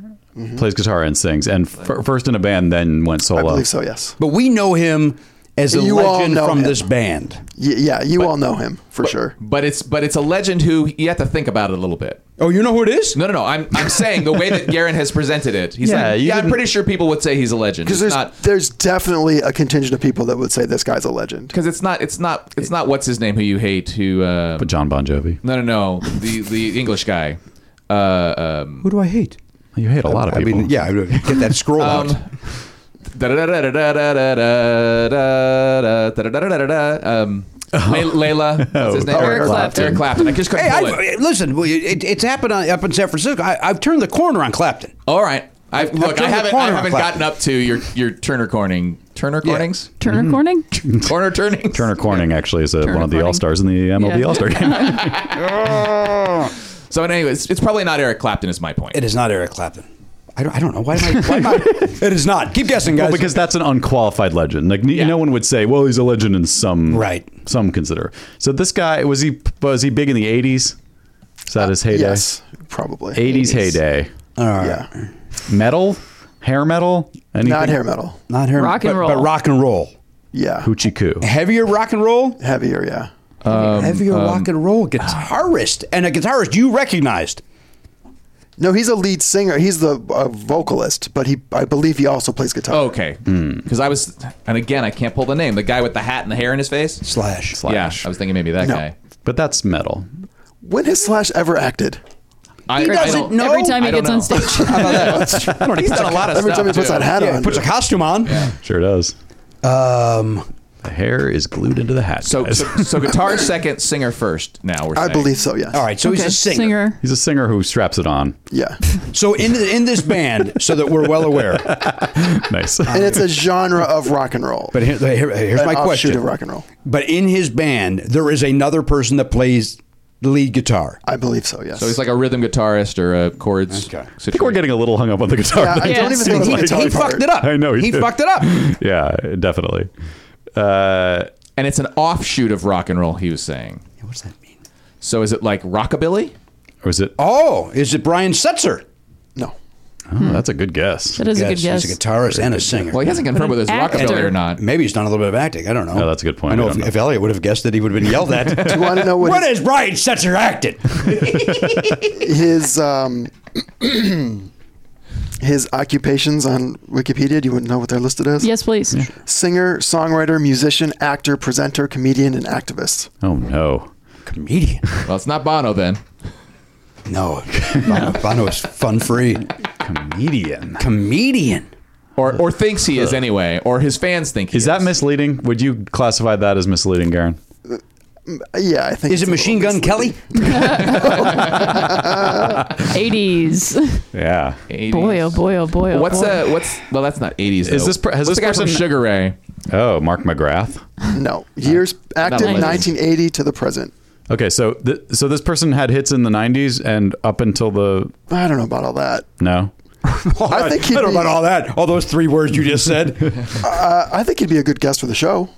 [SPEAKER 5] Plays guitar and sings. And f- first in a band, then went
[SPEAKER 7] Mm-hmm. I
[SPEAKER 5] solo.
[SPEAKER 7] believe so. Yes.
[SPEAKER 3] But we know him as a
[SPEAKER 7] You all
[SPEAKER 3] legend
[SPEAKER 7] know
[SPEAKER 3] from
[SPEAKER 7] him.
[SPEAKER 3] this band.
[SPEAKER 7] Y- yeah, you all know him for sure.
[SPEAKER 2] But it's but it's a legend who you have to think about it a little bit.
[SPEAKER 3] Oh, you know who it is?
[SPEAKER 2] No, no, no. I'm I'm saying the way that Garen has presented it. He's
[SPEAKER 5] Yeah,
[SPEAKER 2] like,
[SPEAKER 5] you
[SPEAKER 2] yeah, I'm
[SPEAKER 5] didn't-
[SPEAKER 2] pretty sure people would say he's a legend.
[SPEAKER 7] Because
[SPEAKER 2] It's
[SPEAKER 7] there's
[SPEAKER 2] not
[SPEAKER 7] there's definitely a contingent of people that would say this guy's a legend.
[SPEAKER 2] because it's not it's not it's not what's his name who you hate who. Uh,
[SPEAKER 5] But John Bon Jovi.
[SPEAKER 2] no, no, no. The the English guy. Uh, um,
[SPEAKER 3] Who do I hate?
[SPEAKER 5] You hate a lot of
[SPEAKER 3] I
[SPEAKER 5] people.
[SPEAKER 3] mean, yeah, I would get that scroll
[SPEAKER 2] Um,
[SPEAKER 3] out.
[SPEAKER 2] um, Le- Layla, what's his name?
[SPEAKER 9] Eric Clapton.
[SPEAKER 2] Eric Clapton. I just couldn't
[SPEAKER 3] Hey,
[SPEAKER 2] pull
[SPEAKER 3] I,
[SPEAKER 2] it.
[SPEAKER 3] hey, listen, well, it, it's happened on, up in San Francisco. I, I've turned the corner on Clapton.
[SPEAKER 2] All right. I, look,
[SPEAKER 3] turned
[SPEAKER 2] I
[SPEAKER 3] the
[SPEAKER 2] haven't, I
[SPEAKER 3] corner on
[SPEAKER 2] haven't
[SPEAKER 3] Clapton.
[SPEAKER 2] gotten up to your, your Turner Corning. Turner Cornings?
[SPEAKER 9] Turner Corning.
[SPEAKER 2] Corner Turning?
[SPEAKER 5] Turner Corning actually is uh one of the
[SPEAKER 9] Corning.
[SPEAKER 5] all stars in the MLB
[SPEAKER 9] Yeah.
[SPEAKER 5] All Star game.
[SPEAKER 2] So, anyway, it's, it's probably not Eric Clapton, is my point.
[SPEAKER 3] It is not Eric Clapton. I don't, I don't know. Why am I? Why am I it is not. Keep guessing, guys.
[SPEAKER 5] Well, because that's an unqualified legend. Like n- no one would say, "Well, he's a legend in some
[SPEAKER 3] Right.
[SPEAKER 5] Some consider. So this guy was he was he big in the '80s? Is that his heyday?
[SPEAKER 7] Yes, probably.
[SPEAKER 5] '80s, heyday.
[SPEAKER 3] All right.
[SPEAKER 7] Yeah,
[SPEAKER 5] Metal, hair metal, anything.
[SPEAKER 7] not hair metal.
[SPEAKER 3] Not her.
[SPEAKER 9] Rock and
[SPEAKER 3] but,
[SPEAKER 9] roll.
[SPEAKER 3] But rock and roll.
[SPEAKER 7] Yeah,
[SPEAKER 5] Hoochie-coo.
[SPEAKER 3] Heavier rock and roll?
[SPEAKER 7] heavier. Yeah,
[SPEAKER 3] Uh,
[SPEAKER 2] Um,
[SPEAKER 3] Heavier rock and roll guitarist. And a guitarist you recognized.
[SPEAKER 7] no, he's a lead singer. He's the uh, vocalist, but he I believe he also plays guitar.
[SPEAKER 2] Oh, okay.
[SPEAKER 3] Hmm.
[SPEAKER 2] Because I was, and again, I can't pull the name. The guy with the hat and the hair in his face?
[SPEAKER 3] Slash.
[SPEAKER 2] Yeah, I was thinking maybe that
[SPEAKER 7] No.
[SPEAKER 2] guy.
[SPEAKER 5] But that's metal.
[SPEAKER 7] When has Slash ever acted?
[SPEAKER 2] I,
[SPEAKER 3] He
[SPEAKER 2] I
[SPEAKER 3] doesn't
[SPEAKER 2] don't-
[SPEAKER 3] know.
[SPEAKER 9] Every time he
[SPEAKER 2] I don't
[SPEAKER 9] gets on
[SPEAKER 2] know.
[SPEAKER 9] stage.
[SPEAKER 3] How about that? I don't know.
[SPEAKER 2] He's done a lot of
[SPEAKER 7] Every
[SPEAKER 2] stuff.
[SPEAKER 7] time he puts
[SPEAKER 2] too.
[SPEAKER 7] that hat
[SPEAKER 3] Yeah,
[SPEAKER 7] on,
[SPEAKER 3] puts a costume on.
[SPEAKER 5] Sure does.
[SPEAKER 3] Um,
[SPEAKER 5] The hair is glued into the hat.
[SPEAKER 2] So,
[SPEAKER 5] guys.
[SPEAKER 2] so, so guitar second, singer first. Now we're.
[SPEAKER 7] I
[SPEAKER 2] saying.
[SPEAKER 7] believe so. Yes.
[SPEAKER 3] all right, so he's
[SPEAKER 9] Okay,
[SPEAKER 3] a singer.
[SPEAKER 9] singer.
[SPEAKER 5] he's a singer who straps it on.
[SPEAKER 7] Yeah,
[SPEAKER 3] So in in this band, so that we're well aware.
[SPEAKER 5] Nice.
[SPEAKER 7] and it's a genre of rock and roll.
[SPEAKER 3] But here, here- here's
[SPEAKER 7] An
[SPEAKER 3] my
[SPEAKER 7] offshoot
[SPEAKER 3] question.
[SPEAKER 7] of rock and roll.
[SPEAKER 3] But in his band, there is another person that plays the lead guitar.
[SPEAKER 7] I believe so. Yes.
[SPEAKER 2] So he's like a rhythm guitarist or a chords.
[SPEAKER 3] Okay. I think
[SPEAKER 5] I think we're getting a little hung up on the guitar.
[SPEAKER 7] Yeah, I
[SPEAKER 9] Yeah.
[SPEAKER 7] don't even think
[SPEAKER 3] He,
[SPEAKER 7] he,
[SPEAKER 3] he fucked it up.
[SPEAKER 5] I know he
[SPEAKER 3] he
[SPEAKER 5] did.
[SPEAKER 3] fucked it up.
[SPEAKER 5] yeah, definitely. Uh,
[SPEAKER 2] and it's an offshoot of rock and roll. He was saying.
[SPEAKER 3] What does that mean?
[SPEAKER 2] So is it like rockabilly?
[SPEAKER 5] or is it? Oh,
[SPEAKER 3] Oh, is it Brian Setzer?
[SPEAKER 7] No.
[SPEAKER 5] that's a good guess.
[SPEAKER 9] That is a good guess.
[SPEAKER 3] Yes, He's a guitarist and a singer.
[SPEAKER 2] Well, he hasn't confirmed
[SPEAKER 9] But
[SPEAKER 2] whether
[SPEAKER 9] an
[SPEAKER 2] it's rockabilly
[SPEAKER 9] actor.
[SPEAKER 2] or not.
[SPEAKER 3] Maybe he's done a little bit of acting. I don't know.
[SPEAKER 5] No, that's a good point.
[SPEAKER 3] I know
[SPEAKER 5] I
[SPEAKER 3] if,
[SPEAKER 5] don't know.
[SPEAKER 3] if Elliot would have guessed it, he would have been yelled at.
[SPEAKER 7] Do you want to know what
[SPEAKER 3] What
[SPEAKER 7] his,
[SPEAKER 3] has Brian Setzer acted?
[SPEAKER 7] his um his occupations on Wikipedia? Do you want to know what they're listed as?
[SPEAKER 11] Yes, please.
[SPEAKER 7] Singer, songwriter, musician, actor, presenter, comedian, and activist.
[SPEAKER 5] Oh no.
[SPEAKER 3] Comedian.
[SPEAKER 2] Well, it's not Bono then.
[SPEAKER 3] No, Bono, Bono is fun free.
[SPEAKER 5] Comedian.
[SPEAKER 3] Comedian.
[SPEAKER 2] Or or thinks he is anyway, or his fans think he
[SPEAKER 5] Is that misleading? Would you classify that as misleading, Garen?
[SPEAKER 7] Uh, Yeah, I think.
[SPEAKER 3] Is it
[SPEAKER 7] it's a
[SPEAKER 3] Machine
[SPEAKER 7] little
[SPEAKER 3] Gun Kelly?
[SPEAKER 11] 80s.
[SPEAKER 5] Yeah.
[SPEAKER 11] boy, oh boy, oh boy. Oh
[SPEAKER 2] What's
[SPEAKER 11] boy.
[SPEAKER 2] uh what's well that's not 80s though.
[SPEAKER 5] Is this per- has
[SPEAKER 2] this
[SPEAKER 5] this
[SPEAKER 2] guy from
[SPEAKER 5] person-
[SPEAKER 2] Sugar Ray?
[SPEAKER 5] Oh, Mark McGrath.
[SPEAKER 7] misleading. No, years active
[SPEAKER 2] legend.
[SPEAKER 7] 1980 to the present.
[SPEAKER 5] Okay, so th- so this person had hits in the '90s and up until the
[SPEAKER 7] I don't know about all that.
[SPEAKER 5] no.
[SPEAKER 7] I think he'd
[SPEAKER 3] I don't
[SPEAKER 7] be-
[SPEAKER 3] know about all that. All those three words you just said.
[SPEAKER 7] Uh, I think he'd be a good guest for the show.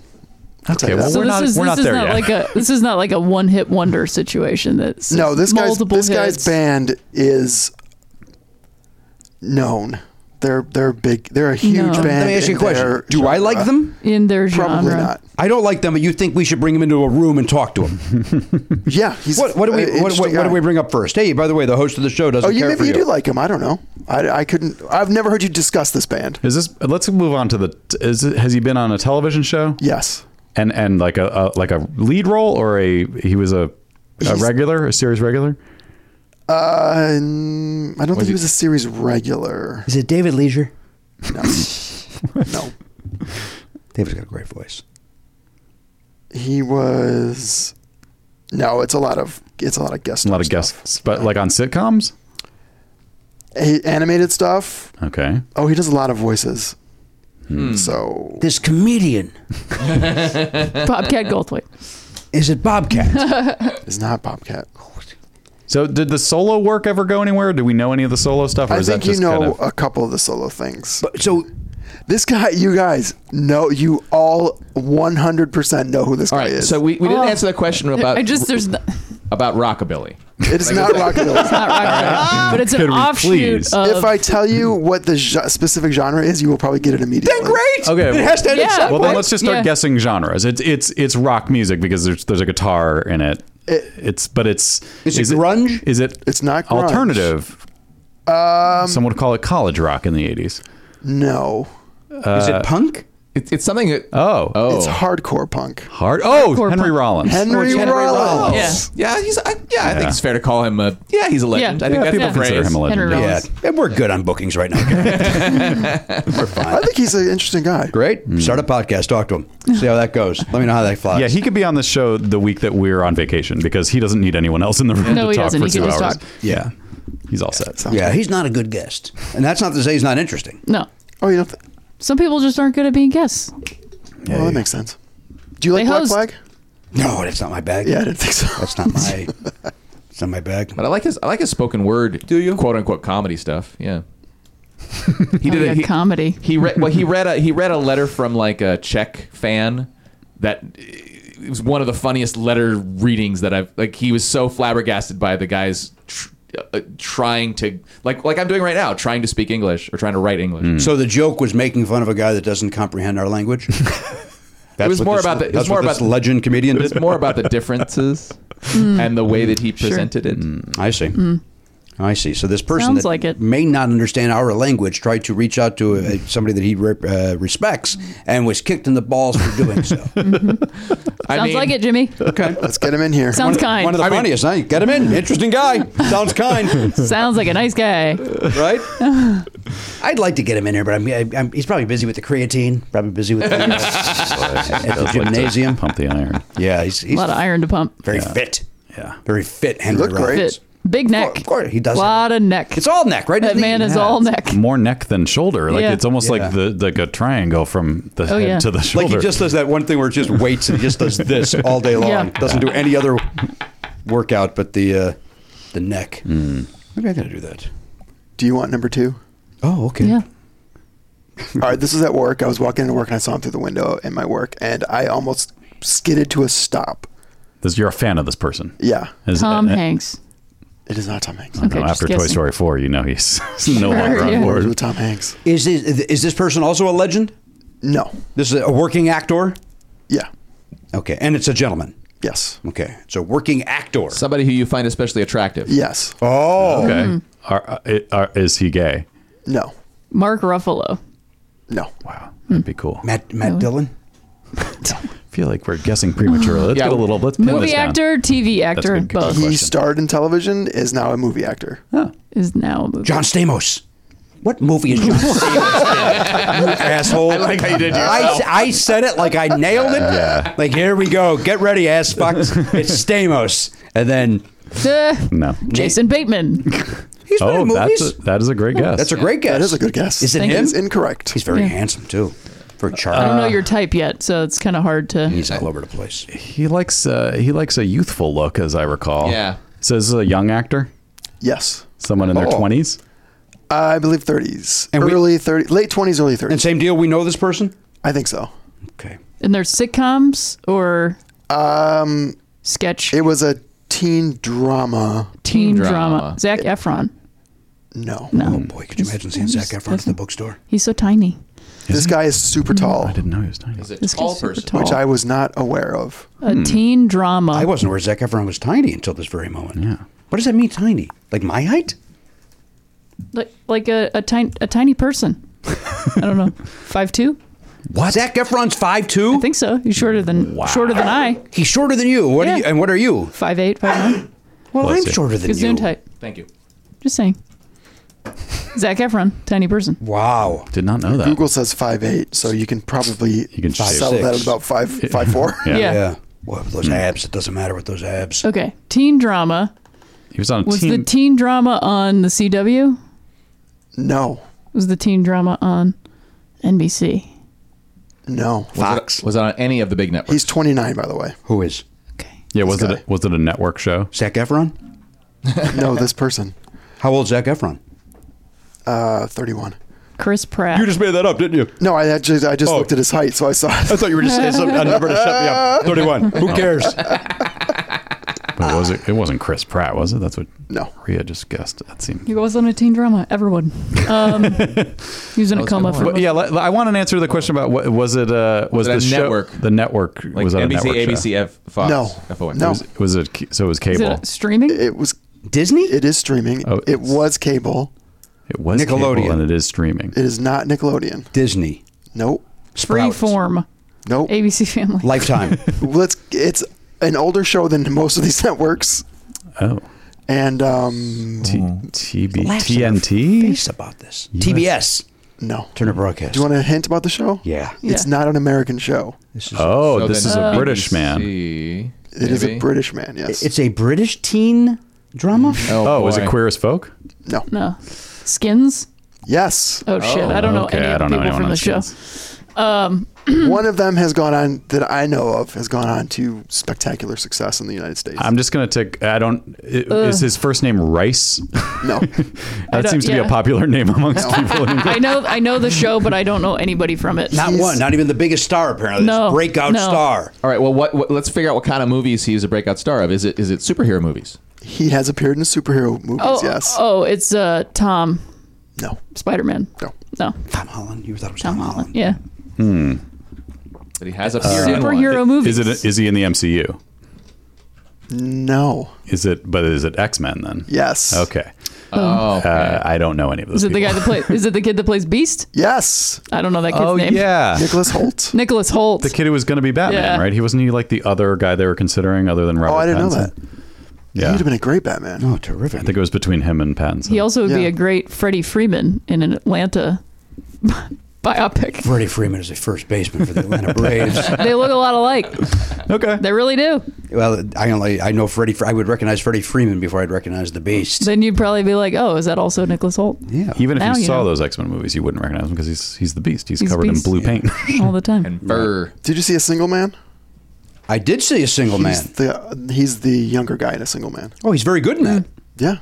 [SPEAKER 5] Okay, well
[SPEAKER 11] so
[SPEAKER 5] we're
[SPEAKER 11] this
[SPEAKER 5] not
[SPEAKER 11] is this
[SPEAKER 5] we're not
[SPEAKER 11] is
[SPEAKER 5] there
[SPEAKER 11] not
[SPEAKER 5] yet.
[SPEAKER 11] like a this is not like a one hit wonder situation. That's
[SPEAKER 7] No, this guy's
[SPEAKER 11] multiple
[SPEAKER 7] this
[SPEAKER 11] hits.
[SPEAKER 7] guy's band is known. They're they're big. They're a huge
[SPEAKER 11] No. Let me
[SPEAKER 7] band.
[SPEAKER 3] Let me ask you a
[SPEAKER 7] in
[SPEAKER 3] question.
[SPEAKER 7] their
[SPEAKER 3] Do I like
[SPEAKER 7] genre.
[SPEAKER 3] them?
[SPEAKER 11] in their
[SPEAKER 7] Probably
[SPEAKER 11] genre.
[SPEAKER 7] not.
[SPEAKER 3] I don't like them, but you think we should bring them into a room and talk to them.
[SPEAKER 7] Yeah, he's
[SPEAKER 3] What, what do we
[SPEAKER 7] an
[SPEAKER 3] what, what,
[SPEAKER 7] interesting
[SPEAKER 3] what do
[SPEAKER 7] guy.
[SPEAKER 3] we bring up first? Hey, by the way, the host of the show doesn't
[SPEAKER 7] Oh, you,
[SPEAKER 3] care
[SPEAKER 7] maybe
[SPEAKER 3] for
[SPEAKER 7] you
[SPEAKER 3] you.
[SPEAKER 7] do like him. I don't know. I, I couldn't. I've never heard you discuss this band.
[SPEAKER 5] Is this? Let's move on to the. Is it, has he been on a television show?
[SPEAKER 7] Yes,
[SPEAKER 5] And and like a, a like a lead role or a he was a a
[SPEAKER 7] He's-
[SPEAKER 5] regular a series regular.
[SPEAKER 7] uh, mm, I don't think he was a series regular.
[SPEAKER 3] Is it David Leisure?
[SPEAKER 7] No,
[SPEAKER 3] David's got a great voice.
[SPEAKER 7] he was. No, it's a lot of it's a lot of guest.
[SPEAKER 5] A lot of
[SPEAKER 7] stuff.
[SPEAKER 5] guests, but like on sitcoms.
[SPEAKER 7] He- animated stuff.
[SPEAKER 5] Okay.
[SPEAKER 7] Oh, he does a lot of voices.
[SPEAKER 5] Hmm.
[SPEAKER 7] So
[SPEAKER 3] This comedian
[SPEAKER 11] Bobcat Goldthwait.
[SPEAKER 3] is it Bobcat?
[SPEAKER 7] it's not Bobcat.
[SPEAKER 5] So did the solo work ever go anywhere? Do we know any of the solo stuff? Or
[SPEAKER 7] I
[SPEAKER 5] is
[SPEAKER 7] think
[SPEAKER 5] that
[SPEAKER 7] you
[SPEAKER 5] just
[SPEAKER 7] know
[SPEAKER 5] kind of-
[SPEAKER 7] a couple of the solo things.
[SPEAKER 3] so
[SPEAKER 7] This guy, you guys know, you all 100% know who this
[SPEAKER 2] All
[SPEAKER 7] guy
[SPEAKER 2] right.
[SPEAKER 7] is.
[SPEAKER 2] So we, we didn't
[SPEAKER 11] Oh.
[SPEAKER 2] answer that question about
[SPEAKER 11] I just there's n-
[SPEAKER 2] about rockabilly.
[SPEAKER 7] it is not rockabilly.
[SPEAKER 11] not rock, but it's
[SPEAKER 5] Could
[SPEAKER 11] an
[SPEAKER 5] we
[SPEAKER 11] offshoot
[SPEAKER 5] please?
[SPEAKER 11] of
[SPEAKER 7] if I tell you what the ge- specific genre is, you will probably get it immediately.
[SPEAKER 3] great.
[SPEAKER 5] Okay,
[SPEAKER 3] it
[SPEAKER 5] well-
[SPEAKER 3] has to end at
[SPEAKER 11] Yeah.
[SPEAKER 3] some
[SPEAKER 5] Well, then
[SPEAKER 11] What?
[SPEAKER 5] let's just start
[SPEAKER 11] Yeah.
[SPEAKER 5] guessing genres. It's it's it's rock music because there's there's a guitar in it.
[SPEAKER 7] It-
[SPEAKER 5] it's but it's
[SPEAKER 3] Is it grunge?
[SPEAKER 5] Is it
[SPEAKER 7] It's not grunge. Um,
[SPEAKER 5] alternative? Some would call it college rock in the eighties.
[SPEAKER 7] No.
[SPEAKER 3] is it punk?
[SPEAKER 2] It's it's something that
[SPEAKER 5] Oh,
[SPEAKER 2] oh
[SPEAKER 7] It's hardcore punk.
[SPEAKER 5] hard. Oh,
[SPEAKER 11] Hardcore
[SPEAKER 5] Henry
[SPEAKER 11] punk.
[SPEAKER 5] Rollins.
[SPEAKER 7] Henry,
[SPEAKER 3] Henry
[SPEAKER 7] Rollins.
[SPEAKER 11] Yeah.
[SPEAKER 2] yeah he's I, yeah, I think
[SPEAKER 5] Yeah.
[SPEAKER 2] it's fair to call him a yeah he's a legend.
[SPEAKER 11] Yeah.
[SPEAKER 2] I think
[SPEAKER 11] Yeah,
[SPEAKER 2] that's
[SPEAKER 5] People
[SPEAKER 2] the
[SPEAKER 5] consider
[SPEAKER 2] phrase.
[SPEAKER 5] him a legend.
[SPEAKER 11] Henry
[SPEAKER 5] yeah.
[SPEAKER 3] Yeah,
[SPEAKER 11] Rollins.
[SPEAKER 3] and we're good on bookings right now. we're
[SPEAKER 7] I
[SPEAKER 3] fine.
[SPEAKER 7] think he's an interesting guy.
[SPEAKER 3] Great. Start a podcast. Talk to him. See how that goes. Let me know how that flies.
[SPEAKER 5] Yeah, he could be on this show the week that we're on vacation because he doesn't need anyone else in the room
[SPEAKER 11] No,
[SPEAKER 5] to
[SPEAKER 11] he
[SPEAKER 5] talk
[SPEAKER 11] doesn't.
[SPEAKER 5] for
[SPEAKER 11] He
[SPEAKER 5] two
[SPEAKER 11] can just
[SPEAKER 5] hours.
[SPEAKER 11] talk.
[SPEAKER 5] Yeah, he's all set.
[SPEAKER 3] yeah, he's not a good guest, and that's not to say he's not interesting.
[SPEAKER 11] no.
[SPEAKER 7] Oh, you don't th-
[SPEAKER 11] Some people just aren't good at being guests.
[SPEAKER 7] Well, that makes sense. Do you like
[SPEAKER 11] They
[SPEAKER 7] Black
[SPEAKER 11] host-
[SPEAKER 7] Flag?
[SPEAKER 3] No, that's not my bag.
[SPEAKER 7] Yeah, I didn't think so.
[SPEAKER 3] that's not my. It's not my bag.
[SPEAKER 2] But I like his I like his spoken word. Do you quote unquote comedy stuff? Yeah. he
[SPEAKER 11] Oh,
[SPEAKER 2] did
[SPEAKER 11] yeah,
[SPEAKER 2] a he,
[SPEAKER 11] comedy.
[SPEAKER 2] He read well. He read a he read a letter from like a Czech fan that it was one of the funniest letter readings that I've like. He was so flabbergasted by the guys tr- uh, trying to like like I'm doing right now, trying to speak English or trying to write English.
[SPEAKER 5] Mm.
[SPEAKER 3] So the joke was making fun of a guy that doesn't comprehend our language.
[SPEAKER 2] It
[SPEAKER 3] That's
[SPEAKER 2] was
[SPEAKER 3] what
[SPEAKER 2] more
[SPEAKER 3] this-
[SPEAKER 2] about the- it was
[SPEAKER 3] that's
[SPEAKER 2] more
[SPEAKER 3] what this
[SPEAKER 2] about-
[SPEAKER 3] legend comedian.
[SPEAKER 2] But it's more about the differences and the way that he presented it.
[SPEAKER 3] I see. I see. So this person
[SPEAKER 11] Hmm. Sounds
[SPEAKER 3] that
[SPEAKER 11] like it.
[SPEAKER 3] may not understand our language tried to reach out to uh somebody that he rep, uh, respects and was kicked in the balls for doing so.
[SPEAKER 2] I
[SPEAKER 11] Sounds
[SPEAKER 2] mean,
[SPEAKER 11] like it, Jimmy.
[SPEAKER 3] okay.
[SPEAKER 7] Let's get him in here.
[SPEAKER 11] Sounds kind.
[SPEAKER 3] One of the
[SPEAKER 11] I mean-
[SPEAKER 3] funniest, huh? Get him in. Interesting guy. Sounds kind,
[SPEAKER 11] Sounds like a nice guy.
[SPEAKER 3] right? I'd like to get him in here, but I'm, I'm, he's probably busy with the creatine. Probably busy with the, uh, at the
[SPEAKER 5] Does like to
[SPEAKER 3] gymnasium.
[SPEAKER 5] pump the iron.
[SPEAKER 3] Yeah, he's,
[SPEAKER 11] A
[SPEAKER 3] he's
[SPEAKER 11] lot of iron to pump.
[SPEAKER 3] very fit.
[SPEAKER 5] Yeah.
[SPEAKER 3] Very fit, Henry
[SPEAKER 7] looked great.
[SPEAKER 3] Rollins.
[SPEAKER 11] Fit. Big neck.
[SPEAKER 3] Of course, he does.
[SPEAKER 11] A lot of neck.
[SPEAKER 3] It's all neck, right?
[SPEAKER 11] that
[SPEAKER 3] Isn't he?
[SPEAKER 11] man is
[SPEAKER 3] Yeah.
[SPEAKER 11] all neck.
[SPEAKER 5] more neck than shoulder. Like
[SPEAKER 11] Yeah. Oh,
[SPEAKER 5] it's almost
[SPEAKER 3] Yeah.
[SPEAKER 5] like the like a triangle from the head
[SPEAKER 11] yeah.
[SPEAKER 5] to the
[SPEAKER 11] Like
[SPEAKER 5] shoulder.
[SPEAKER 3] Like he just does that one thing where it just waits and he just does this all day long.
[SPEAKER 11] Yeah.
[SPEAKER 3] Doesn't do any other workout but the uh, the neck.
[SPEAKER 11] Hmm.
[SPEAKER 3] Maybe I gotta do that.
[SPEAKER 7] Do you want number two?
[SPEAKER 3] Oh, okay.
[SPEAKER 11] Yeah.
[SPEAKER 7] All right, this was at work. I was walking into work and I saw him through the window in my work, and I almost skidded to a stop.
[SPEAKER 5] This- you're a fan of this person.
[SPEAKER 7] Yeah,
[SPEAKER 5] Is-
[SPEAKER 11] Tom
[SPEAKER 5] uh,
[SPEAKER 11] Hanks.
[SPEAKER 7] it is not Tom Hanks.
[SPEAKER 5] No,
[SPEAKER 11] Okay, just
[SPEAKER 5] after Toy
[SPEAKER 11] guessing.
[SPEAKER 5] Story 4, you know he's no longer
[SPEAKER 11] yeah.
[SPEAKER 5] on
[SPEAKER 7] Or is it
[SPEAKER 5] board.
[SPEAKER 7] with Tom Hanks?
[SPEAKER 3] Is this, is this person also a legend?
[SPEAKER 7] No.
[SPEAKER 3] This is a working actor.
[SPEAKER 7] Yeah.
[SPEAKER 3] Okay, and it's a gentleman.
[SPEAKER 7] Yes.
[SPEAKER 3] Okay, it's a working actor.
[SPEAKER 2] somebody who you find especially attractive.
[SPEAKER 7] Yes.
[SPEAKER 3] oh,
[SPEAKER 11] Mm-hmm.
[SPEAKER 5] Okay. Are, uh, it- are- is he gay?
[SPEAKER 7] No.
[SPEAKER 11] Mark Ruffalo.
[SPEAKER 7] No.
[SPEAKER 5] Wow. That'd be cool.
[SPEAKER 3] Matt
[SPEAKER 11] Really?
[SPEAKER 3] Matt Dillon.
[SPEAKER 5] feel like we're guessing prematurely. Let's
[SPEAKER 7] Yeah.
[SPEAKER 5] get a little. Let's pin
[SPEAKER 11] Movie
[SPEAKER 5] this down.
[SPEAKER 11] actor, TV
[SPEAKER 5] That's a
[SPEAKER 11] actor,
[SPEAKER 5] good
[SPEAKER 11] both
[SPEAKER 7] He starred in television, is now a movie actor.
[SPEAKER 11] is now a movie.
[SPEAKER 3] John Stamos. What movie is John Stamos? in? you asshole.
[SPEAKER 12] I like how you did
[SPEAKER 3] I,
[SPEAKER 12] yourself.
[SPEAKER 3] I said it like I nailed it.
[SPEAKER 5] Yeah.
[SPEAKER 3] Like here we go. Get ready, ass fucks. It's Stamos. And then
[SPEAKER 11] Uh,
[SPEAKER 5] No.
[SPEAKER 11] Jason Bateman.
[SPEAKER 3] he's been
[SPEAKER 5] Oh,
[SPEAKER 3] in movies.
[SPEAKER 5] that's a, that is a great guess.
[SPEAKER 3] That's a great guess.
[SPEAKER 7] That is a good guess.
[SPEAKER 3] Is it
[SPEAKER 11] Thank
[SPEAKER 3] him?
[SPEAKER 7] It's incorrect.
[SPEAKER 3] He's very
[SPEAKER 11] Yeah. Uh,
[SPEAKER 3] handsome too. For Charlie,
[SPEAKER 11] I don't know your type yet, so it's kind of hard to.
[SPEAKER 3] he's all over the place.
[SPEAKER 5] He likes uh, he likes a youthful look, as I recall.
[SPEAKER 2] Yeah.
[SPEAKER 5] So this is a young actor,
[SPEAKER 7] yes.
[SPEAKER 5] someone in their
[SPEAKER 7] Oh.
[SPEAKER 5] twenties.
[SPEAKER 7] I believe 30s.
[SPEAKER 3] And we-
[SPEAKER 7] early 30s, late 20s, early 30s.
[SPEAKER 3] And same deal. We know this person.
[SPEAKER 7] I think so.
[SPEAKER 3] Okay.
[SPEAKER 11] And there's sitcoms or um sketch
[SPEAKER 7] It was a teen drama.
[SPEAKER 11] teen
[SPEAKER 2] Teen
[SPEAKER 11] drama.
[SPEAKER 2] drama.
[SPEAKER 11] Zach Efron.
[SPEAKER 7] No.
[SPEAKER 3] Oh
[SPEAKER 11] No,
[SPEAKER 3] boy, could you imagine seeing Zach Efron at the bookstore?
[SPEAKER 11] he's so tiny.
[SPEAKER 7] This guy is super tall,
[SPEAKER 5] I didn't know he was tiny.
[SPEAKER 2] Is it
[SPEAKER 11] This
[SPEAKER 2] tall
[SPEAKER 11] kid's super
[SPEAKER 2] person?
[SPEAKER 11] tall.
[SPEAKER 7] which I was not aware of.
[SPEAKER 11] A teen drama.
[SPEAKER 3] I wasn't aware Zach Efron was tiny until this very moment.
[SPEAKER 5] Yeah.
[SPEAKER 3] What does that mean, tiny? Like my height?
[SPEAKER 11] like like a a tiny a tiny person. I don't know, five two.
[SPEAKER 3] What? Zach Efron's five two.
[SPEAKER 11] I think so. He's shorter than shorter than I.
[SPEAKER 3] He's shorter than you. What are
[SPEAKER 11] Yeah.
[SPEAKER 3] you? And what are you?
[SPEAKER 11] Five eight, five nine.
[SPEAKER 3] Well,
[SPEAKER 5] Bless
[SPEAKER 3] I'm
[SPEAKER 5] you.
[SPEAKER 3] shorter than you.
[SPEAKER 11] Gazoon type.
[SPEAKER 2] Thank you.
[SPEAKER 11] Just saying. Zach Efron, tiny person.
[SPEAKER 3] Wow.
[SPEAKER 5] Did not know that.
[SPEAKER 7] Google says five eight, so you can probably
[SPEAKER 5] You can
[SPEAKER 3] Five,
[SPEAKER 5] shave.
[SPEAKER 7] settle
[SPEAKER 3] six.
[SPEAKER 7] that at about five five four.
[SPEAKER 5] Yeah.
[SPEAKER 11] Yeah.
[SPEAKER 3] Yeah. Well, with
[SPEAKER 5] Hmm.
[SPEAKER 3] those abs, it doesn't matter with those abs.
[SPEAKER 11] Okay. Teen drama.
[SPEAKER 5] He was on a
[SPEAKER 11] Was
[SPEAKER 5] team.
[SPEAKER 11] the teen drama on the CW?
[SPEAKER 7] No,
[SPEAKER 11] Was the teen drama on NBC?
[SPEAKER 7] no.
[SPEAKER 3] Fox.
[SPEAKER 2] Was it on any of the big networks?
[SPEAKER 7] He's twenty nine, by the way.
[SPEAKER 3] Who is
[SPEAKER 11] Okay.
[SPEAKER 5] yeah. Was
[SPEAKER 7] this
[SPEAKER 5] it
[SPEAKER 7] guy.
[SPEAKER 5] was it a network show?
[SPEAKER 3] Zach Efron?
[SPEAKER 7] No, this person,
[SPEAKER 3] How old is Zach Efron?
[SPEAKER 7] uh, thirty one.
[SPEAKER 11] Chris Pratt.
[SPEAKER 5] made that up, didn't you?
[SPEAKER 7] No, I had just I just looked at his height, so I saw. It.
[SPEAKER 5] thought you were just saying some, a number to shut me up. Thirty-one.
[SPEAKER 3] Who cares?
[SPEAKER 5] But was it? It wasn't Chris Pratt, was it? That's what.
[SPEAKER 7] No.
[SPEAKER 5] Rhea just guessed. That seemed.
[SPEAKER 11] He was on a teen drama. Everyone. Um, he was in a coma for.
[SPEAKER 5] But yeah, let- I want an answer to the question about what was it? Uh,
[SPEAKER 2] Was
[SPEAKER 5] was,
[SPEAKER 2] it a
[SPEAKER 5] the show-
[SPEAKER 2] network?
[SPEAKER 5] The network
[SPEAKER 2] like
[SPEAKER 5] was that a
[SPEAKER 2] NBC,
[SPEAKER 5] network show?
[SPEAKER 2] ABC, F, Fox,
[SPEAKER 7] No.
[SPEAKER 2] FOM.
[SPEAKER 7] No.
[SPEAKER 5] Was, was it? So it was
[SPEAKER 11] Is
[SPEAKER 5] cable.
[SPEAKER 11] it streaming?
[SPEAKER 7] It was.
[SPEAKER 3] Disney?
[SPEAKER 7] It is streaming.
[SPEAKER 5] Oh,
[SPEAKER 7] it
[SPEAKER 5] it's-
[SPEAKER 7] was cable.
[SPEAKER 5] It was
[SPEAKER 3] Nickelodeon.
[SPEAKER 5] cable and it is streaming.
[SPEAKER 7] It is not Nickelodeon.
[SPEAKER 3] Disney.
[SPEAKER 7] Nope.
[SPEAKER 3] Sprouts.
[SPEAKER 11] Freeform.
[SPEAKER 7] Nope.
[SPEAKER 11] ABC Family.
[SPEAKER 3] Lifetime.
[SPEAKER 7] Let's. It's an older show than most of these networks,
[SPEAKER 5] Oh,
[SPEAKER 7] and um,
[SPEAKER 5] T- TB
[SPEAKER 3] Laughs in her
[SPEAKER 5] TNT.
[SPEAKER 3] Face about this. TBS.
[SPEAKER 7] no.
[SPEAKER 3] Turner Broadcast.
[SPEAKER 7] Do you want a hint about the show?
[SPEAKER 3] Yeah.
[SPEAKER 7] It's not an American show.
[SPEAKER 3] This is
[SPEAKER 5] Oh,
[SPEAKER 2] So
[SPEAKER 5] this
[SPEAKER 2] then
[SPEAKER 5] is a British man.
[SPEAKER 2] BBC,
[SPEAKER 7] It is a
[SPEAKER 2] maybe?
[SPEAKER 7] British man. Yes.
[SPEAKER 3] It's a British teen drama.
[SPEAKER 5] Oh, was it
[SPEAKER 2] boy.
[SPEAKER 5] Queer as Folk?
[SPEAKER 7] no.
[SPEAKER 11] No. Skins.
[SPEAKER 7] Yes.
[SPEAKER 11] Oh, shit! I don't know
[SPEAKER 5] okay,
[SPEAKER 11] any
[SPEAKER 5] I
[SPEAKER 11] of the
[SPEAKER 5] don't know
[SPEAKER 11] people
[SPEAKER 5] anyone
[SPEAKER 11] from
[SPEAKER 5] on
[SPEAKER 11] the show. Um,
[SPEAKER 5] Skins.
[SPEAKER 7] One of them has gone on that I know of has gone on to spectacular success in the United States.
[SPEAKER 5] I'm just gonna take. I don't. i- Is his first name Rice?
[SPEAKER 7] no.
[SPEAKER 5] that
[SPEAKER 11] don't-
[SPEAKER 5] seems to be a
[SPEAKER 11] yeah.
[SPEAKER 5] popular name amongst people. in England.
[SPEAKER 11] I know, I know the show, but I don't know anybody from it.
[SPEAKER 3] Not
[SPEAKER 7] He's-
[SPEAKER 3] one. Not even the biggest star, apparently. This
[SPEAKER 11] No,
[SPEAKER 3] breakout
[SPEAKER 11] no.
[SPEAKER 3] star.
[SPEAKER 2] All right. Well, what, what? Let's figure out what kind of movies he's a breakout star of. Is it is it superhero movies?
[SPEAKER 7] he has appeared in superhero movies.
[SPEAKER 11] oh,
[SPEAKER 7] yes.
[SPEAKER 11] oh, it's uh, Tom
[SPEAKER 7] No.
[SPEAKER 11] Spider Man.
[SPEAKER 7] No.
[SPEAKER 11] No,
[SPEAKER 3] Tom Holland. You thought it was
[SPEAKER 11] Tom
[SPEAKER 3] Tom,
[SPEAKER 11] Holland. Yeah,
[SPEAKER 2] That he has
[SPEAKER 7] Uh,
[SPEAKER 2] a period
[SPEAKER 11] superhero movies.
[SPEAKER 5] Is it? Is he in the MCU?
[SPEAKER 7] No.
[SPEAKER 5] Is it? But is it X Men then?
[SPEAKER 7] Yes.
[SPEAKER 5] Okay.
[SPEAKER 2] Oh, okay.
[SPEAKER 5] Uh, I don't know any of those.
[SPEAKER 11] Is it the
[SPEAKER 5] people.
[SPEAKER 11] guy that plays? Is it the kid that plays Beast?
[SPEAKER 7] Yes.
[SPEAKER 11] I don't know that kid's
[SPEAKER 5] Oh
[SPEAKER 11] name.
[SPEAKER 5] yeah,
[SPEAKER 7] Nicholas Holt.
[SPEAKER 11] Nicholas Holt.
[SPEAKER 5] the kid who was going to be Batman,
[SPEAKER 11] Yeah.
[SPEAKER 5] right? He wasn't he like the other guy they were considering, other than Robert.
[SPEAKER 7] oh, I didn't know
[SPEAKER 5] Pattinson?
[SPEAKER 7] that.
[SPEAKER 5] Yeah,
[SPEAKER 7] He'd have been a great Batman.
[SPEAKER 3] Oh, terrific.
[SPEAKER 5] I think it was between him and Pattinson.
[SPEAKER 11] he also would be
[SPEAKER 7] Yeah.
[SPEAKER 11] a great Freddie Freeman in an Atlanta biopic.
[SPEAKER 3] Freddie Freeman is a first baseman for the Atlanta Braves.
[SPEAKER 11] they look a lot alike.
[SPEAKER 5] okay.
[SPEAKER 11] They really do.
[SPEAKER 3] well, I only I know Freddie. Fre- I would recognize Freddie Freeman before I'd recognize the Beast.
[SPEAKER 11] Then you'd probably be like, "Oh, is that also Nicholas Holt?"
[SPEAKER 3] yeah.
[SPEAKER 5] Even if
[SPEAKER 11] Now
[SPEAKER 5] you
[SPEAKER 11] you
[SPEAKER 5] saw
[SPEAKER 11] know.
[SPEAKER 5] those X Men movies, you wouldn't recognize him because he's he's the Beast. He's,
[SPEAKER 11] He's
[SPEAKER 5] covered
[SPEAKER 11] Beast.
[SPEAKER 5] in blue paint.
[SPEAKER 11] all the time.
[SPEAKER 2] and Burr.
[SPEAKER 7] Did you see a single man?
[SPEAKER 3] I did see a single Oh, man.
[SPEAKER 7] He's the he's the younger guy in a single man.
[SPEAKER 3] oh, he's very good in that.
[SPEAKER 5] Mm-hmm.
[SPEAKER 7] Yeah.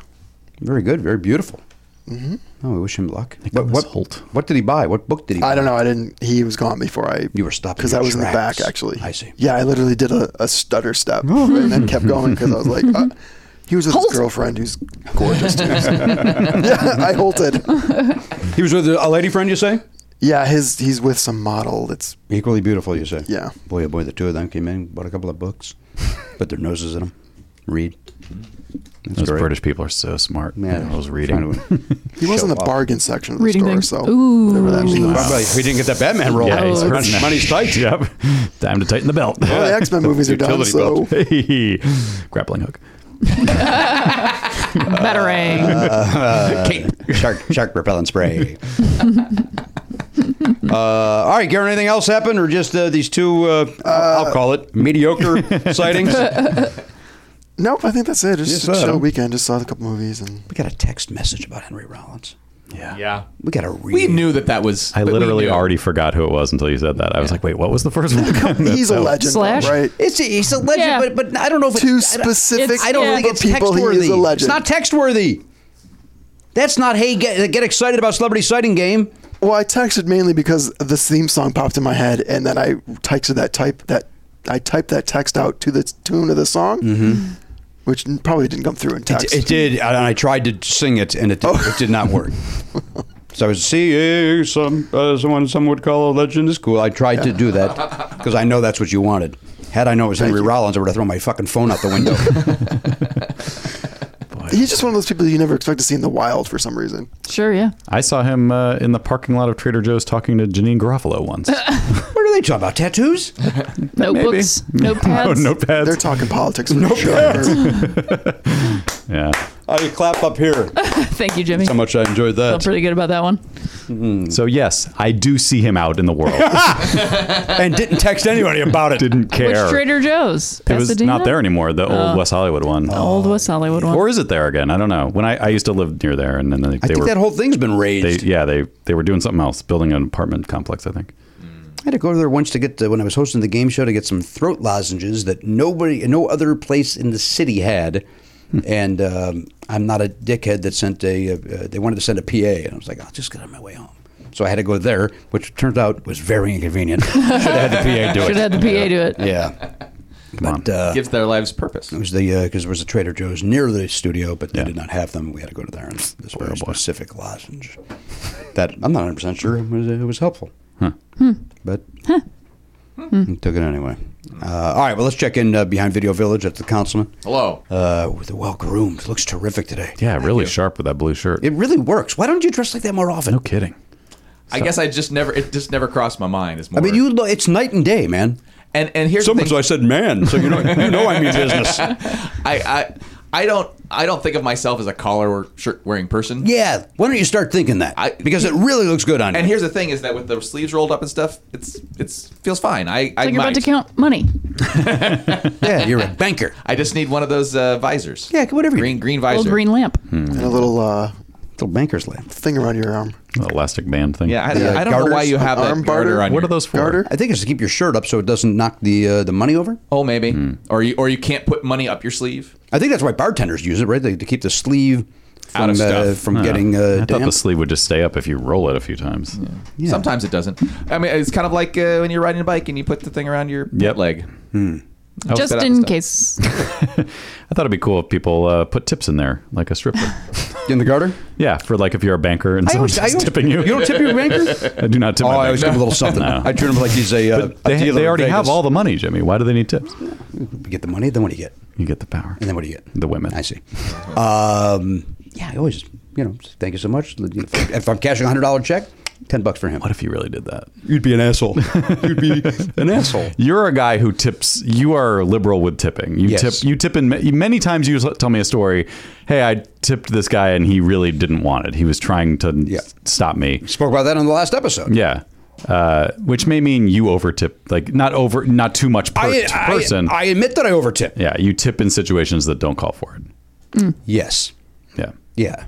[SPEAKER 3] Very good. Very beautiful. Mm-hmm. Oh, we wish him luck. What,
[SPEAKER 5] Nicholas
[SPEAKER 3] what,
[SPEAKER 5] Holt.
[SPEAKER 3] what did he buy? What book did he? buy?
[SPEAKER 7] I don't know. I didn't. He was gone before I.
[SPEAKER 3] You were stopping
[SPEAKER 7] because I
[SPEAKER 3] your
[SPEAKER 7] was in the
[SPEAKER 3] tracks.
[SPEAKER 7] back actually.
[SPEAKER 3] I see. Oh.
[SPEAKER 7] Yeah, I literally did a, a stutter step and then kept going because I was like, uh, he was with
[SPEAKER 11] Hold.
[SPEAKER 7] his girlfriend who's gorgeous too. yeah, I halted.
[SPEAKER 3] He was with a lady friend, you say?
[SPEAKER 7] Yeah, his he's with some model. That's
[SPEAKER 3] Equally beautiful, you say?
[SPEAKER 7] Yeah.
[SPEAKER 3] Boy, oh boy, the two of them came in, bought a couple of books, put their noses in them, read.
[SPEAKER 5] Those Mm-hmm. British people are so smart.
[SPEAKER 3] Man,
[SPEAKER 5] I was reading.
[SPEAKER 4] He was in the bargain section of the
[SPEAKER 7] Reading
[SPEAKER 4] store,
[SPEAKER 7] things.
[SPEAKER 4] so
[SPEAKER 7] Ooh.
[SPEAKER 4] whatever that means.
[SPEAKER 3] Probably- we didn't get that Batman roll.
[SPEAKER 5] Yeah, he's
[SPEAKER 3] Oh, Money-
[SPEAKER 5] hurting.
[SPEAKER 3] Money's tight.
[SPEAKER 5] Yep. Time to tighten the belt.
[SPEAKER 4] All the X Men movies are done,
[SPEAKER 5] Utility
[SPEAKER 4] so
[SPEAKER 5] belt. Hey. Grappling hook.
[SPEAKER 7] Batarang.
[SPEAKER 3] Cape. Shark, shark repellent spray. uh, all right, Garen, anything else happened or just uh, these two, uh, I'll I'll call it, mediocre sightings? We
[SPEAKER 4] nope. I think that's it. It's
[SPEAKER 3] Yes,
[SPEAKER 4] just a
[SPEAKER 3] sir.
[SPEAKER 4] show weekend. Just saw a couple movies and
[SPEAKER 3] got a text message about Henry Rollins.
[SPEAKER 5] Yeah.
[SPEAKER 2] Yeah.
[SPEAKER 3] We got to read.
[SPEAKER 2] We knew that that was.
[SPEAKER 5] I
[SPEAKER 2] but we
[SPEAKER 5] literally
[SPEAKER 2] knew.
[SPEAKER 5] already forgot who it was until you said that. I was like, wait, what was the first one?
[SPEAKER 4] he's a
[SPEAKER 5] That-
[SPEAKER 4] legend,
[SPEAKER 7] Slash?
[SPEAKER 4] right?
[SPEAKER 3] It's a, it's a legend,
[SPEAKER 7] Yeah.
[SPEAKER 3] but, but I don't know if
[SPEAKER 4] Too
[SPEAKER 3] it's,
[SPEAKER 4] specific
[SPEAKER 3] I don't, I don't
[SPEAKER 7] It's-
[SPEAKER 3] think it's
[SPEAKER 4] people,
[SPEAKER 3] text
[SPEAKER 4] he is
[SPEAKER 3] worthy.
[SPEAKER 4] a legend.
[SPEAKER 3] It's not text worthy. That's not hey get, get excited about celebrity sighting game.
[SPEAKER 4] Well, I texted mainly because the theme song popped in my head, and then I texted that type that I typed that text out to the tune of the song, which n- probably didn't come through in text.
[SPEAKER 3] It, it did, and I tried to sing it, and it did, it did not work. So I was see some uh, someone some would call a legend is cool. I tried to do that because I know that's what you wanted. Had I known it was Henry Rollins, I would have thrown my fucking phone out the window.
[SPEAKER 4] He's just one of those people you never expect to see in the wild for some reason.
[SPEAKER 7] Sure, yeah.
[SPEAKER 5] I saw him uh, in the parking lot of Trader Joe's talking to Janine Garofalo once.
[SPEAKER 3] what are they talking about? Tattoos?
[SPEAKER 7] Notebooks, notepads.
[SPEAKER 5] No, notepads.
[SPEAKER 4] They're talking politics for sure.
[SPEAKER 5] yeah.
[SPEAKER 3] I clap up here.
[SPEAKER 7] Thank you, Jimmy.
[SPEAKER 3] How much I enjoyed
[SPEAKER 7] Felt
[SPEAKER 3] that.
[SPEAKER 7] pretty good about that one.
[SPEAKER 5] So yes, I do see him out in the world.
[SPEAKER 3] And didn't text anybody about it.
[SPEAKER 5] Didn't care.
[SPEAKER 7] Which Trader Joe's?
[SPEAKER 5] it was
[SPEAKER 7] Pasadena? Oh.
[SPEAKER 5] not there anymore. The old West Hollywood one.
[SPEAKER 3] Oh,
[SPEAKER 7] Old West Hollywood one.
[SPEAKER 5] Or is it there again? I don't know. When I, I used to live near there, and then they,
[SPEAKER 3] I
[SPEAKER 5] they
[SPEAKER 3] think
[SPEAKER 5] were
[SPEAKER 3] that whole thing's been raised.
[SPEAKER 5] they yeah they they were doing something else, building an apartment complex. I think.
[SPEAKER 3] I had to go there once to get to, when I was hosting the game show to get some throat lozenges that nobody, no other place in the city had. and um, I'm not a dickhead that sent a. Uh, uh, they wanted to send a PA, and I was like, I'll just get on my way home. So I had to go there, which turned out was very inconvenient. Should have had the PA do it.
[SPEAKER 7] Should have had the PA do it.
[SPEAKER 3] Yeah,
[SPEAKER 5] Come
[SPEAKER 3] but uh,
[SPEAKER 2] gives their lives purpose.
[SPEAKER 3] it was the because there was a Trader Joe's near the studio, but they
[SPEAKER 5] Yeah.
[SPEAKER 3] did not have them. We had to go to there and this very
[SPEAKER 5] boy.
[SPEAKER 3] specific lozenge. That I'm not 100 percent sure it was, it was helpful, but we took it anyway. Uh, all right, well let's check in uh, behind Video Village at the Councilman.
[SPEAKER 2] Hello.
[SPEAKER 3] Uh, with the well groomed, looks terrific today.
[SPEAKER 5] Yeah, really sharp with that blue shirt.
[SPEAKER 3] It really works. Why don't you dress like that more often?
[SPEAKER 5] no kidding.
[SPEAKER 2] I guess I just never. It just never crossed my mind. It's
[SPEAKER 3] I
[SPEAKER 2] more.
[SPEAKER 3] mean, you look, it's night and day, man.
[SPEAKER 2] And and here's the
[SPEAKER 3] Someone
[SPEAKER 2] thing.
[SPEAKER 3] so I said man, so you know you know I mean business.
[SPEAKER 2] I, I I don't I don't think of myself as a collar or shirt wearing person.
[SPEAKER 3] Yeah, why don't you start thinking that?
[SPEAKER 2] I-
[SPEAKER 3] because it really looks good on you.
[SPEAKER 2] And here's the thing: is that with the sleeves rolled up and stuff, it's it's feels fine. I I
[SPEAKER 7] Like you're about
[SPEAKER 2] might.
[SPEAKER 7] to count money.
[SPEAKER 3] yeah, you're a banker.
[SPEAKER 2] I just need one of those uh, visors.
[SPEAKER 3] Yeah, whatever you
[SPEAKER 2] Green
[SPEAKER 3] need.
[SPEAKER 2] green visor.
[SPEAKER 7] Old green lamp.
[SPEAKER 4] and a little uh,
[SPEAKER 3] Little banker's lamp.
[SPEAKER 4] thing around your arm.
[SPEAKER 5] The elastic band thing.
[SPEAKER 2] Yeah, I,
[SPEAKER 3] The, uh,
[SPEAKER 2] I don't know why
[SPEAKER 3] garters?
[SPEAKER 2] you have that
[SPEAKER 4] Arm
[SPEAKER 2] garter
[SPEAKER 4] barter?
[SPEAKER 2] on.
[SPEAKER 5] What
[SPEAKER 2] your-
[SPEAKER 5] are those for?
[SPEAKER 4] Garter?
[SPEAKER 3] I think it's to keep your shirt up so it doesn't knock the uh, the money over.
[SPEAKER 2] Oh, maybe. Or you or you can't put money up your sleeve.
[SPEAKER 3] I think that's why bartenders use it, right? They, to keep the sleeve from,
[SPEAKER 2] Out of
[SPEAKER 3] Uh,
[SPEAKER 2] stuff.
[SPEAKER 3] from
[SPEAKER 5] Huh.
[SPEAKER 3] getting
[SPEAKER 5] I
[SPEAKER 3] uh,
[SPEAKER 5] thought
[SPEAKER 3] damp.
[SPEAKER 5] the sleeve would just stay up if you roll it a few times.
[SPEAKER 2] Sometimes it doesn't. I mean, it's kind of like uh, when you're riding a bike and you put the thing around your
[SPEAKER 5] Yep. Hmm.
[SPEAKER 2] leg. Oh,
[SPEAKER 7] Just
[SPEAKER 2] set up
[SPEAKER 7] in
[SPEAKER 2] stuff.
[SPEAKER 7] case.
[SPEAKER 5] I thought it'd be cool if people uh, put tips in there, like a stripper.
[SPEAKER 3] in the garter.
[SPEAKER 5] yeah, for like if you're a banker and
[SPEAKER 3] I
[SPEAKER 5] someone's
[SPEAKER 3] always, I
[SPEAKER 5] just
[SPEAKER 3] always,
[SPEAKER 5] tipping you.
[SPEAKER 3] You don't tip your banker.
[SPEAKER 5] I Uh, do not tip.
[SPEAKER 3] Oh,
[SPEAKER 5] my
[SPEAKER 3] I always
[SPEAKER 5] banker.
[SPEAKER 3] give him a little something.
[SPEAKER 5] No.
[SPEAKER 3] I treat him like he's a. Uh, a
[SPEAKER 5] They,
[SPEAKER 3] dealer
[SPEAKER 5] they
[SPEAKER 3] in
[SPEAKER 5] already have
[SPEAKER 3] Vegas.
[SPEAKER 5] all the money, Jimmy. Why do they need tips?
[SPEAKER 3] You get the money, then what do you get?
[SPEAKER 5] You get the power.
[SPEAKER 3] And then what do you get?
[SPEAKER 5] The women.
[SPEAKER 3] I see. Um, yeah, I always, you know, thank you so much. If I'm cashing a hundred dollar check, ten bucks for him.
[SPEAKER 5] What if you really did that?
[SPEAKER 3] You'd be an asshole. You'd be an asshole.
[SPEAKER 5] You're a guy who tips. You are liberal with tipping. You
[SPEAKER 3] Yes.
[SPEAKER 5] tip. You tip in ma- you- many times. You tell me a story. Hey, I tipped this guy and he really didn't want it. He was trying to
[SPEAKER 3] Yeah.
[SPEAKER 5] s- stop me.
[SPEAKER 3] Spoke about that on the last episode.
[SPEAKER 5] Yeah. Uh, which may mean you overtip, like not over, not too much per
[SPEAKER 3] I,
[SPEAKER 5] t-
[SPEAKER 3] I-
[SPEAKER 5] person.
[SPEAKER 3] I admit that I overtip.
[SPEAKER 5] yeah, you tip in situations that don't call for it.
[SPEAKER 3] Yes.
[SPEAKER 5] Yeah.
[SPEAKER 3] Yeah.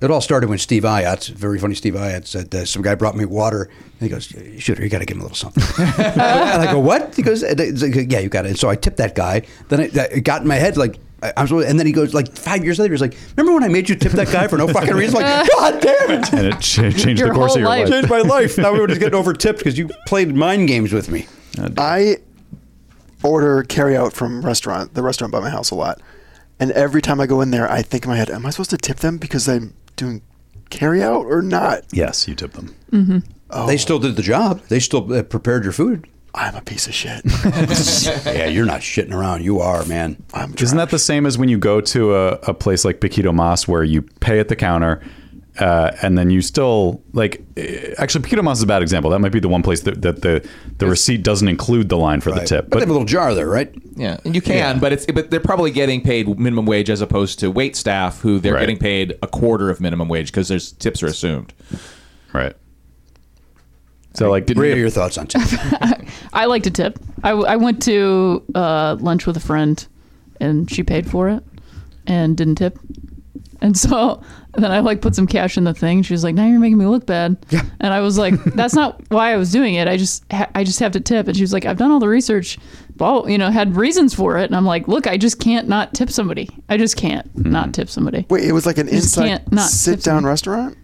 [SPEAKER 3] It all started when Steve Iott, very funny Steve Iott, said uh, some guy brought me water. And he goes, "Shooter, you got to give him a little something." and I go, "What?" He goes, "He's like, "Yeah, you got it." And so I tipped that guy. Then I, that, it got in my head like. I- I'm supposed, and then he goes like five years later. He's like, "Remember when I made you tip that guy for no fucking reason?" I'm like, God damn it!
[SPEAKER 5] And it ch- changed
[SPEAKER 7] Your
[SPEAKER 5] the course
[SPEAKER 7] whole
[SPEAKER 5] of your
[SPEAKER 7] life.
[SPEAKER 5] life.
[SPEAKER 3] Changed my life. Now we were just getting over tipped because you played mind games with me.
[SPEAKER 4] I order carryout from restaurant, the restaurant by my house a lot, and every time I go in there, I think in my head, "Am I supposed to tip them because I'm doing carryout or not?"
[SPEAKER 5] Yes, you tip them. Oh.
[SPEAKER 3] They still did the job. They still uh, prepared your food.
[SPEAKER 7] I'm a piece of shit.
[SPEAKER 3] yeah, you're not shitting around. You are, man.
[SPEAKER 5] Isn't that the same as when you go to a, a place like Paquito Mas where you pay at the counter uh, and then you still like eh, actually Paquito Mas is a bad example. That might be the one place that, that the, the receipt doesn't include the line for the tip.
[SPEAKER 3] But they have a little jar there, right?
[SPEAKER 2] Yeah, and you can, but it's but they're probably getting paid minimum wage as opposed to wait staff who they're
[SPEAKER 5] Right.
[SPEAKER 2] getting paid a quarter of minimum wage because there's tips are assumed.
[SPEAKER 5] Right. So like,
[SPEAKER 3] Rhea, your thoughts on tip?
[SPEAKER 11] I like to tip. I, I went to uh, lunch with a friend, and she paid for it, and didn't tip. And so then I like put some cash in the thing. She was like, "Now you're making me look bad." Yeah. And I was like, "That's not why I was doing it. I just ha- I just have to tip." And she was like, "I've done all the research, well, you know, had reasons for it." And I'm like, "Look, I just can't not tip somebody. I just can't not tip somebody."
[SPEAKER 7] Wait, it was like an
[SPEAKER 11] You just
[SPEAKER 7] inside
[SPEAKER 11] can't not tip
[SPEAKER 7] sit down restaurant?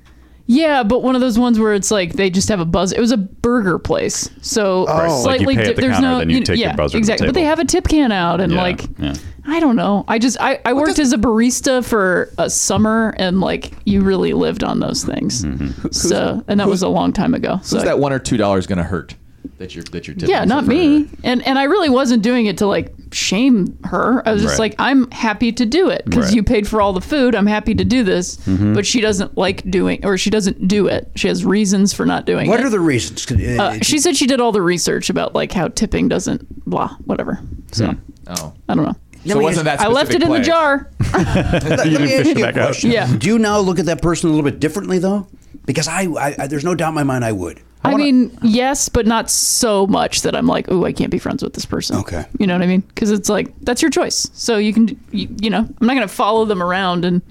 [SPEAKER 11] yeah, but one of those ones where it's like they just have a buzz. It was a burger place, so
[SPEAKER 5] Right, like you
[SPEAKER 11] slightly.
[SPEAKER 5] pay at
[SPEAKER 11] di-
[SPEAKER 5] the
[SPEAKER 11] there's
[SPEAKER 5] counter,
[SPEAKER 11] no,
[SPEAKER 5] then you take your
[SPEAKER 11] yeah,
[SPEAKER 5] buzzer to the
[SPEAKER 11] exactly. But they
[SPEAKER 5] table.
[SPEAKER 11] have a tip can out, and
[SPEAKER 5] Yeah,
[SPEAKER 11] like
[SPEAKER 5] yeah.
[SPEAKER 11] I don't know. I just I, I worked as a barista for a summer, and like you really lived on those things. So and that was a long time ago. So
[SPEAKER 2] Who's that one or two dollars going to hurt that you're that you're tipping?
[SPEAKER 11] yeah, not me. And and I really wasn't doing it to like shame her. I was just
[SPEAKER 2] Right.
[SPEAKER 11] like, I'm happy to do it because
[SPEAKER 2] Right.
[SPEAKER 11] you paid for all the food. I'm happy to do this,
[SPEAKER 2] Mm-hmm.
[SPEAKER 3] Mhm.
[SPEAKER 11] but she doesn't like doing or she doesn't do it. She has reasons for not doing
[SPEAKER 3] What
[SPEAKER 11] it.
[SPEAKER 3] are the reasons?
[SPEAKER 11] uh, she said she did all the research about like how tipping doesn't blah whatever. So
[SPEAKER 2] Oh,
[SPEAKER 11] I don't know.
[SPEAKER 3] Let me wasn't ask- that
[SPEAKER 11] I left it
[SPEAKER 3] specific
[SPEAKER 11] in the
[SPEAKER 3] place.
[SPEAKER 11] jar.
[SPEAKER 3] Let,
[SPEAKER 11] You
[SPEAKER 3] let
[SPEAKER 11] didn't
[SPEAKER 3] me ask
[SPEAKER 11] fish it
[SPEAKER 3] you a
[SPEAKER 11] back out.
[SPEAKER 3] question.
[SPEAKER 11] Yeah.
[SPEAKER 3] Do you now look at that person a little bit differently, though? Because I, I, I there's no doubt in my mind I would.
[SPEAKER 11] I, mean, yes, but not so much that I'm like, oh, I can't be friends with this person. Okay. You know what I mean? Because it's like that's your choice. So you can, you, you know, I'm not gonna follow them around and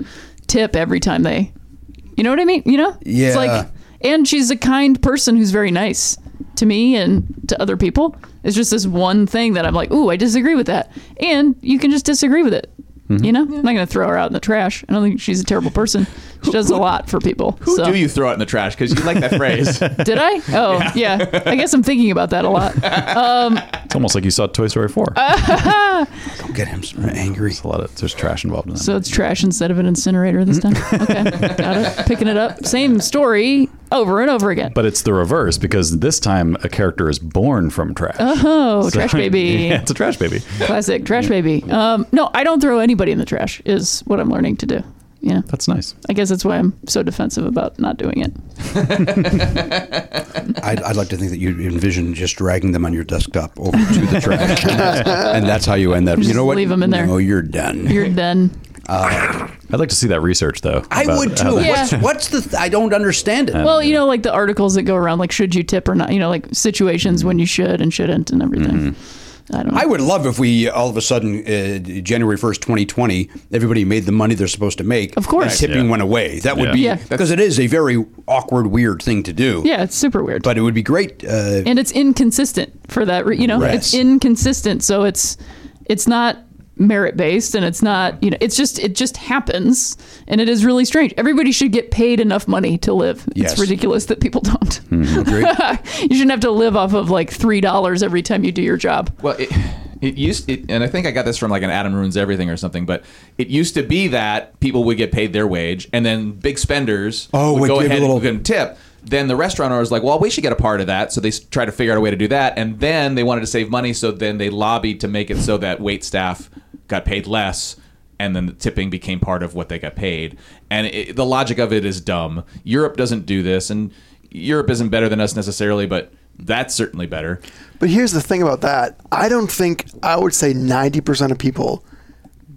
[SPEAKER 11] tip every time they, you know what I mean? You know?
[SPEAKER 3] Yeah.
[SPEAKER 11] It's like, and she's a kind person who's very nice to me and to other people. It's just this one thing that I'm like, ooh, I disagree with that, and you can just disagree with it. You know, I'm not going to throw her out in the trash. I don't think she's a terrible person. She does a lot for people.
[SPEAKER 2] Who
[SPEAKER 11] so.
[SPEAKER 2] do you throw it in the trash? Because you like that phrase.
[SPEAKER 11] Did I? Oh, yeah. I guess I'm thinking about that a lot. Um,
[SPEAKER 5] it's almost like you saw Toy Story four.
[SPEAKER 11] Oh,
[SPEAKER 3] Don't get him angry.
[SPEAKER 5] There's a lot of there's trash involved in that.
[SPEAKER 11] so it's trash instead of an incinerator this time. Okay, got it. Picking it up. Same story over and over again.
[SPEAKER 5] But it's the reverse because this time a character is born from trash.
[SPEAKER 11] Oh,
[SPEAKER 5] So-
[SPEAKER 11] trash baby.
[SPEAKER 5] Yeah, it's a trash baby.
[SPEAKER 11] Classic trash baby. Um, no, I don't throw anybody in the trash. Is what I'm learning to do. Yeah,
[SPEAKER 5] that's nice.
[SPEAKER 11] I guess that's why I'm so defensive about not doing it.
[SPEAKER 3] I'd, I'd like to think that you envision just dragging them on your desktop over to the trash, and, that's, and that's how you end up.
[SPEAKER 11] Just
[SPEAKER 3] you know what?
[SPEAKER 11] leave 'em in there.
[SPEAKER 3] No, you're done.
[SPEAKER 11] You're done.
[SPEAKER 5] I'd like to see that research though.
[SPEAKER 3] I
[SPEAKER 5] about
[SPEAKER 3] would
[SPEAKER 5] how
[SPEAKER 3] too.
[SPEAKER 5] that-
[SPEAKER 3] What's,
[SPEAKER 11] Yeah.
[SPEAKER 3] what's the? Th- I don't understand it.
[SPEAKER 11] Well, you know, like the articles that go around, like should you tip or not? You know, like situations when you should and shouldn't and everything. I don't know.
[SPEAKER 3] I would love if we all of a sudden, uh, January first, twenty twenty, everybody made the money they're supposed to make. Of
[SPEAKER 11] course.
[SPEAKER 3] tipping
[SPEAKER 11] Yeah.
[SPEAKER 3] went away. That would
[SPEAKER 11] Yeah.
[SPEAKER 3] be
[SPEAKER 11] Yeah.
[SPEAKER 3] because it is a very awkward, weird thing to do.
[SPEAKER 11] Yeah, it's super weird.
[SPEAKER 3] but it would be great. Uh,
[SPEAKER 11] and it's inconsistent for that re- you know
[SPEAKER 3] Right.
[SPEAKER 11] it's inconsistent so it's it's not merit based and it's not you know it's just it just happens and it is really strange everybody should get paid enough money to live
[SPEAKER 3] Yes.
[SPEAKER 11] it's ridiculous that people don't
[SPEAKER 3] Agreed.
[SPEAKER 11] you shouldn't have to live off of like three dollars every time you do your job
[SPEAKER 2] Well, it, it used, it, and I think I got this from like an Adam ruins everything or something. But it used to be that people would get paid their wage, and then big spenders
[SPEAKER 3] Oh,
[SPEAKER 2] would
[SPEAKER 3] would
[SPEAKER 2] go
[SPEAKER 3] give a
[SPEAKER 2] ahead
[SPEAKER 3] little-
[SPEAKER 2] and tip. Then the restaurant owner was like, "Well, we should get a part of that." So they s- tried to figure out a way to do that, and then they wanted to save money, so then they lobbied to make it so that wait staff got paid less. And then the tipping became part of what they got paid, and it, the logic of it is dumb. Europe doesn't do this, and Europe isn't better than us necessarily, but that's certainly better.
[SPEAKER 7] But here's the thing about that. I don't think I would say 90% of people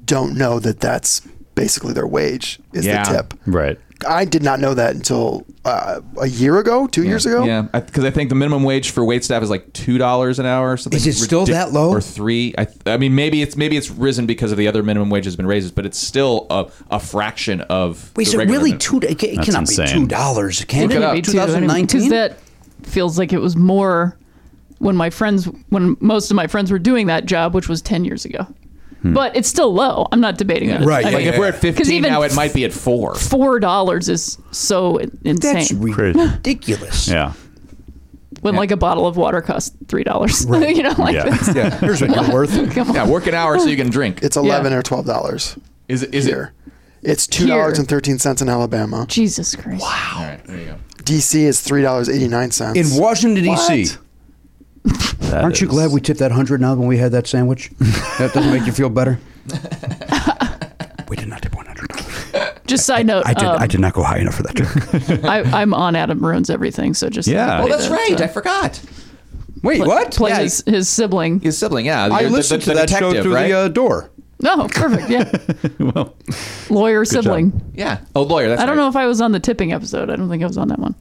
[SPEAKER 7] don't know that that's basically their wage is
[SPEAKER 2] Yeah.
[SPEAKER 7] the tip.
[SPEAKER 5] Right.
[SPEAKER 7] I did not know that until uh, a year ago, 2 years ago.
[SPEAKER 2] Yeah, because I, think the minimum wage for wait staff is like two dollars an hour or something.
[SPEAKER 3] Is it still
[SPEAKER 2] ridic-
[SPEAKER 3] that low?
[SPEAKER 2] Or three? I, th- I mean, maybe it's maybe it's risen because of the other minimum wage has been raised, but it's still a, a fraction of.
[SPEAKER 3] Wait,
[SPEAKER 2] the
[SPEAKER 3] is it
[SPEAKER 2] regular
[SPEAKER 3] really
[SPEAKER 2] minimum.
[SPEAKER 3] two? It, ca- it cannot be two dollars. Can
[SPEAKER 11] Couldn't be
[SPEAKER 3] it?
[SPEAKER 11] too,
[SPEAKER 3] Two
[SPEAKER 11] I
[SPEAKER 3] thousand
[SPEAKER 11] mean,
[SPEAKER 3] nineteen.
[SPEAKER 11] Because that feels like it was more when my friends, when most of my friends were doing that job, which was 10 years ago. But it's still low. I'm not debating
[SPEAKER 2] Yeah.
[SPEAKER 11] that.
[SPEAKER 2] Right,
[SPEAKER 11] I
[SPEAKER 2] yeah,
[SPEAKER 11] mean,
[SPEAKER 2] yeah, yeah. Like, if we're at
[SPEAKER 11] 'cause
[SPEAKER 2] 15
[SPEAKER 11] even
[SPEAKER 2] now, it might be at four.
[SPEAKER 11] Four dollars is so in- insane.
[SPEAKER 3] That's ridiculous.
[SPEAKER 5] Yeah.
[SPEAKER 11] When like a bottle of water costs three dollars. you know, like
[SPEAKER 5] Yeah.
[SPEAKER 11] that's-
[SPEAKER 3] yeah. Here's what you're worth.
[SPEAKER 11] Come on.
[SPEAKER 2] Yeah, work an hour so you can drink.
[SPEAKER 7] It's 11 or $12.
[SPEAKER 2] Is it? Is
[SPEAKER 7] here. It's $2.13 in Alabama.
[SPEAKER 11] Jesus Christ.
[SPEAKER 2] it? All right, there you go.
[SPEAKER 7] DC is $3.89.
[SPEAKER 3] In Washington D.C.
[SPEAKER 5] That
[SPEAKER 3] Aren't you
[SPEAKER 5] is-
[SPEAKER 3] glad we tipped that hundred now when we had that sandwich? that doesn't make you feel better.
[SPEAKER 7] Just side note.
[SPEAKER 3] I did.
[SPEAKER 7] um,
[SPEAKER 3] I did not go high enough for that joke.
[SPEAKER 7] I, I'm on Adam ruins everything. So just
[SPEAKER 3] Yeah.
[SPEAKER 2] Oh, that's
[SPEAKER 7] that,
[SPEAKER 2] right.
[SPEAKER 7] uh,
[SPEAKER 2] I forgot.
[SPEAKER 3] Wait,
[SPEAKER 7] pla-
[SPEAKER 3] what?
[SPEAKER 7] Plays
[SPEAKER 2] Yeah,
[SPEAKER 7] his, his sibling.
[SPEAKER 2] His sibling. Yeah.
[SPEAKER 3] I
[SPEAKER 2] the- the-
[SPEAKER 3] listened
[SPEAKER 2] the
[SPEAKER 3] to that show
[SPEAKER 2] detective,
[SPEAKER 3] through
[SPEAKER 2] right?
[SPEAKER 3] the uh, door.
[SPEAKER 7] No, perfect. Yeah,
[SPEAKER 5] well,
[SPEAKER 7] lawyer
[SPEAKER 5] job.
[SPEAKER 7] sibling.
[SPEAKER 2] Yeah. Oh, lawyer. That's
[SPEAKER 7] I don't
[SPEAKER 2] right.
[SPEAKER 7] know if I was on the tipping episode. I don't think I was on that one.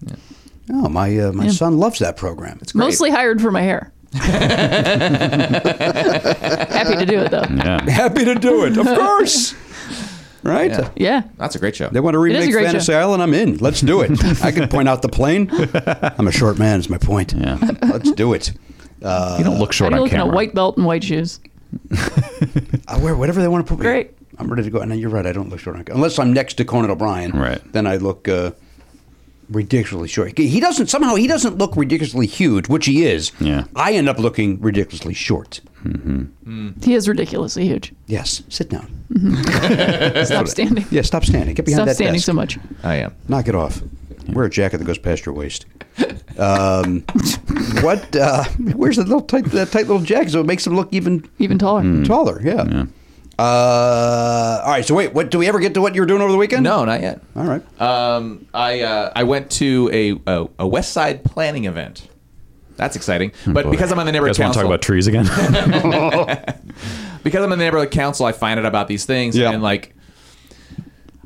[SPEAKER 3] Oh, my uh, my
[SPEAKER 7] Yeah.
[SPEAKER 3] son loves that program.
[SPEAKER 2] great.
[SPEAKER 7] Mostly hired for my hair. Happy to do it though.
[SPEAKER 5] yeah.
[SPEAKER 3] Happy to do it, of course. Right?
[SPEAKER 2] Yeah.
[SPEAKER 7] Yeah.
[SPEAKER 2] That's a great show.
[SPEAKER 3] They want to
[SPEAKER 7] is a
[SPEAKER 3] remake
[SPEAKER 7] great
[SPEAKER 3] Fantasy Island. I'm in. Let's do it. I can point out the plane. I'm a short man. Is my point.
[SPEAKER 5] Yeah.
[SPEAKER 3] Let's do it. Uh,
[SPEAKER 5] you don't look
[SPEAKER 7] Are
[SPEAKER 5] short
[SPEAKER 7] you
[SPEAKER 5] on
[SPEAKER 7] looking at
[SPEAKER 5] camera.
[SPEAKER 7] a white belt and white shoes?
[SPEAKER 3] I wear whatever they want to put me. in.
[SPEAKER 7] Great.
[SPEAKER 3] I'm ready to go. And you're right. I don't look short on unless I'm next to Conan O'Brien.
[SPEAKER 5] Right.
[SPEAKER 3] Then I look uh, ridiculously short. He doesn't. Somehow he doesn't look ridiculously huge, which he is.
[SPEAKER 5] Yeah.
[SPEAKER 3] I end up looking ridiculously short.
[SPEAKER 7] He is ridiculously huge.
[SPEAKER 3] Yes. Sit down.
[SPEAKER 7] Mm-hmm. Stop standing.
[SPEAKER 3] Yeah. Stop standing. Get behind
[SPEAKER 7] Stop
[SPEAKER 3] that
[SPEAKER 7] standing
[SPEAKER 3] desk.
[SPEAKER 7] so much.
[SPEAKER 2] I am.
[SPEAKER 3] Knock it off. Wear a jacket that goes past your waist. Um, what? Uh, where's that little tight, that tight little jacket? So it makes him look even Mm.
[SPEAKER 7] Even taller.
[SPEAKER 3] taller. Yeah. Uh, all right. So wait, what? Do we ever get to what you were doing over the weekend?
[SPEAKER 2] No, not yet.
[SPEAKER 3] All right.
[SPEAKER 2] Um, I uh, I went to a, a a West Side planning event. That's exciting. But
[SPEAKER 5] Oh, Boy.
[SPEAKER 2] because I'm on the
[SPEAKER 5] You
[SPEAKER 2] neighborhood
[SPEAKER 5] guys want to
[SPEAKER 2] council,
[SPEAKER 5] talk about trees again?
[SPEAKER 2] because I'm on the neighborhood council, I find out about these things
[SPEAKER 5] Yeah.
[SPEAKER 2] and like.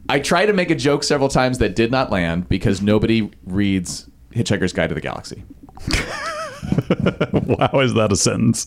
[SPEAKER 2] I tried to make a joke several times that did not land because nobody reads Hitchhiker's Guide to the Galaxy.
[SPEAKER 5] wow, is that a sentence?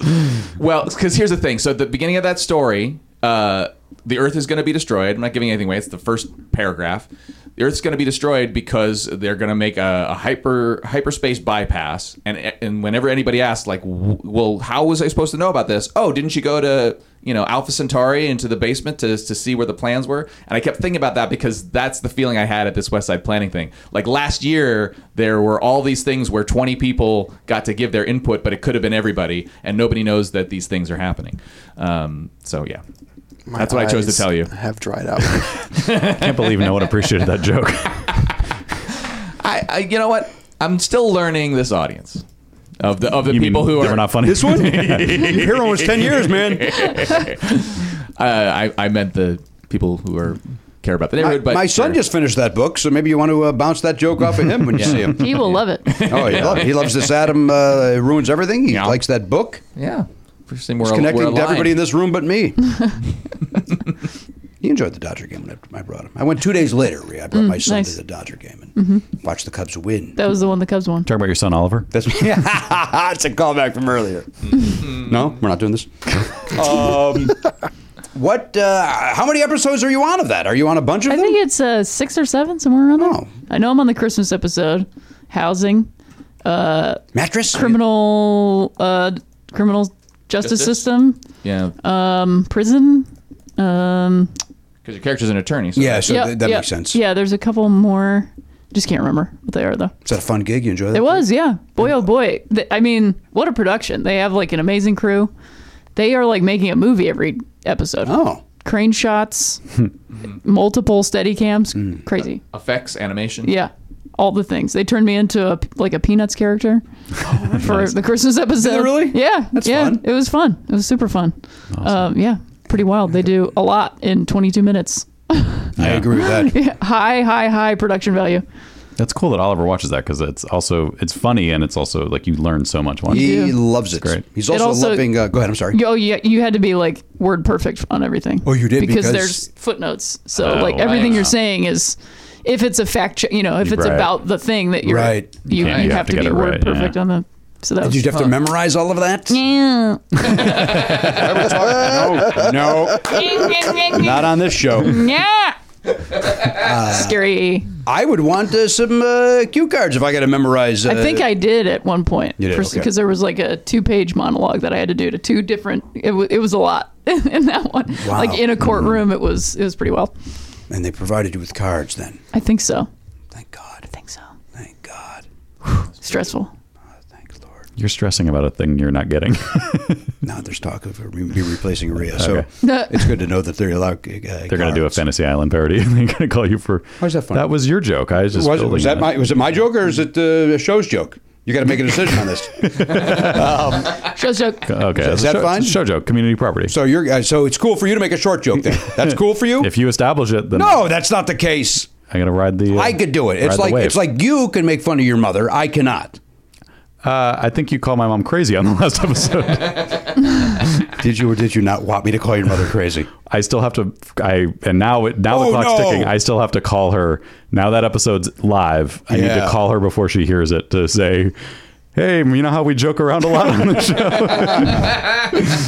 [SPEAKER 2] Well, because here's the thing. So at the beginning of that story, uh, the Earth is going to be destroyed. I'm not giving anything away. It's the first paragraph. The Earth's going to be destroyed because they're going to make a, a hyper hyperspace bypass. And and whenever anybody asks, like, w- well, how was I supposed to know about this? Oh, didn't you go to you know Alpha Centauri into the basement to to see where the plans were? And I kept thinking about that because that's the feeling I had at this West Side Planning thing. Like last year, there were all these things where 20 people got to give their input, but it could have been everybody, and nobody knows that these things are happening. Um, so yeah,
[SPEAKER 4] My
[SPEAKER 2] that's what I chose to
[SPEAKER 4] eyes
[SPEAKER 2] tell you.
[SPEAKER 4] Have dried up.
[SPEAKER 5] Can't believe no one appreciated that joke.
[SPEAKER 2] I, I you know what? I'm still learning this audience of the of the
[SPEAKER 5] You mean
[SPEAKER 2] people who
[SPEAKER 5] they
[SPEAKER 2] are
[SPEAKER 5] were not funny.
[SPEAKER 3] This one? Your hero was 10 years, man.
[SPEAKER 2] Uh, I I meant the people who are care about the
[SPEAKER 3] My,
[SPEAKER 2] neighborhood. but
[SPEAKER 3] my son
[SPEAKER 2] sure.
[SPEAKER 3] just finished that book, so maybe you want to uh, bounce that joke off of him when you see him.
[SPEAKER 7] He will love it.
[SPEAKER 3] Oh, he, lo- he loves this Adam uh, ruins everything. He
[SPEAKER 2] Yeah.
[SPEAKER 3] likes that book.
[SPEAKER 2] yeah. First thing we're,
[SPEAKER 3] He's
[SPEAKER 2] al- we're
[SPEAKER 3] connecting to
[SPEAKER 2] aligned.
[SPEAKER 3] everybody in this room but me. he enjoyed the Dodger game when I I brought him. I went two days later. Rhea. I brought my son
[SPEAKER 7] Mm, nice. Mm-hmm.
[SPEAKER 3] to the Dodger game and watched the Cubs win.
[SPEAKER 7] That was the one the Cubs won.
[SPEAKER 5] Talking about your son Oliver.
[SPEAKER 3] That's it's a callback from earlier. no, we're not doing this. um, what? Uh, how many episodes are you on of that? Are you on a bunch of
[SPEAKER 7] I
[SPEAKER 3] them?
[SPEAKER 7] think it's uh, six or seven, somewhere around there.
[SPEAKER 3] Oh.
[SPEAKER 7] I know I'm on the Christmas episode. Housing, uh,
[SPEAKER 3] Mattress.
[SPEAKER 11] Oh,
[SPEAKER 7] criminal, uh, criminal justice,
[SPEAKER 2] Justice?
[SPEAKER 7] system,
[SPEAKER 2] yeah
[SPEAKER 7] um, prison. Um,
[SPEAKER 2] because your character's an attorney. So
[SPEAKER 3] Yeah, so
[SPEAKER 7] yeah,
[SPEAKER 3] th- that
[SPEAKER 7] yeah.
[SPEAKER 3] makes sense.
[SPEAKER 7] Yeah, there's a couple more. Just can't remember what they are though.
[SPEAKER 3] Is that a fun gig? You enjoy that?
[SPEAKER 7] It was, yeah. Boy, oh boy. Th- I mean, what a production. They have like an amazing crew. They are like making a movie every episode.
[SPEAKER 3] Oh.
[SPEAKER 7] Crane shots, multiple steady cams.
[SPEAKER 3] Mm.
[SPEAKER 7] Crazy.
[SPEAKER 2] effects, animation.
[SPEAKER 7] Yeah. All the things. They turned me into a, like a Peanuts character for the Christmas episode.
[SPEAKER 3] really?
[SPEAKER 7] Yeah.
[SPEAKER 3] That's
[SPEAKER 7] yeah.
[SPEAKER 3] fun.
[SPEAKER 7] It was fun. It was super fun. Um, yeah. Pretty wild. They do a lot in 22 minutes.
[SPEAKER 3] I agree with that.
[SPEAKER 7] high, high, high production value.
[SPEAKER 5] That's cool that Oliver watches that because it's also it's funny and it's also like you learn so much watching.
[SPEAKER 3] He
[SPEAKER 7] do.
[SPEAKER 3] loves it.
[SPEAKER 5] great.
[SPEAKER 3] He's
[SPEAKER 7] It
[SPEAKER 3] also,
[SPEAKER 7] also-
[SPEAKER 3] loving. Uh, go ahead. I'm sorry.
[SPEAKER 7] Oh yeah, you had to be like word perfect on everything.
[SPEAKER 3] Oh, you did,
[SPEAKER 7] because,
[SPEAKER 3] because-
[SPEAKER 7] there's footnotes. So
[SPEAKER 5] Oh,
[SPEAKER 7] like
[SPEAKER 5] right.
[SPEAKER 7] everything you're saying is, if it's a fact, check, you know, if it's
[SPEAKER 5] Right.
[SPEAKER 7] about the thing that you're,
[SPEAKER 3] Right.
[SPEAKER 7] you,
[SPEAKER 5] Yeah,
[SPEAKER 7] you have, to,
[SPEAKER 5] get
[SPEAKER 7] be
[SPEAKER 5] it
[SPEAKER 7] word
[SPEAKER 5] right, yeah.
[SPEAKER 7] perfect on the. So that
[SPEAKER 3] Did
[SPEAKER 7] was
[SPEAKER 3] you have to memorize all of that?
[SPEAKER 7] yeah.
[SPEAKER 3] no, no, not on this show.
[SPEAKER 7] yeah.
[SPEAKER 3] Uh,
[SPEAKER 7] Scary.
[SPEAKER 3] I would want uh, some uh, cue cards if I got to memorize. Uh,
[SPEAKER 7] I think I did at one point
[SPEAKER 3] You did,
[SPEAKER 7] because
[SPEAKER 3] okay.
[SPEAKER 7] there was like a two-page monologue that I had to do to two different. It, w- it was a lot in that one.
[SPEAKER 3] Wow. Mm-hmm.
[SPEAKER 7] Like in a courtroom, it was it was pretty wild.
[SPEAKER 3] And they provided you with cards then.
[SPEAKER 7] I think so.
[SPEAKER 3] Thank God.
[SPEAKER 7] I think so.
[SPEAKER 3] Thank God.
[SPEAKER 7] Stressful.
[SPEAKER 3] Thank Lord.
[SPEAKER 5] You're stressing about a thing you're not getting.
[SPEAKER 3] Now there's talk of re- me replacing Rhea, so
[SPEAKER 5] Okay.
[SPEAKER 3] it's good to know that they're allowed. Uh,
[SPEAKER 5] They're going to do a Fantasy Island parody. and They're going to call you for.
[SPEAKER 3] Why is that funny?
[SPEAKER 5] That was your joke. I was just.
[SPEAKER 3] Was, it-
[SPEAKER 5] building uh,
[SPEAKER 3] was that my was it my joke or is it the uh, show's joke? You got to make a decision on this.
[SPEAKER 11] Show's joke.
[SPEAKER 5] Okay,
[SPEAKER 3] Is
[SPEAKER 5] that's
[SPEAKER 3] that
[SPEAKER 5] a show,
[SPEAKER 3] fine?
[SPEAKER 5] Show joke, community property.
[SPEAKER 3] So you're uh, so it's cool for you to make a short joke. Then that's cool for you.
[SPEAKER 5] if you establish it, then
[SPEAKER 3] No, that's not the case.
[SPEAKER 5] I'm gonna ride the. uh,
[SPEAKER 3] I could do it.
[SPEAKER 5] ride
[SPEAKER 3] It's
[SPEAKER 5] the
[SPEAKER 3] like
[SPEAKER 5] wave.
[SPEAKER 3] it's like you can make fun of your mother. I cannot.
[SPEAKER 5] Uh, I think you called my mom crazy on the last episode.
[SPEAKER 3] Did you or did you not want me to call your mother crazy?
[SPEAKER 5] I still have to. I and now it now
[SPEAKER 3] Oh,
[SPEAKER 5] the clock's
[SPEAKER 3] no.
[SPEAKER 5] ticking. I still have to call her. Now that episode's live, I need
[SPEAKER 3] Yeah.
[SPEAKER 5] to call her before she hears it to say, "Hey, you know how we joke around a lot on the show."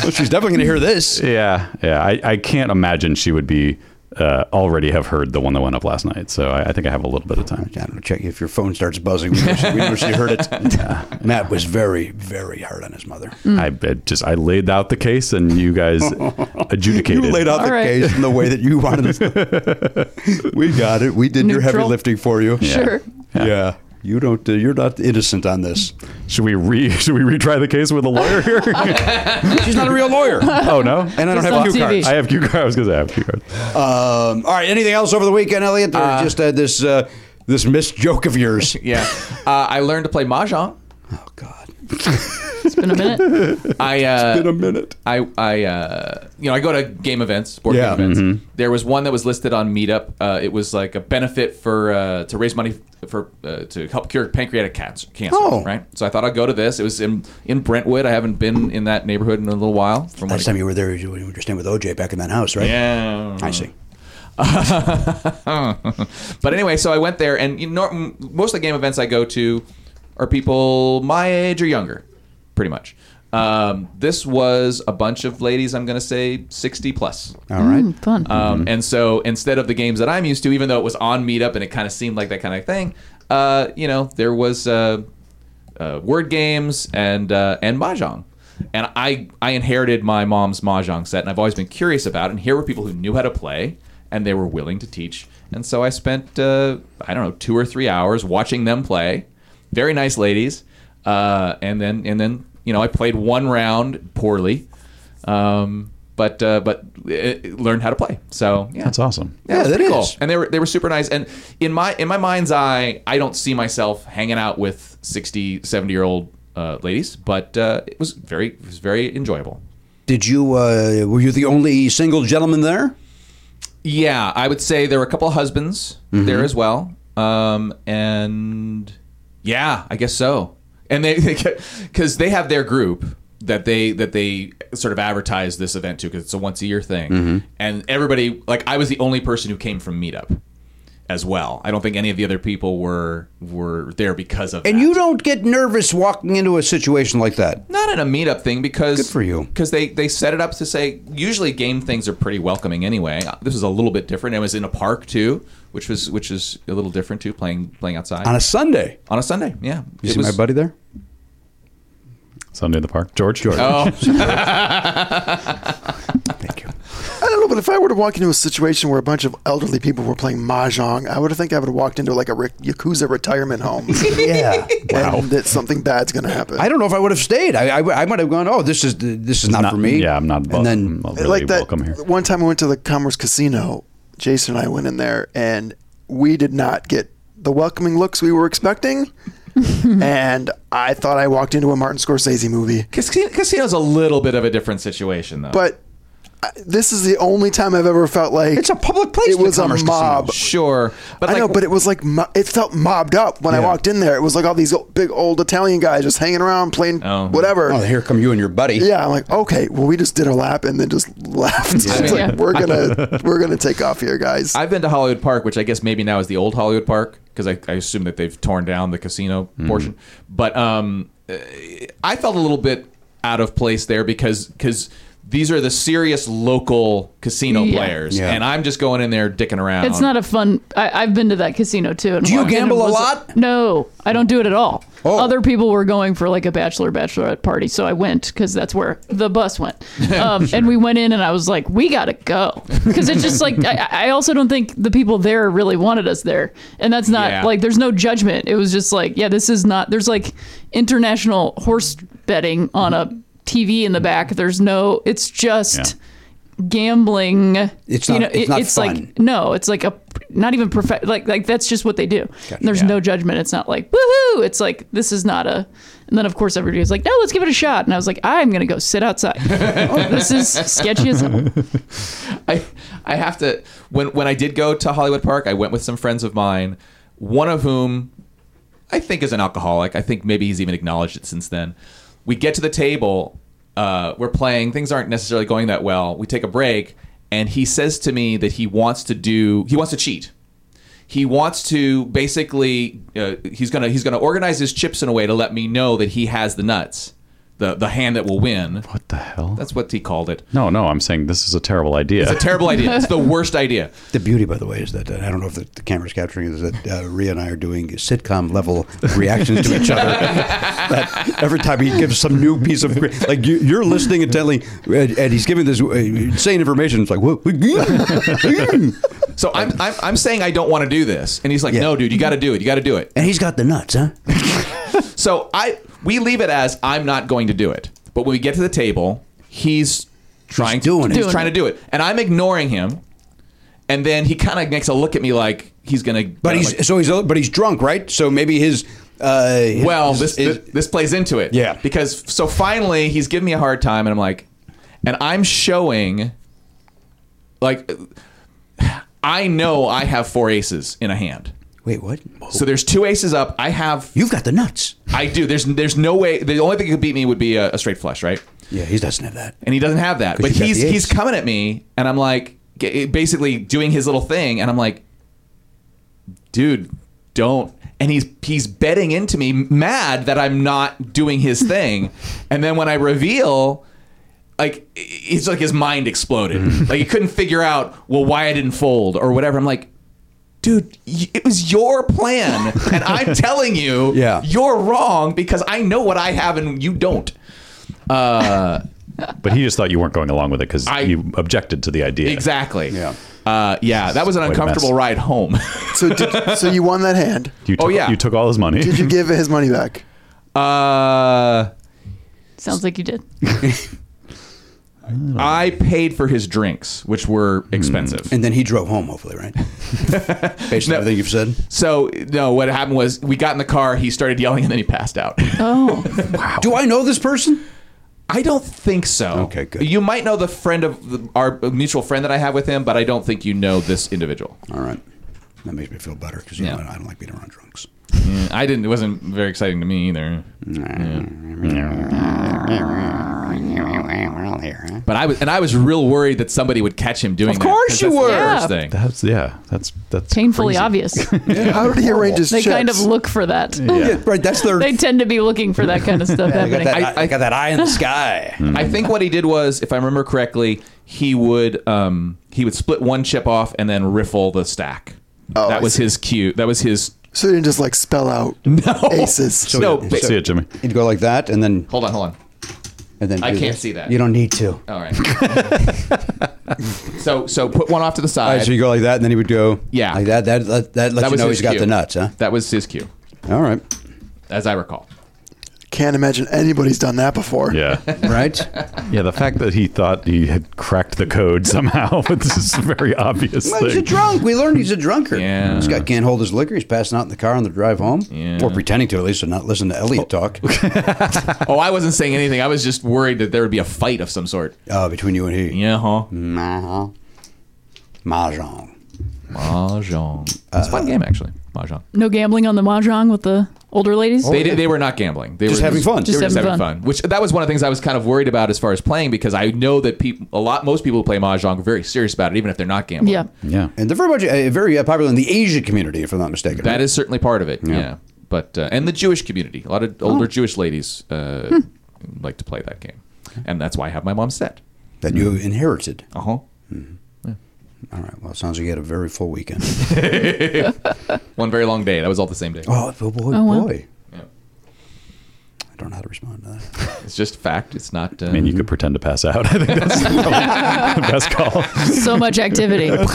[SPEAKER 3] She's definitely going to hear this.
[SPEAKER 5] yeah, yeah. I, I can't imagine she would be uh, already have heard the one that went up last night. So I, I think I have a little bit of time.
[SPEAKER 3] I don't know. Check if your phone starts buzzing. We never, we never heard it. Matt was very, very hard on his mother.
[SPEAKER 5] I, I just I laid out the case and you guys adjudicated.
[SPEAKER 3] You laid out the
[SPEAKER 11] All right.
[SPEAKER 3] case in the way that you wanted it. we got it. We did your heavy
[SPEAKER 11] Neutral.
[SPEAKER 3] lifting for you.
[SPEAKER 11] Sure.
[SPEAKER 3] Yeah. You don't. Uh, you're not innocent on this.
[SPEAKER 5] Should we re Should we retry the case with a lawyer here?
[SPEAKER 3] She's not a real lawyer.
[SPEAKER 5] oh no!
[SPEAKER 3] And I don't
[SPEAKER 11] Just
[SPEAKER 3] have
[SPEAKER 11] on
[SPEAKER 3] cue
[SPEAKER 11] TV.
[SPEAKER 3] cards.
[SPEAKER 5] I have cue cards. I was gonna say I have cue cards.
[SPEAKER 3] Um, all right. Anything else over the weekend, Elliot? Or just uh, this uh, this missed joke of yours.
[SPEAKER 2] Yeah. Uh, I learned to play mahjong.
[SPEAKER 3] Oh God.
[SPEAKER 11] It's been a minute.
[SPEAKER 2] I uh,
[SPEAKER 5] In a minute.
[SPEAKER 2] I, I uh, you know, I go to game events, board
[SPEAKER 3] Yeah. Mm-hmm.
[SPEAKER 2] game events. There was one that was listed on Meetup. Uh, it was like a benefit for uh, to raise money for uh, to help cure pancreatic cancer. cancer
[SPEAKER 3] Oh.
[SPEAKER 2] right. So I thought I'd go to this. It was in in Brentwood. I haven't been in that neighborhood in a little while. From
[SPEAKER 3] Last
[SPEAKER 2] what I-
[SPEAKER 3] time you were there, you were staying with OJ back in that house, right?
[SPEAKER 2] yeah.
[SPEAKER 3] I see.
[SPEAKER 2] but anyway, so I went there, and you know, m- most of the game events I go to are people my age or younger, pretty much. Um, this was a bunch of ladies. I'm going to say 60 plus.
[SPEAKER 3] All right.
[SPEAKER 7] Mm,
[SPEAKER 11] Fun.
[SPEAKER 2] Um, And so instead of the games that I'm used to, even though it was on Meetup and it kind of seemed like that kind of thing, uh, you know, there was uh, uh, word games and uh, and mahjong. And I I inherited my mom's mahjong set, and I've always been curious about. It. And here were people who knew how to play, and they were willing to teach. And so I spent uh, I don't know two or three hours watching them play. Very nice ladies. Uh, and then and then you know I played one round poorly, um, but uh, but uh, learned how to play. So yeah,
[SPEAKER 5] That's awesome.
[SPEAKER 2] yeah,
[SPEAKER 3] Yeah,
[SPEAKER 2] that
[SPEAKER 3] that
[SPEAKER 2] is cool.
[SPEAKER 3] is.
[SPEAKER 2] And they were they were super nice. And in my in my mind's eye, I don't see myself hanging out with 60, 70 year old uh, ladies, but uh, it was very it was very enjoyable.
[SPEAKER 3] Did you? Uh, were you the only single gentleman there?
[SPEAKER 2] Yeah, I would say there were a couple of husbands there
[SPEAKER 3] Mm-hmm.
[SPEAKER 2] as well. Um, and yeah, I guess so. And they because they have their group that they that they sort of advertise this event to because it's a once a year thing.
[SPEAKER 3] Mm-hmm.
[SPEAKER 2] And everybody like I was the only person who came from meetup as well. I don't think any of the other people were were there because of
[SPEAKER 3] And
[SPEAKER 2] that.
[SPEAKER 3] you don't get nervous walking into a situation like that.
[SPEAKER 2] not in a meetup thing because
[SPEAKER 3] Good for you.
[SPEAKER 2] because they they set it up to say usually game things are pretty welcoming anyway this is a little bit different it was in a park too which was which is a little different too playing playing outside
[SPEAKER 3] On a Sunday.
[SPEAKER 2] on a sunday yeah
[SPEAKER 3] You
[SPEAKER 2] It
[SPEAKER 3] see
[SPEAKER 2] was-
[SPEAKER 3] my buddy there?
[SPEAKER 5] Sunday in the park. George. George.
[SPEAKER 2] oh
[SPEAKER 3] Thank you.
[SPEAKER 7] I don't know, but if I were to walk into a situation where a bunch of elderly people were playing mahjong, I would think I would have walked into like a re- yakuza retirement home.
[SPEAKER 3] Yeah.
[SPEAKER 7] wow, that something bad's gonna happen.
[SPEAKER 3] I don't know if I would have stayed. I, I, I might have gone. Oh, this is this is not,
[SPEAKER 5] Not-
[SPEAKER 3] for me.
[SPEAKER 5] Yeah, I'm not. Wel-
[SPEAKER 3] And then
[SPEAKER 5] I'm really
[SPEAKER 7] like that
[SPEAKER 5] welcome here.
[SPEAKER 7] one time I went to the Commerce Casino. Jason and I went in there, and we did not get the welcoming looks we were expecting. and I thought I walked into a Martin Scorsese movie,
[SPEAKER 2] Casino- casino's a little bit of a different situation though
[SPEAKER 7] but I- this is the only time I've ever felt like
[SPEAKER 3] It's a public place,
[SPEAKER 7] It
[SPEAKER 3] the
[SPEAKER 7] was a
[SPEAKER 3] Commerce Casino.
[SPEAKER 7] mob.
[SPEAKER 2] sure but
[SPEAKER 7] I
[SPEAKER 2] like,
[SPEAKER 7] know, but it was like mo- it felt mobbed up when I
[SPEAKER 3] Yeah.
[SPEAKER 7] walked in there. It was like all these old, big old Italian guys just hanging around playing
[SPEAKER 2] Oh.
[SPEAKER 7] whatever.
[SPEAKER 3] oh, here come you and your buddy.
[SPEAKER 7] Yeah, I'm like, okay, well, we just did a lap and then just left. It's like,
[SPEAKER 2] Yeah.
[SPEAKER 7] we're gonna we're gonna take off here, guys.
[SPEAKER 2] I've been to Hollywood Park, which I guess maybe now is the old Hollywood Park because I, I assume that they've torn down the casino portion. But um, uh, I felt a little bit out of place there because because these are the serious local casino
[SPEAKER 11] Yeah.
[SPEAKER 2] players,
[SPEAKER 3] Yeah.
[SPEAKER 2] and I'm just going in there dicking around.
[SPEAKER 11] It's not a fun. I, I've been to that casino too. And
[SPEAKER 3] Do you
[SPEAKER 11] walked in and
[SPEAKER 3] gamble a
[SPEAKER 11] was-
[SPEAKER 3] lot?
[SPEAKER 11] No, I don't do it at all.
[SPEAKER 3] Oh.
[SPEAKER 11] Other people were going for like a bachelor bachelorette party, so I went because that's where the bus went. Um, And we went in, and I was like, "We gotta go," because it's just like I, I also don't think the people there really wanted us there, and that's not
[SPEAKER 2] Yeah.
[SPEAKER 11] like there's no judgment. It was just like, yeah, this is not. There's like international horse betting on a TV in the back. There's no. It's just
[SPEAKER 5] Yeah.
[SPEAKER 11] gambling.
[SPEAKER 3] It's not- it's not
[SPEAKER 11] it's
[SPEAKER 3] fun.
[SPEAKER 11] like no, it's like a
[SPEAKER 7] not even perfect. Like like that's just what they do.
[SPEAKER 13] Gotcha,
[SPEAKER 7] And there's no judgment. It's not like woohoo. It's like this is not a. And then of course everybody was like, no, let's give it a shot. And I was like, I'm gonna go sit outside. this is sketchy as hell.
[SPEAKER 2] I I have to when when I did go to Hollywood Park, I went with some friends of mine, one of whom I think is an alcoholic. I think maybe he's even acknowledged it since then. We get to the table, uh, we're playing, things aren't necessarily going that well. We take a break, and he says to me that he wants to do he wants to cheat. He wants to basically uh, he's gonna he's gonna organize his chips in a way to let me know that he has the nuts, the the hand that will win. What the hell? That's what he called it.
[SPEAKER 5] No, no, I'm saying this is a terrible idea.
[SPEAKER 2] It's a terrible idea. It's the worst idea.
[SPEAKER 3] The beauty, by the way, is that uh, I don't know if the, the camera's capturing it, is that uh, Rhea and I are doing sitcom level reactions to each other. that every time he gives some new piece of like you, you're listening intently, and, and he's giving this uh, insane information. It's like whoa.
[SPEAKER 2] So I'm, I'm I'm saying I don't want to do this, and he's like, "No, dude, you got to do it. You got to do it."
[SPEAKER 3] And he's got the nuts, huh?
[SPEAKER 2] so I we leave it as I'm not going to do it. But when we get to the table, he's trying
[SPEAKER 3] doing
[SPEAKER 2] to,
[SPEAKER 3] it.
[SPEAKER 2] He's
[SPEAKER 3] Doing
[SPEAKER 2] trying
[SPEAKER 3] it.
[SPEAKER 2] to do it, and I'm ignoring him. And then he kind of makes a look at me like he's gonna.
[SPEAKER 3] But he's so he's but he's drunk, right? So maybe his. Uh, his-
[SPEAKER 2] well, this this plays into it. Yeah. Because so finally he's giving me a hard time and I'm like and I'm showing like I know I have four aces in a hand.
[SPEAKER 3] Wait, what?
[SPEAKER 2] So there's two aces up. I have
[SPEAKER 3] You've got the nuts.
[SPEAKER 2] I do. There's there's no way the only thing that could beat me would be a, a straight flush, right?
[SPEAKER 3] Yeah, he doesn't have that.
[SPEAKER 2] And he doesn't have that.
[SPEAKER 3] 'Cause
[SPEAKER 2] But
[SPEAKER 3] you got
[SPEAKER 2] he's
[SPEAKER 3] the ace.
[SPEAKER 2] he's coming at me and I'm like g- eh, basically doing his little thing and I'm like dude, don't. And he's he's betting into me, mad that I'm not doing his thing. and then when I reveal, like it's like his mind exploded. like he couldn't figure out well why I didn't fold or whatever. I'm like. Dude, y- it was your plan, and I'm telling you, yeah. you're wrong because I know what I have and you don't. Uh,
[SPEAKER 5] but he just thought you weren't going along with it because
[SPEAKER 2] I-
[SPEAKER 5] you objected to the idea.
[SPEAKER 2] Exactly. Yeah. Uh, yeah, that was an uncomfortable ride home.
[SPEAKER 4] so did, so you won that hand.
[SPEAKER 5] You took,
[SPEAKER 2] Oh, yeah.
[SPEAKER 5] You took all his money.
[SPEAKER 4] Did you give his money back?
[SPEAKER 2] Uh,
[SPEAKER 7] Sounds like you did.
[SPEAKER 2] I paid for his drinks, which were expensive.
[SPEAKER 3] And then he drove home, hopefully, right? Based on everything you've said.
[SPEAKER 2] So no, what happened was we got in the car. He started yelling, and then he passed out.
[SPEAKER 7] Oh,
[SPEAKER 3] wow. Do I know this person?
[SPEAKER 2] I don't think so. Okay, good. You might know the friend of the, our mutual friend that I have with him, but I don't think you know this individual.
[SPEAKER 3] All right, that makes me feel better because you know I don't like being around drunks.
[SPEAKER 2] Yeah, I didn't. It wasn't very exciting to me either.
[SPEAKER 3] Yeah.
[SPEAKER 2] But I was, and I was real worried that somebody would catch him doing.
[SPEAKER 7] Of
[SPEAKER 2] that,
[SPEAKER 7] course
[SPEAKER 2] 'cause
[SPEAKER 7] you
[SPEAKER 2] that's
[SPEAKER 7] were.
[SPEAKER 2] The worst
[SPEAKER 7] Yeah.
[SPEAKER 2] thing.
[SPEAKER 5] That's yeah. That's that's
[SPEAKER 7] Painfully
[SPEAKER 5] crazy.
[SPEAKER 7] obvious.
[SPEAKER 4] How did he arrange his
[SPEAKER 7] They kind of
[SPEAKER 4] chips?
[SPEAKER 7] look for that.
[SPEAKER 5] Yeah. Yeah,
[SPEAKER 3] right. That's their.
[SPEAKER 7] They tend to be looking for that kind of stuff happening.
[SPEAKER 2] I, got
[SPEAKER 3] that eye in the sky.
[SPEAKER 2] I think what he did was, if I remember correctly, he would um, he would split one chip off and then riffle the stack.
[SPEAKER 4] Oh,
[SPEAKER 2] that
[SPEAKER 4] I
[SPEAKER 2] was
[SPEAKER 4] see.
[SPEAKER 2] his cue. That was his.
[SPEAKER 4] So you didn't just like spell out aces.
[SPEAKER 3] So
[SPEAKER 2] No,
[SPEAKER 3] you-
[SPEAKER 2] but-
[SPEAKER 3] so
[SPEAKER 2] See
[SPEAKER 5] it, Jimmy.
[SPEAKER 3] You'd go like that, and then
[SPEAKER 2] hold on, hold on.
[SPEAKER 3] And then
[SPEAKER 2] I
[SPEAKER 3] do
[SPEAKER 2] can't
[SPEAKER 3] this.
[SPEAKER 2] see that. Oh.
[SPEAKER 3] You don't need to.
[SPEAKER 2] All right. so Oh, so put one off to the
[SPEAKER 3] All
[SPEAKER 2] side.
[SPEAKER 3] right, so you go like that, and then he would go.
[SPEAKER 2] Yeah.
[SPEAKER 3] like that. That that, that lets
[SPEAKER 2] That
[SPEAKER 3] you
[SPEAKER 2] was
[SPEAKER 3] know
[SPEAKER 2] his
[SPEAKER 3] he's got
[SPEAKER 2] cue.
[SPEAKER 3] the nuts, huh?
[SPEAKER 2] That was his cue,
[SPEAKER 3] All right,
[SPEAKER 2] as I recall.
[SPEAKER 4] Can't imagine anybody's done that before.
[SPEAKER 5] Yeah.
[SPEAKER 3] right.
[SPEAKER 5] Yeah, the fact that he thought he had cracked the code somehow, but this is a very obvious
[SPEAKER 3] Well, he's a
[SPEAKER 5] thing.
[SPEAKER 3] drunk. We learned he's a drunkard.
[SPEAKER 2] Yeah.
[SPEAKER 3] This guy can't hold his liquor. He's passing out in the car on the drive home,
[SPEAKER 2] Yeah.
[SPEAKER 3] or pretending to at least, and not listen to Elliot talk
[SPEAKER 2] Oh, I wasn't saying anything. I was just worried that there would be a fight of some sort.
[SPEAKER 3] uh, between you and he.
[SPEAKER 2] Yeah, huh?
[SPEAKER 3] Nah. Mahjong.
[SPEAKER 2] Mahjong. It's a fun game, actually. Mahjong.
[SPEAKER 7] No gambling on the mahjong with the older ladies.
[SPEAKER 2] they, did- they were not gambling. They
[SPEAKER 3] Just
[SPEAKER 2] were
[SPEAKER 3] having fun.
[SPEAKER 2] They
[SPEAKER 7] Just
[SPEAKER 2] were just
[SPEAKER 7] having
[SPEAKER 2] having fun. Which that was one of the things I was kind of worried about as far as playing because I know that people, a lot, most people who play mahjong are very serious about it, even if they're not gambling.
[SPEAKER 7] yeah.
[SPEAKER 5] Yeah.
[SPEAKER 3] And they're very much uh, very uh, popular in the Asian community, if I'm not mistaken.
[SPEAKER 2] That is certainly part of it. Yeah. But uh, and the Jewish community, a lot of older
[SPEAKER 3] Oh.
[SPEAKER 2] Jewish ladies uh,
[SPEAKER 3] Hmm.
[SPEAKER 2] like to play that game, and that's why I have my mom's set.
[SPEAKER 3] that you inherited. Hmm.
[SPEAKER 2] Uh huh.
[SPEAKER 3] All right. Well, it sounds like you had a very full weekend.
[SPEAKER 2] One very long day. That was all the same day.
[SPEAKER 3] oh, boy, boy.
[SPEAKER 7] Oh, wow.
[SPEAKER 2] Yeah.
[SPEAKER 3] I don't know how to respond to that.
[SPEAKER 2] It's just fact. It's not. Uh,
[SPEAKER 5] I mean, you could pretend to pass out. I think that's probably the best call.
[SPEAKER 7] So much activity.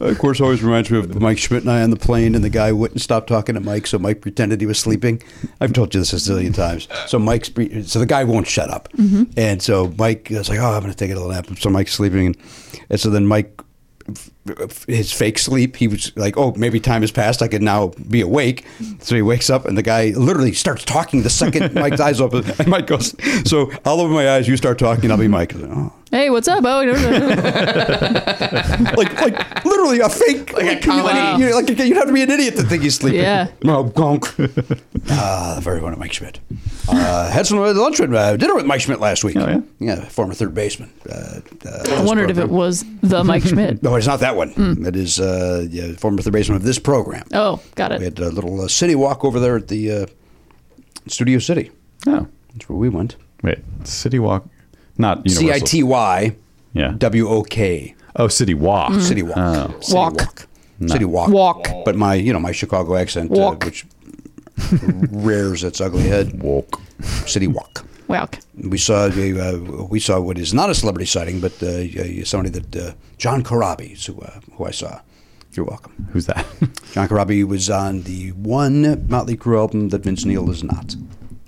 [SPEAKER 3] Of course, always reminds me of Mike Schmidt and I on the plane, and the guy wouldn't stop talking to Mike, so Mike pretended he was sleeping. I've told you this a zillion times. So Mike's, pre- so the guy won't shut up, and so Mike is like, "Oh, I'm going to take a little nap." So Mike's sleeping, and, and so then Mike his fake sleep. He was like, "Oh, maybe time has passed. I can now be awake." So he wakes up, and the guy literally starts talking the second Mike's eyes open. And Mike goes, "So I'll open my eyes. You start talking. I'll be Mike." Oh.
[SPEAKER 7] Hey, what's up? Oh,
[SPEAKER 3] like, like literally a fake, like, a
[SPEAKER 7] comedy.
[SPEAKER 3] You, like you have to be an idiot to think he's sleeping.
[SPEAKER 7] Yeah.
[SPEAKER 3] No, gonk. Ah, the very one of Mike Schmidt. Uh, had some lunch with uh, dinner with Mike Schmidt last week. Oh, yeah? former third baseman. Uh, uh,
[SPEAKER 7] I wondered if it was the Mike Schmidt.
[SPEAKER 3] No, it's not that one. It is uh, yeah, former third baseman of this program.
[SPEAKER 7] Oh, got
[SPEAKER 3] We
[SPEAKER 7] it.
[SPEAKER 3] had a little uh, city walk over there at the uh, Studio City.
[SPEAKER 5] Oh,
[SPEAKER 3] That's where we went.
[SPEAKER 5] wait, City Walk, not
[SPEAKER 3] C I
[SPEAKER 5] Universal.
[SPEAKER 3] T Y
[SPEAKER 5] Yeah.
[SPEAKER 3] W O K.
[SPEAKER 5] Oh, City Walk.
[SPEAKER 3] Mm-hmm. City Walk.
[SPEAKER 5] Oh.
[SPEAKER 3] City
[SPEAKER 7] Walk.
[SPEAKER 3] City walk.
[SPEAKER 7] Walk.
[SPEAKER 3] But my, you know, my Chicago accent,
[SPEAKER 7] Walk.
[SPEAKER 3] Uh, which rears its ugly head. Walk. City walk.
[SPEAKER 7] Walk.
[SPEAKER 3] We saw uh, we saw what is not a celebrity sighting, but uh, somebody that uh, John Corabi, is who, uh, who I saw. You're welcome.
[SPEAKER 5] Who's that?
[SPEAKER 3] John Corabi was on the one Motley Crue album that Vince Neil is not.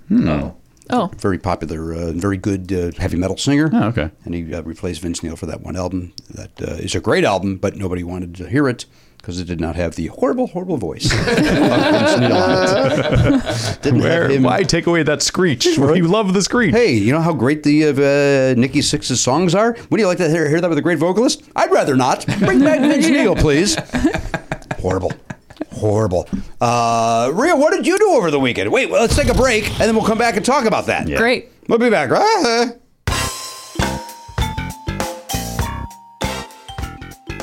[SPEAKER 5] No.
[SPEAKER 7] Oh,
[SPEAKER 3] Very popular, uh, very good uh, heavy metal singer.
[SPEAKER 5] Oh, okay.
[SPEAKER 3] And he uh, replaced Vince Neil for that one album. That uh, is a great album, but nobody wanted to hear it because it did not have the horrible, horrible voice. of Vince Neil on it. Didn't
[SPEAKER 5] Where?
[SPEAKER 3] have him.
[SPEAKER 5] Why take away that screech? You love the screech.
[SPEAKER 3] Hey, you know how great the uh, uh, Nikki Six's songs are? Would you like to hear, hear that with a great vocalist? I'd rather not. Bring back Vince Neil, please. Horrible. Horrible. Uh, Rhea, what did you do over the weekend? Wait, well, let's take a break and then we'll come back and talk about that.
[SPEAKER 5] Yeah.
[SPEAKER 7] great.
[SPEAKER 3] We'll be back. Ah.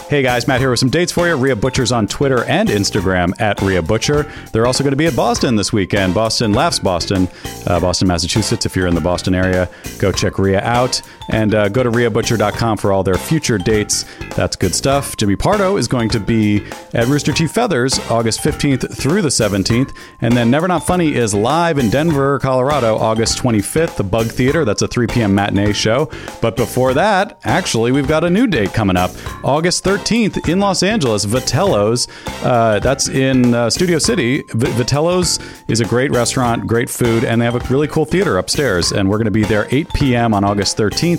[SPEAKER 5] Hey guys, Matt here with some dates for you. Rhea Butcher's on Twitter and Instagram at Rhea Butcher. They're also going to be at Boston this weekend. Boston Laughs Boston, uh, Boston, Massachusetts. If you're in the Boston area, go check Rhea out and uh, go to RheaButcher.com for all their future dates. That's good stuff. Jimmy Pardo is going to be at Rooster Teeth Feathers August 15th through the 17th. And then Never Not Funny is live in Denver, Colorado August 25th, the Bug Theater. That's a 3 p.m. matinee show. But before that, actually, we've got a new date coming up August 13th in Los Angeles, Vitello's. Uh, that's in uh, Studio City. V- Vitello's is a great restaurant, great food, and they have a really cool theater upstairs. And we're going to be there 8 p.m. on August 13th.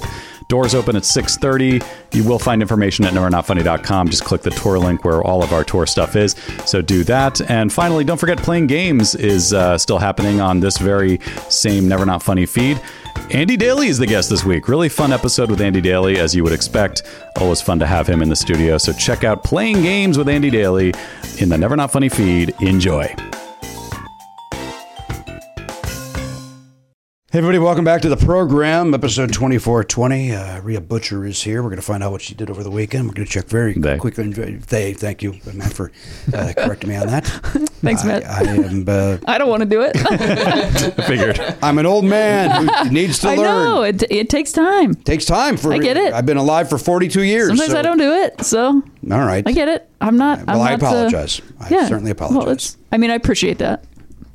[SPEAKER 5] Doors open at 6:30. You will find information at nowherenotfunny.com. Just click the tour link where all of our tour stuff is. So do that. And finally, don't forget playing games is uh, still happening on this very same Never Not Funny feed. Andy Daly is the guest this week. Really fun episode with Andy Daly, as you would expect. Always fun to have him in the studio. So check out playing games with Andy Daly in the Never Not Funny feed. Enjoy.
[SPEAKER 3] Hey, everybody, welcome back to the program, episode 2420. Uh, Rhea Butcher is here. We're going to find out what she did over the weekend. We're going to check very
[SPEAKER 5] They.
[SPEAKER 3] quickly. They, thank you, Matt, for uh, correcting me on that.
[SPEAKER 7] Thanks,
[SPEAKER 3] I,
[SPEAKER 7] Matt.
[SPEAKER 3] I am, uh,
[SPEAKER 7] I don't want to do it.
[SPEAKER 5] I figured.
[SPEAKER 3] I'm an old man who needs to
[SPEAKER 7] I
[SPEAKER 3] learn.
[SPEAKER 7] know it. It takes time.
[SPEAKER 3] Takes time for.
[SPEAKER 7] I get it.
[SPEAKER 3] I've been alive for 42 years.
[SPEAKER 7] Sometimes
[SPEAKER 3] so-
[SPEAKER 7] I don't do it. So
[SPEAKER 3] All right.
[SPEAKER 7] I get it. I'm not.
[SPEAKER 3] Well,
[SPEAKER 7] I'm
[SPEAKER 3] I
[SPEAKER 7] not, uh,
[SPEAKER 3] apologize. I certainly apologize.
[SPEAKER 7] Well, it's, I mean, I appreciate that.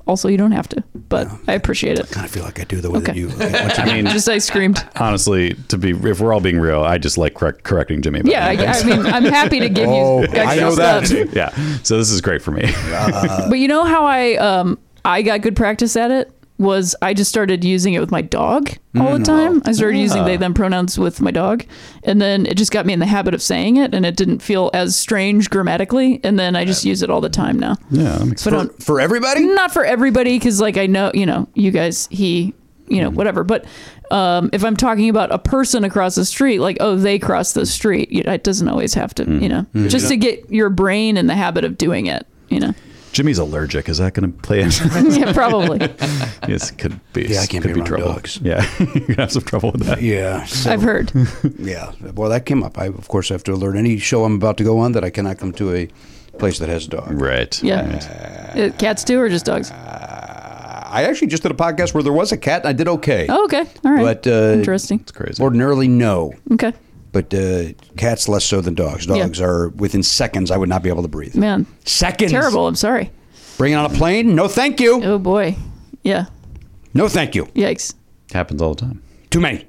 [SPEAKER 7] Also, you don't have to, but I appreciate it.
[SPEAKER 3] kind of feel like I do the way that
[SPEAKER 7] Okay.
[SPEAKER 3] you. Once you
[SPEAKER 5] I mean,
[SPEAKER 7] Just I screamed.
[SPEAKER 5] honestly, to be if we're all being real, I just like correct, correcting Jimmy. about
[SPEAKER 7] Yeah, I,
[SPEAKER 5] things.
[SPEAKER 7] I mean, I'm happy to give
[SPEAKER 3] Oh,
[SPEAKER 7] you extra
[SPEAKER 3] I know that.
[SPEAKER 7] stuff.
[SPEAKER 5] yeah. So this is great for me.
[SPEAKER 7] But you know how I um I got good practice at it was I just started using it with my dog all
[SPEAKER 3] Mm.
[SPEAKER 7] the time. I started using they them pronouns with my dog, and then it just got me in the habit of saying it, and it didn't feel as strange grammatically. And then I just use it all the time now.
[SPEAKER 5] yeah. that makes-
[SPEAKER 7] So I don't
[SPEAKER 3] for everybody.
[SPEAKER 7] not for everybody because like i know you know you guys he you
[SPEAKER 5] Mm-hmm.
[SPEAKER 7] know whatever but um, if i'm talking about a person across the street like oh they crossed the street you know, it doesn't always have to
[SPEAKER 5] Mm-hmm.
[SPEAKER 7] you know just to get your brain in the habit of doing it you know
[SPEAKER 5] Jimmy's allergic. Is that going to play in?
[SPEAKER 7] yeah probably
[SPEAKER 5] yes, could be.
[SPEAKER 3] Yeah, I can't
[SPEAKER 5] could
[SPEAKER 3] be around
[SPEAKER 5] trouble.
[SPEAKER 3] dogs.
[SPEAKER 5] Yeah, you could have some trouble with that.
[SPEAKER 3] Yeah. so-
[SPEAKER 7] i've heard
[SPEAKER 3] Yeah. Well, that came up. I of course have to alert any show I'm about to go on that I cannot come to a place that has a dog.
[SPEAKER 5] Right.
[SPEAKER 7] yeah Uh, cats do or just dogs
[SPEAKER 3] I actually just did a podcast where there was a cat, and I did okay.
[SPEAKER 7] oh, okay all right
[SPEAKER 3] But, uh,
[SPEAKER 7] interesting
[SPEAKER 5] It's crazy.
[SPEAKER 3] Ordinarily, no.
[SPEAKER 7] okay
[SPEAKER 3] But uh, cats less so than dogs.
[SPEAKER 7] Yeah.
[SPEAKER 3] Dogs are within seconds. I would not be able to breathe.
[SPEAKER 7] man
[SPEAKER 3] Seconds.
[SPEAKER 7] terrible i'm sorry
[SPEAKER 3] Bring it on a plane? No, thank you.
[SPEAKER 7] oh boy yeah
[SPEAKER 3] No, thank you.
[SPEAKER 7] yikes
[SPEAKER 5] Happens all the time.
[SPEAKER 3] Too many.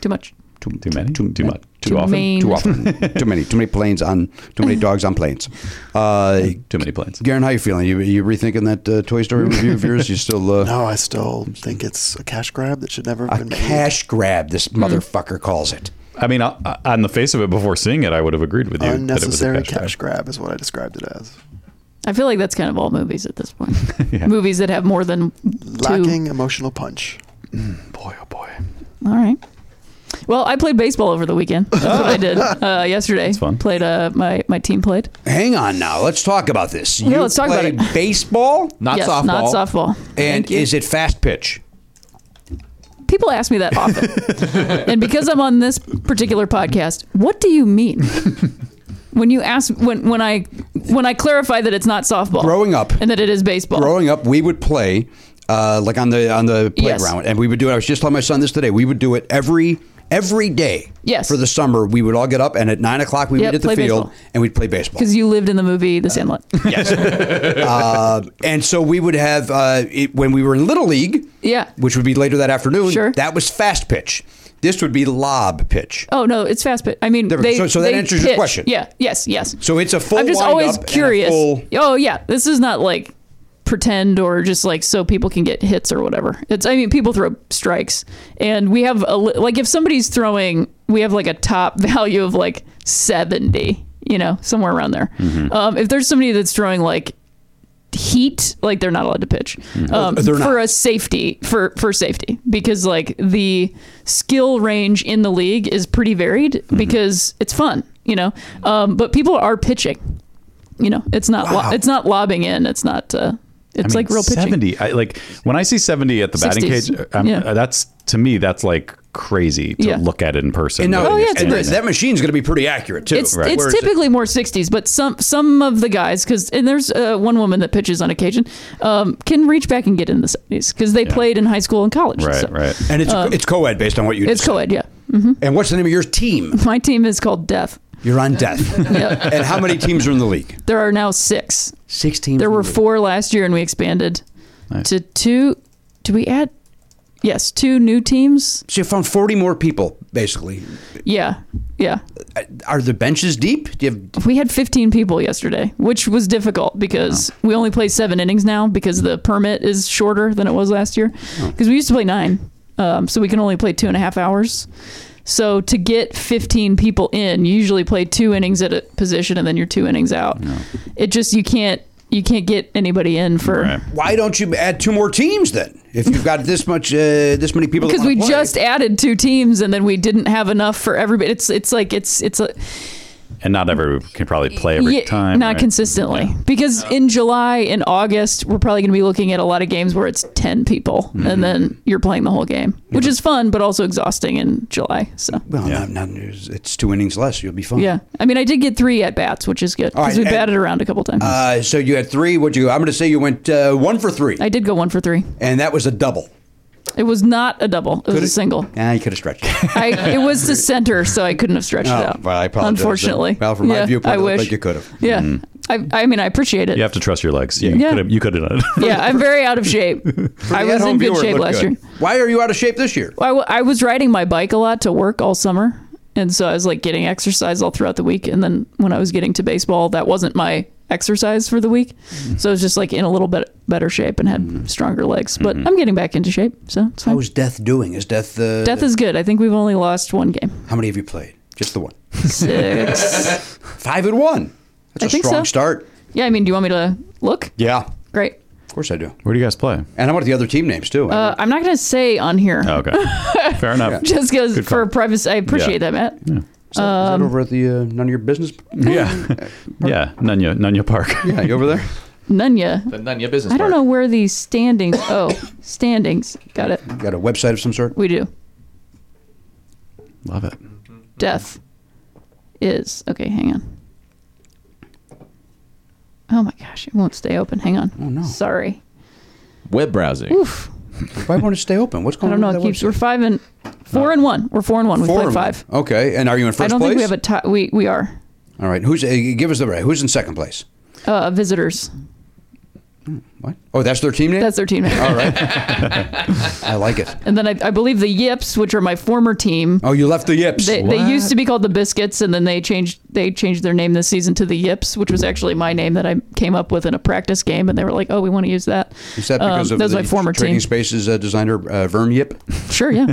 [SPEAKER 7] too much
[SPEAKER 5] Too, too many. Too, too much. Too,
[SPEAKER 7] too
[SPEAKER 5] often.
[SPEAKER 7] mean.
[SPEAKER 3] Too often. too many. Too many planes on. Too many dogs on planes. Uh,
[SPEAKER 5] Too many planes.
[SPEAKER 3] Garen, how you feeling? You you rethinking that uh, Toy Story review of yours? You still uh,
[SPEAKER 4] No, Oh, I still think it's a cash grab that should never have
[SPEAKER 3] a
[SPEAKER 4] been made.
[SPEAKER 7] Mm-hmm.
[SPEAKER 3] cash grab? This motherfucker calls it.
[SPEAKER 5] I mean, I, I- on the face of it, before seeing it, I would have agreed with you. that it was a
[SPEAKER 4] Unnecessary
[SPEAKER 5] cash grab.
[SPEAKER 4] cash grab is what I described it as.
[SPEAKER 7] I feel like that's kind of all movies at this point. Movies that have more than
[SPEAKER 4] Lacking emotional punch.
[SPEAKER 3] Oh,
[SPEAKER 7] two. All right. Well, I played baseball over the weekend. That's what I did uh, yesterday. Played. Uh, my my team played.
[SPEAKER 3] Hang on now. Let's talk about this.
[SPEAKER 7] Yeah, let's talk about
[SPEAKER 3] play baseball,
[SPEAKER 7] Not Yes, softball. not softball.
[SPEAKER 3] And is it fast pitch?
[SPEAKER 7] People ask me that often, and because I'm on this particular podcast, what do you mean when you ask when when I when I clarify that it's not softball?
[SPEAKER 3] Growing up,
[SPEAKER 7] Oh. and that it is baseball.
[SPEAKER 3] Growing up, we would play uh, like on the on the
[SPEAKER 7] Yes.
[SPEAKER 3] playground, and we would do it. I was just telling my son this today. We would do it every every day.
[SPEAKER 7] Yes.
[SPEAKER 3] For the summer, we would all get up, and at nine o'clock, we
[SPEAKER 7] Yep,
[SPEAKER 3] would hit the
[SPEAKER 7] play
[SPEAKER 3] field
[SPEAKER 7] baseball.
[SPEAKER 3] and we'd play baseball.
[SPEAKER 7] Because you lived in the movie The Sandlot.
[SPEAKER 3] Yes. uh, and so we would have uh, it, when we were in little league.
[SPEAKER 7] Yeah.
[SPEAKER 3] Which would be later that afternoon. Sure. That was fast pitch. This would be lob pitch.
[SPEAKER 7] Oh no, it's fast pitch. I mean,
[SPEAKER 3] Different.
[SPEAKER 7] they,
[SPEAKER 3] So- so that
[SPEAKER 7] they
[SPEAKER 3] answers your
[SPEAKER 7] pitch.
[SPEAKER 3] question.
[SPEAKER 7] Yeah. Yes. Yes.
[SPEAKER 3] So it's a full.
[SPEAKER 7] I'm just
[SPEAKER 3] wind
[SPEAKER 7] always
[SPEAKER 3] up and a
[SPEAKER 7] curious.
[SPEAKER 3] full-
[SPEAKER 7] Oh yeah, this is not like pretend or just like so people can get hits or whatever. It's I mean people throw strikes and we have a li- like if somebody's throwing we have like a top value of like 70, you know, somewhere around there.
[SPEAKER 3] Mm-hmm.
[SPEAKER 7] Um, if there's somebody that's throwing like heat like they're not allowed to pitch
[SPEAKER 5] Mm-hmm.
[SPEAKER 7] um,
[SPEAKER 3] They're not.
[SPEAKER 7] for a safety for for safety because like the skill range in the league is pretty varied
[SPEAKER 5] Mm-hmm.
[SPEAKER 7] because it's fun you know um, but people are pitching you know it's not lo-
[SPEAKER 5] Wow.
[SPEAKER 7] it's not lobbing in it's not uh,
[SPEAKER 5] I
[SPEAKER 7] it's
[SPEAKER 5] mean,
[SPEAKER 7] like real pitching
[SPEAKER 5] Seventy, I, like when I see seventy at the batting
[SPEAKER 7] 60s.
[SPEAKER 5] cage, I'm,
[SPEAKER 7] Yeah.
[SPEAKER 5] uh, that's to me that's like crazy to
[SPEAKER 7] Yeah. Oh,
[SPEAKER 5] look at it in person.
[SPEAKER 3] And now,
[SPEAKER 5] Really
[SPEAKER 3] and
[SPEAKER 5] understand
[SPEAKER 3] that-
[SPEAKER 5] it.
[SPEAKER 3] that machine's going to be pretty accurate too.
[SPEAKER 7] It's,
[SPEAKER 3] Whereas
[SPEAKER 7] it's
[SPEAKER 3] the-
[SPEAKER 7] typically more 60s, but some some of the guys, because and there's uh, one woman that pitches on occasion, um, can reach back and get in the 70s because they played in high school and college. so.
[SPEAKER 3] And it's
[SPEAKER 7] Um,
[SPEAKER 3] it's co-ed based on what you.
[SPEAKER 7] It's
[SPEAKER 3] just said.
[SPEAKER 7] co-ed, yeah. hmm
[SPEAKER 3] And what's the name of your team?
[SPEAKER 7] My team is called Death.
[SPEAKER 3] You're on death.
[SPEAKER 7] Yep.
[SPEAKER 3] And how many teams are in the league?
[SPEAKER 7] There are now six.
[SPEAKER 3] Six teams.
[SPEAKER 7] There
[SPEAKER 3] in
[SPEAKER 7] were
[SPEAKER 3] the league.
[SPEAKER 7] four last year, and we expanded to two. Do we add? Yes, two new teams.
[SPEAKER 3] So you found 40 more people, basically. Uh,
[SPEAKER 7] Yeah, yeah.
[SPEAKER 3] Are the benches deep? Do you have
[SPEAKER 7] We had 15 people yesterday, which was difficult because we only play seven innings now because the permit is shorter than it was last year. Because we used to play nine, um, so we can only play two and a half hours. So to get 15 people in, you usually play two innings at a position and then you're two innings out. It just you can't you can't get anybody in for
[SPEAKER 3] Why don't you add two more teams then? If you've got this much, uh, this many people. that
[SPEAKER 7] because
[SPEAKER 3] wanna
[SPEAKER 7] we
[SPEAKER 3] play?
[SPEAKER 7] just added two teams and then we didn't have enough for everybody. It's it's like it's it's a
[SPEAKER 5] and not everyone can probably play every
[SPEAKER 7] Yeah,
[SPEAKER 5] time.
[SPEAKER 7] Not
[SPEAKER 5] right?
[SPEAKER 7] consistently. Because in July and August, we're probably going to be looking at a lot of games where it's 10 people
[SPEAKER 3] Mm-hmm.
[SPEAKER 7] and then you're playing the whole game, which is fun, but also exhausting in July. So,
[SPEAKER 3] Well, not, not, it's two innings less. You'll be fine.
[SPEAKER 7] yeah. I mean, I did get three at bats, which is good
[SPEAKER 3] All right,
[SPEAKER 7] because we
[SPEAKER 3] and-
[SPEAKER 7] batted around a couple times.
[SPEAKER 3] Uh, so you had three. What you? I'm going to say you went uh, one for three,
[SPEAKER 7] I did go one for three.
[SPEAKER 3] and that was a double.
[SPEAKER 7] It was not a double, it was
[SPEAKER 3] Could
[SPEAKER 7] a
[SPEAKER 3] it-
[SPEAKER 7] single.
[SPEAKER 3] Yeah, you could have stretched. it.
[SPEAKER 7] I, it was the center, so I couldn't have stretched
[SPEAKER 3] Oh,
[SPEAKER 7] it out.
[SPEAKER 3] well, I apologize.
[SPEAKER 7] Unfortunately.
[SPEAKER 3] Well, from my
[SPEAKER 7] Yeah,
[SPEAKER 3] viewpoint,
[SPEAKER 7] I
[SPEAKER 3] it looked
[SPEAKER 7] wish.
[SPEAKER 3] like you could have.
[SPEAKER 7] Yeah. I, I mean, I appreciate it.
[SPEAKER 5] You have to trust your legs. You
[SPEAKER 7] Yeah.
[SPEAKER 5] could have you could have done it.
[SPEAKER 7] Yeah, I'm very out of shape. I
[SPEAKER 3] The
[SPEAKER 7] was
[SPEAKER 3] at-home
[SPEAKER 7] in good
[SPEAKER 3] viewer
[SPEAKER 7] shape
[SPEAKER 3] looked
[SPEAKER 7] last
[SPEAKER 3] good.
[SPEAKER 7] year.
[SPEAKER 3] Why are you out of shape this year?
[SPEAKER 7] I, w- I was riding my bike a lot to work all summer. And so I was like getting exercise all throughout the week. And then when I was getting to baseball, that wasn't my exercise for the week.
[SPEAKER 3] Mm-hmm.
[SPEAKER 7] So I was just like in a little bit better shape and had stronger legs. But I'm getting back into shape. So it's
[SPEAKER 3] Mm-hmm.
[SPEAKER 7] fine.
[SPEAKER 3] How is death doing? Is death uh,
[SPEAKER 7] Death is good. I think we've only lost one game.
[SPEAKER 3] How many have you played? Just the one.
[SPEAKER 7] Six.
[SPEAKER 3] Five and one. That's
[SPEAKER 7] I
[SPEAKER 3] a
[SPEAKER 7] think
[SPEAKER 3] strong
[SPEAKER 7] so.
[SPEAKER 3] start.
[SPEAKER 7] Yeah, I mean, do you want me to look?
[SPEAKER 3] Yeah.
[SPEAKER 7] Great.
[SPEAKER 3] Of course I do.
[SPEAKER 5] Where do you guys play?
[SPEAKER 3] And I want the other team names too.
[SPEAKER 7] Uh, I'm not going to say on here.
[SPEAKER 3] Oh.
[SPEAKER 5] okay. Fair enough.
[SPEAKER 7] Just because
[SPEAKER 5] Good
[SPEAKER 7] for
[SPEAKER 5] call.
[SPEAKER 7] privacy, I appreciate
[SPEAKER 5] Yeah.
[SPEAKER 7] that, Matt.
[SPEAKER 3] Is that, is that
[SPEAKER 7] um,
[SPEAKER 3] over at the uh, none of your business?
[SPEAKER 5] Yeah. yeah. Nunya Nunya Park.
[SPEAKER 3] Yeah, you over there?
[SPEAKER 7] Nunya.
[SPEAKER 2] The none your business.
[SPEAKER 7] I don't
[SPEAKER 2] part.
[SPEAKER 7] know where these standings. Oh, standings. Got it.
[SPEAKER 3] Got a website of some sort?
[SPEAKER 7] We do.
[SPEAKER 5] Love it.
[SPEAKER 7] Death is okay. Hang on. Oh my gosh, it won't stay open. Hang on. Oh no. Sorry.
[SPEAKER 2] Web browsing.
[SPEAKER 7] Oof.
[SPEAKER 3] Why won't it stay open? What's
[SPEAKER 7] I
[SPEAKER 3] going
[SPEAKER 7] don't know.
[SPEAKER 3] on?
[SPEAKER 7] It
[SPEAKER 3] with that
[SPEAKER 7] keeps. We're five and four and one. We're four and one. We
[SPEAKER 3] website? Four
[SPEAKER 7] played
[SPEAKER 3] of them.
[SPEAKER 7] five.
[SPEAKER 3] Okay, and are you in first
[SPEAKER 7] I don't
[SPEAKER 3] place?
[SPEAKER 7] think we have a tie. We we are
[SPEAKER 3] All right, who's uh, give us the right? Who's in second place?
[SPEAKER 7] uh, visitors.
[SPEAKER 3] What? Oh, that's their team name.
[SPEAKER 7] That's their team name.
[SPEAKER 3] All right. I like it.
[SPEAKER 7] And then I, I believe the Yips, which are my former team.
[SPEAKER 3] Oh, you left the Yips.
[SPEAKER 7] They, they used to be called the Biscuits, and then they changed they changed their name this season to the Yips, which was actually my name that I came up with in a practice game, and they were like, "Oh, we want to use that."
[SPEAKER 3] Is that because
[SPEAKER 7] Um,
[SPEAKER 3] of
[SPEAKER 7] that was
[SPEAKER 3] the
[SPEAKER 7] my former
[SPEAKER 3] Trading
[SPEAKER 7] team?
[SPEAKER 3] Spaces uh, designer uh, Vern Yip?
[SPEAKER 7] Sure, yeah,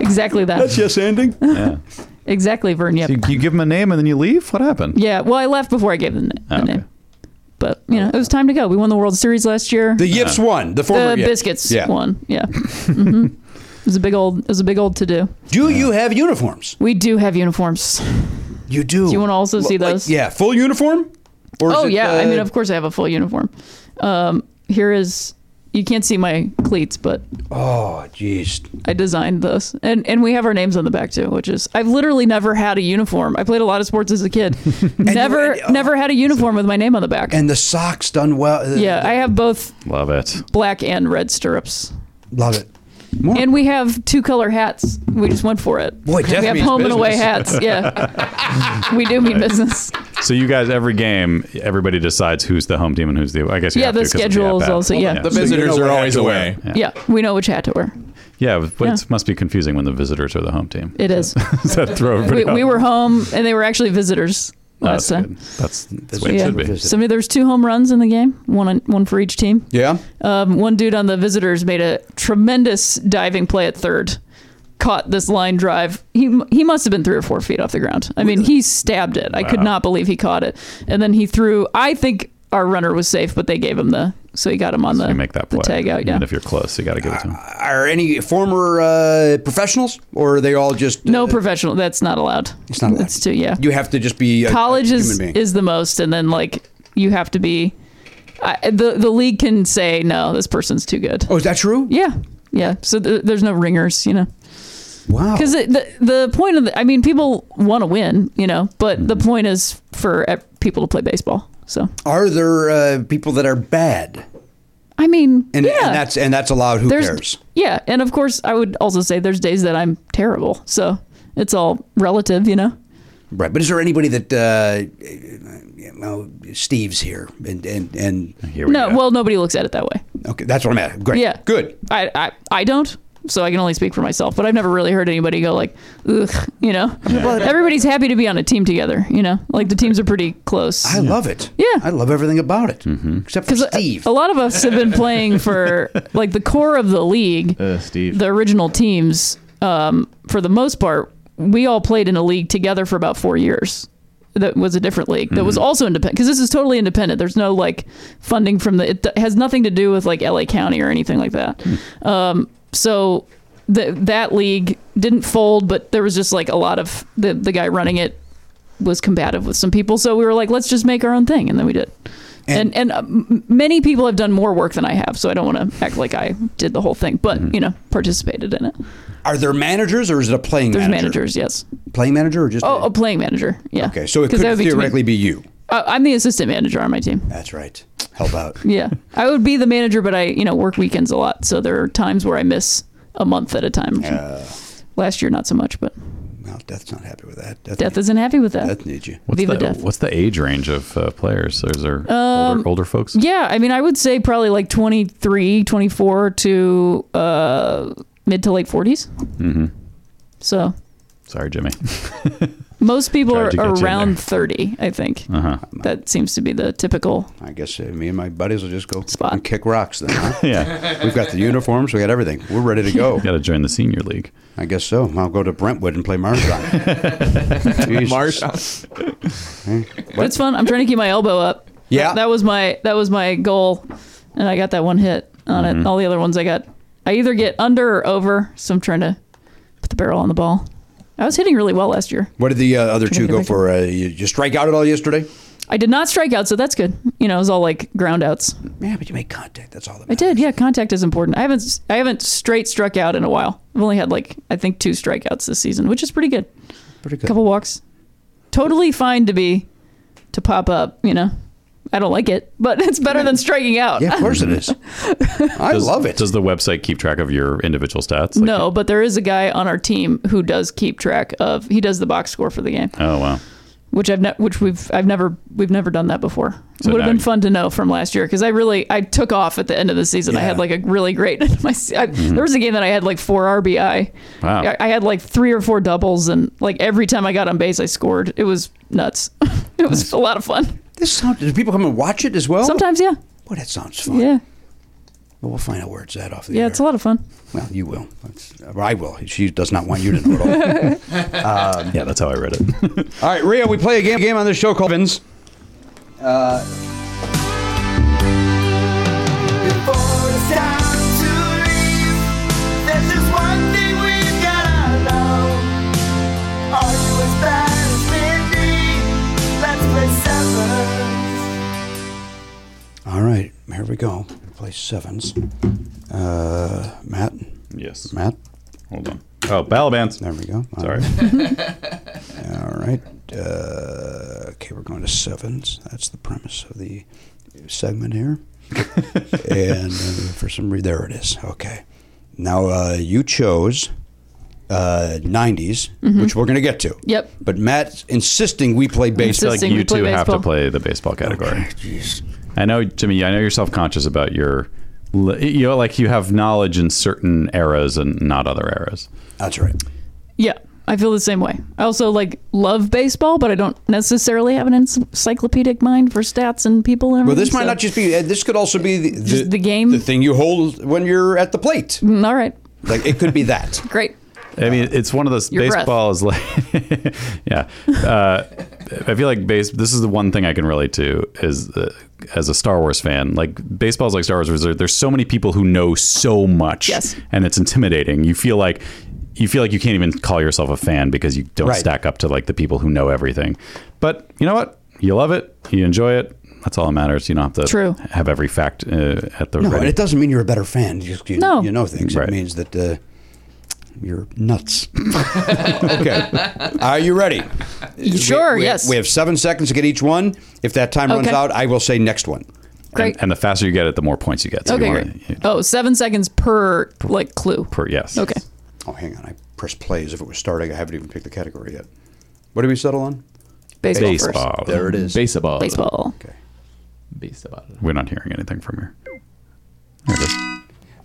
[SPEAKER 7] exactly that.
[SPEAKER 3] yes ending.
[SPEAKER 5] Yeah.
[SPEAKER 7] Exactly, Vern Yip.
[SPEAKER 5] You, you give them a name and then you leave. What happened?
[SPEAKER 7] Yeah, well, I left before I gave them
[SPEAKER 3] Ah,
[SPEAKER 7] the, the
[SPEAKER 5] Okay.
[SPEAKER 7] name, but you know, it was time to go. We won the World Series last year.
[SPEAKER 3] The Yips won. The former
[SPEAKER 7] the
[SPEAKER 3] Yips.
[SPEAKER 7] Biscuits
[SPEAKER 3] Yeah.
[SPEAKER 7] won. Yeah, hmm it was a big old it was a big old to do.
[SPEAKER 3] Do you have uniforms?
[SPEAKER 7] We do have uniforms.
[SPEAKER 3] You do.
[SPEAKER 7] Do you want to also see
[SPEAKER 3] Like,
[SPEAKER 7] those?
[SPEAKER 3] yeah, full uniform. Or is
[SPEAKER 7] oh
[SPEAKER 3] it,
[SPEAKER 7] yeah, I
[SPEAKER 3] uh,
[SPEAKER 7] mean, of course I have a full uniform. Um, here is you can't see my cleats, but
[SPEAKER 3] Oh, jeez.
[SPEAKER 7] I designed those, and and we have our names on the back too, which is I've literally never had a uniform. I played a lot of sports as a kid, never never had a uniform with my name on the back.
[SPEAKER 3] And the socks done well. uh,
[SPEAKER 7] yeah, I have both
[SPEAKER 5] Love it.
[SPEAKER 7] black and red stirrups.
[SPEAKER 3] Love it.
[SPEAKER 7] And we have two color hats. We just went for it.
[SPEAKER 3] Boy,
[SPEAKER 7] we
[SPEAKER 3] death
[SPEAKER 7] have
[SPEAKER 3] means
[SPEAKER 7] home and away
[SPEAKER 5] business.
[SPEAKER 7] hats. Yeah, we do mean business.
[SPEAKER 5] So you guys, every game, everybody decides who's the home team and who's the. I guess you
[SPEAKER 7] Yeah,
[SPEAKER 5] have
[SPEAKER 7] the
[SPEAKER 5] to 'cause of
[SPEAKER 7] schedule is
[SPEAKER 5] app app.
[SPEAKER 7] also- yeah. The
[SPEAKER 5] So you
[SPEAKER 2] visitors
[SPEAKER 5] know
[SPEAKER 2] are
[SPEAKER 5] what
[SPEAKER 2] always
[SPEAKER 5] to wear.
[SPEAKER 2] away.
[SPEAKER 5] Yeah,
[SPEAKER 7] Yeah, we know which hat to wear.
[SPEAKER 5] yeah but
[SPEAKER 7] Yeah.
[SPEAKER 5] it must be confusing when the visitors are the home team.
[SPEAKER 7] It is.
[SPEAKER 5] Does that throw
[SPEAKER 7] we,
[SPEAKER 5] everybody off?
[SPEAKER 7] we were uh, home, and they were actually visitors
[SPEAKER 5] No, that's
[SPEAKER 7] last time.
[SPEAKER 5] good. That's, that's the way it should be.
[SPEAKER 7] Somebody, there was two home runs in the game, one on, one for each team.
[SPEAKER 3] Yeah.
[SPEAKER 7] Um, one dude on the visitors made a tremendous diving play at third, caught this line drive. He he must have been three or four feet off the ground. I mean, he stabbed it. I could
[SPEAKER 5] Wow.
[SPEAKER 7] not believe he caught it. And then he threw. I think our runner was safe, but they gave him the so he got him on the
[SPEAKER 5] You make that
[SPEAKER 7] uh, the
[SPEAKER 5] play.
[SPEAKER 7] tag out. Yeah.
[SPEAKER 5] Even if you're close, you got to give it to them.
[SPEAKER 3] Are any former uh, professionals, or are they all just?
[SPEAKER 7] no professional. That's not allowed. It's
[SPEAKER 3] not allowed.
[SPEAKER 7] That's too. Yeah.
[SPEAKER 3] You have to just be a,
[SPEAKER 7] college
[SPEAKER 3] a
[SPEAKER 7] is
[SPEAKER 3] human being.
[SPEAKER 7] is the most, and then like you have to be. I, the the league can say no, this person's too good.
[SPEAKER 3] oh, is that true?
[SPEAKER 7] Yeah, yeah. So th- there's no ringers, you know,
[SPEAKER 3] Wow.
[SPEAKER 7] because the the point of the, I mean, people want to win, you know, but the
[SPEAKER 3] Mm-hmm.
[SPEAKER 7] point is for ev- people to play baseball. So
[SPEAKER 3] Are there uh, people that are bad,
[SPEAKER 7] I mean,
[SPEAKER 3] and,
[SPEAKER 7] yeah,
[SPEAKER 3] and that's and that's allowed? Who cares?
[SPEAKER 7] yeah, and of course I would also say there's days that I'm terrible, so it's all relative, you know.
[SPEAKER 3] Right. But is there anybody that? Uh, you know, Steve's here, and and and
[SPEAKER 5] Here we
[SPEAKER 7] No,
[SPEAKER 5] go.
[SPEAKER 7] well, nobody looks at it that way.
[SPEAKER 3] okay, that's what I'm at. Great.
[SPEAKER 7] Yeah.
[SPEAKER 3] Good.
[SPEAKER 7] I, I I don't. So I can only speak for myself, but I've never really heard anybody go like, ugh, you know. Everybody's happy to be on a team together, you know. Like the teams are pretty close.
[SPEAKER 3] I love it.
[SPEAKER 7] Yeah. uh, oh.
[SPEAKER 3] I love everything about it, except for Steve.
[SPEAKER 7] A lot of us have been playing for like the core of the league,
[SPEAKER 2] Uh, Steve.
[SPEAKER 7] the original teams. Um, for the most part, we all played in a league together for about four years. That was a different league. That was
[SPEAKER 2] Mm-hmm.
[SPEAKER 7] also independent because this is totally independent. There's no like funding from the. It has nothing to do with like LA County or anything like that.
[SPEAKER 2] Hmm.
[SPEAKER 7] Um, so th- that league didn't fold, but there was just like a lot of the the guy running it was combative with some people. So we were like, let's just make our own thing, and then we did. And and, uh, m- many people have done more work than I have, so I don't want to act like I did the whole thing, but
[SPEAKER 3] Mm-hmm.
[SPEAKER 7] you know, participated in it.
[SPEAKER 3] Are there managers, or is it a playing
[SPEAKER 7] There's
[SPEAKER 3] manager?
[SPEAKER 7] managers, yes.
[SPEAKER 3] Playing manager, or just
[SPEAKER 7] Oh, a playing manager, yeah.
[SPEAKER 3] okay? So it
[SPEAKER 7] 'Cause
[SPEAKER 3] could
[SPEAKER 7] that would be too many-
[SPEAKER 3] theoretically be you.
[SPEAKER 7] Uh, I'm the assistant manager on my team.
[SPEAKER 3] That's right. Help out.
[SPEAKER 7] Yeah, I would be the manager, but I you know work weekends a lot, so there are times where I miss a month at a time. Last year, not so much, but
[SPEAKER 3] Well, Death's not happy with that. Death,
[SPEAKER 7] death isn't happy with that.
[SPEAKER 3] Death needs you.
[SPEAKER 5] What's
[SPEAKER 7] Viva
[SPEAKER 5] the,
[SPEAKER 7] Death. Um,
[SPEAKER 5] what's the age range of uh, players? Is there older, older folks?
[SPEAKER 7] Yeah, I mean, I would say probably like 23, 24 to uh, mid to late 40s.
[SPEAKER 3] Mm-hmm.
[SPEAKER 5] hmm
[SPEAKER 7] So
[SPEAKER 5] Sorry, Jimmy.
[SPEAKER 7] most people
[SPEAKER 5] Tried
[SPEAKER 7] are
[SPEAKER 5] to get you in there.
[SPEAKER 7] around 30, I think.
[SPEAKER 5] Uh-huh.
[SPEAKER 7] That seems to be the typical.
[SPEAKER 3] I guess uh, me and my buddies will just go
[SPEAKER 7] Spot.
[SPEAKER 3] and kick rocks then. Huh?
[SPEAKER 5] Yeah,
[SPEAKER 3] We've got the uniforms. We got everything. We're ready to go.
[SPEAKER 5] got to join the senior league.
[SPEAKER 3] I guess so. I'll go to Brentwood and play Marshall.
[SPEAKER 2] Marsh.
[SPEAKER 7] That's fun. I'm trying to keep my elbow up.
[SPEAKER 3] Yeah.
[SPEAKER 7] That, that was my that was my goal, and I got that one hit on
[SPEAKER 5] Mm-hmm.
[SPEAKER 7] it. All the other ones I got, I either get under or over. So I'm trying to put the barrel on the ball. I was hitting really well last year.
[SPEAKER 3] What did the uh, other
[SPEAKER 7] Trying to
[SPEAKER 3] two
[SPEAKER 7] get
[SPEAKER 3] go
[SPEAKER 7] back to-
[SPEAKER 3] for? Uh, you, you strike out at all yesterday?
[SPEAKER 7] I did not strike out, so that's good. You know, it was all like ground outs.
[SPEAKER 3] Yeah, but you made contact. That's all that
[SPEAKER 7] I
[SPEAKER 3] matters.
[SPEAKER 7] did. Yeah, contact is important. I haven't I haven't straight struck out in a while. I've only had like I think two strikeouts this season, which is pretty good.
[SPEAKER 3] Pretty
[SPEAKER 7] A
[SPEAKER 3] good.
[SPEAKER 7] couple walks. Totally fine to be to pop up, you know. I don't like it, but it's better than striking out.
[SPEAKER 3] Yeah, of course it is. I
[SPEAKER 5] Does-
[SPEAKER 3] love it.
[SPEAKER 5] Does the website keep track of your individual stats? Like-
[SPEAKER 7] No, but there is a guy on our team who does keep track of he does the box score for the game.
[SPEAKER 5] Oh wow.
[SPEAKER 7] which I've ne- which we've I've never we've never done that before.
[SPEAKER 5] So
[SPEAKER 7] it would have
[SPEAKER 5] now
[SPEAKER 7] been
[SPEAKER 5] you-
[SPEAKER 7] fun to know from last year because I really I took off at the end of the season. I had like a really great my se- I, there was a game that I had like four RBI.
[SPEAKER 5] Mm-hmm. Wow.
[SPEAKER 7] I, I had like three or four doubles and like every time I got on base I scored. It was nuts. it was a lot of fun.
[SPEAKER 3] This sound, do people come and watch it as well?
[SPEAKER 7] Sometimes, yeah.
[SPEAKER 3] Boy, that sounds fun.
[SPEAKER 7] Yeah,
[SPEAKER 3] Well, we'll find out where it's at off the
[SPEAKER 7] yeah,
[SPEAKER 3] air.
[SPEAKER 7] it's a lot of fun.
[SPEAKER 3] Well, you will. That's, or I will. She does not want you to know it all. um,
[SPEAKER 5] yeah, that's how I read it.
[SPEAKER 3] all right, Rhea, we play a game, game on this show called Vins. Uh, all right, here we go. We play sevens. Uh, Matt?
[SPEAKER 5] Yes.
[SPEAKER 3] Matt?
[SPEAKER 5] Hold on. Oh, Balabands.
[SPEAKER 3] There we go. All
[SPEAKER 5] Sorry.
[SPEAKER 3] right. All right. Uh, okay, we're going to sevens. That's the premise of the segment here. and uh, for some reason, there it is. Okay. Now uh, you chose uh, 90s,
[SPEAKER 7] Mhm.
[SPEAKER 3] which we're going to get to.
[SPEAKER 7] Yep.
[SPEAKER 3] But Matt's insisting we play baseball.
[SPEAKER 5] I feel like you two have to play the baseball category. I know, Jimmy. I know you're self conscious about your, you know, like you have knowledge in certain eras and not other eras.
[SPEAKER 3] That's right.
[SPEAKER 7] Yeah, I feel the same way. I also like love baseball, but I don't necessarily have an encyclopedic mind for stats and people. And
[SPEAKER 3] Well, this
[SPEAKER 7] everything,
[SPEAKER 3] might
[SPEAKER 7] so-
[SPEAKER 3] not just be. uh, This could also be the, the,
[SPEAKER 7] the game?
[SPEAKER 3] the thing you hold when you're at the plate.
[SPEAKER 7] Mm, All right,
[SPEAKER 3] Like it could be that.
[SPEAKER 7] great.
[SPEAKER 3] Uh,
[SPEAKER 5] I mean, it's one of those.
[SPEAKER 7] Your
[SPEAKER 5] baseball is like, yeah. Uh, I feel like base. This is the one thing I can relate to is uh, as a Star Wars fan. Like baseball is like Star Wars. where there- There's so many people who know so much,
[SPEAKER 7] Yes.
[SPEAKER 5] and it's intimidating. You feel like you feel like you can't even call yourself a fan because you don't
[SPEAKER 3] Right.
[SPEAKER 5] stack up to like the people who know everything. But you know what? You love it. You enjoy it. That's all that matters. You don't have to
[SPEAKER 3] True.
[SPEAKER 5] have every fact uh, at the
[SPEAKER 3] No, and
[SPEAKER 5] ready.
[SPEAKER 3] it doesn't mean you're a better fan. You, you,
[SPEAKER 7] No.
[SPEAKER 3] you know things. It means that uh, you're nuts. okay. Are you ready?
[SPEAKER 7] Sure,
[SPEAKER 3] We- we-
[SPEAKER 7] yes.
[SPEAKER 3] We have seven seconds to get each one. If that time runs
[SPEAKER 7] Okay.
[SPEAKER 3] out, I will say next one.
[SPEAKER 7] Great.
[SPEAKER 5] And the faster you get it, the more points you get. you
[SPEAKER 7] okay,
[SPEAKER 5] wanna-
[SPEAKER 7] great. Oh, seven seconds per like clue.
[SPEAKER 5] Per yes.
[SPEAKER 7] Okay.
[SPEAKER 3] Oh, hang on. I pressed play as if it was starting. I haven't even picked the category yet. What did we settle on?
[SPEAKER 7] Baseball first. Baseball.
[SPEAKER 3] There it is.
[SPEAKER 2] Baseball.
[SPEAKER 7] Baseball.
[SPEAKER 3] Okay.
[SPEAKER 2] Baseball.
[SPEAKER 5] We're not hearing anything from here.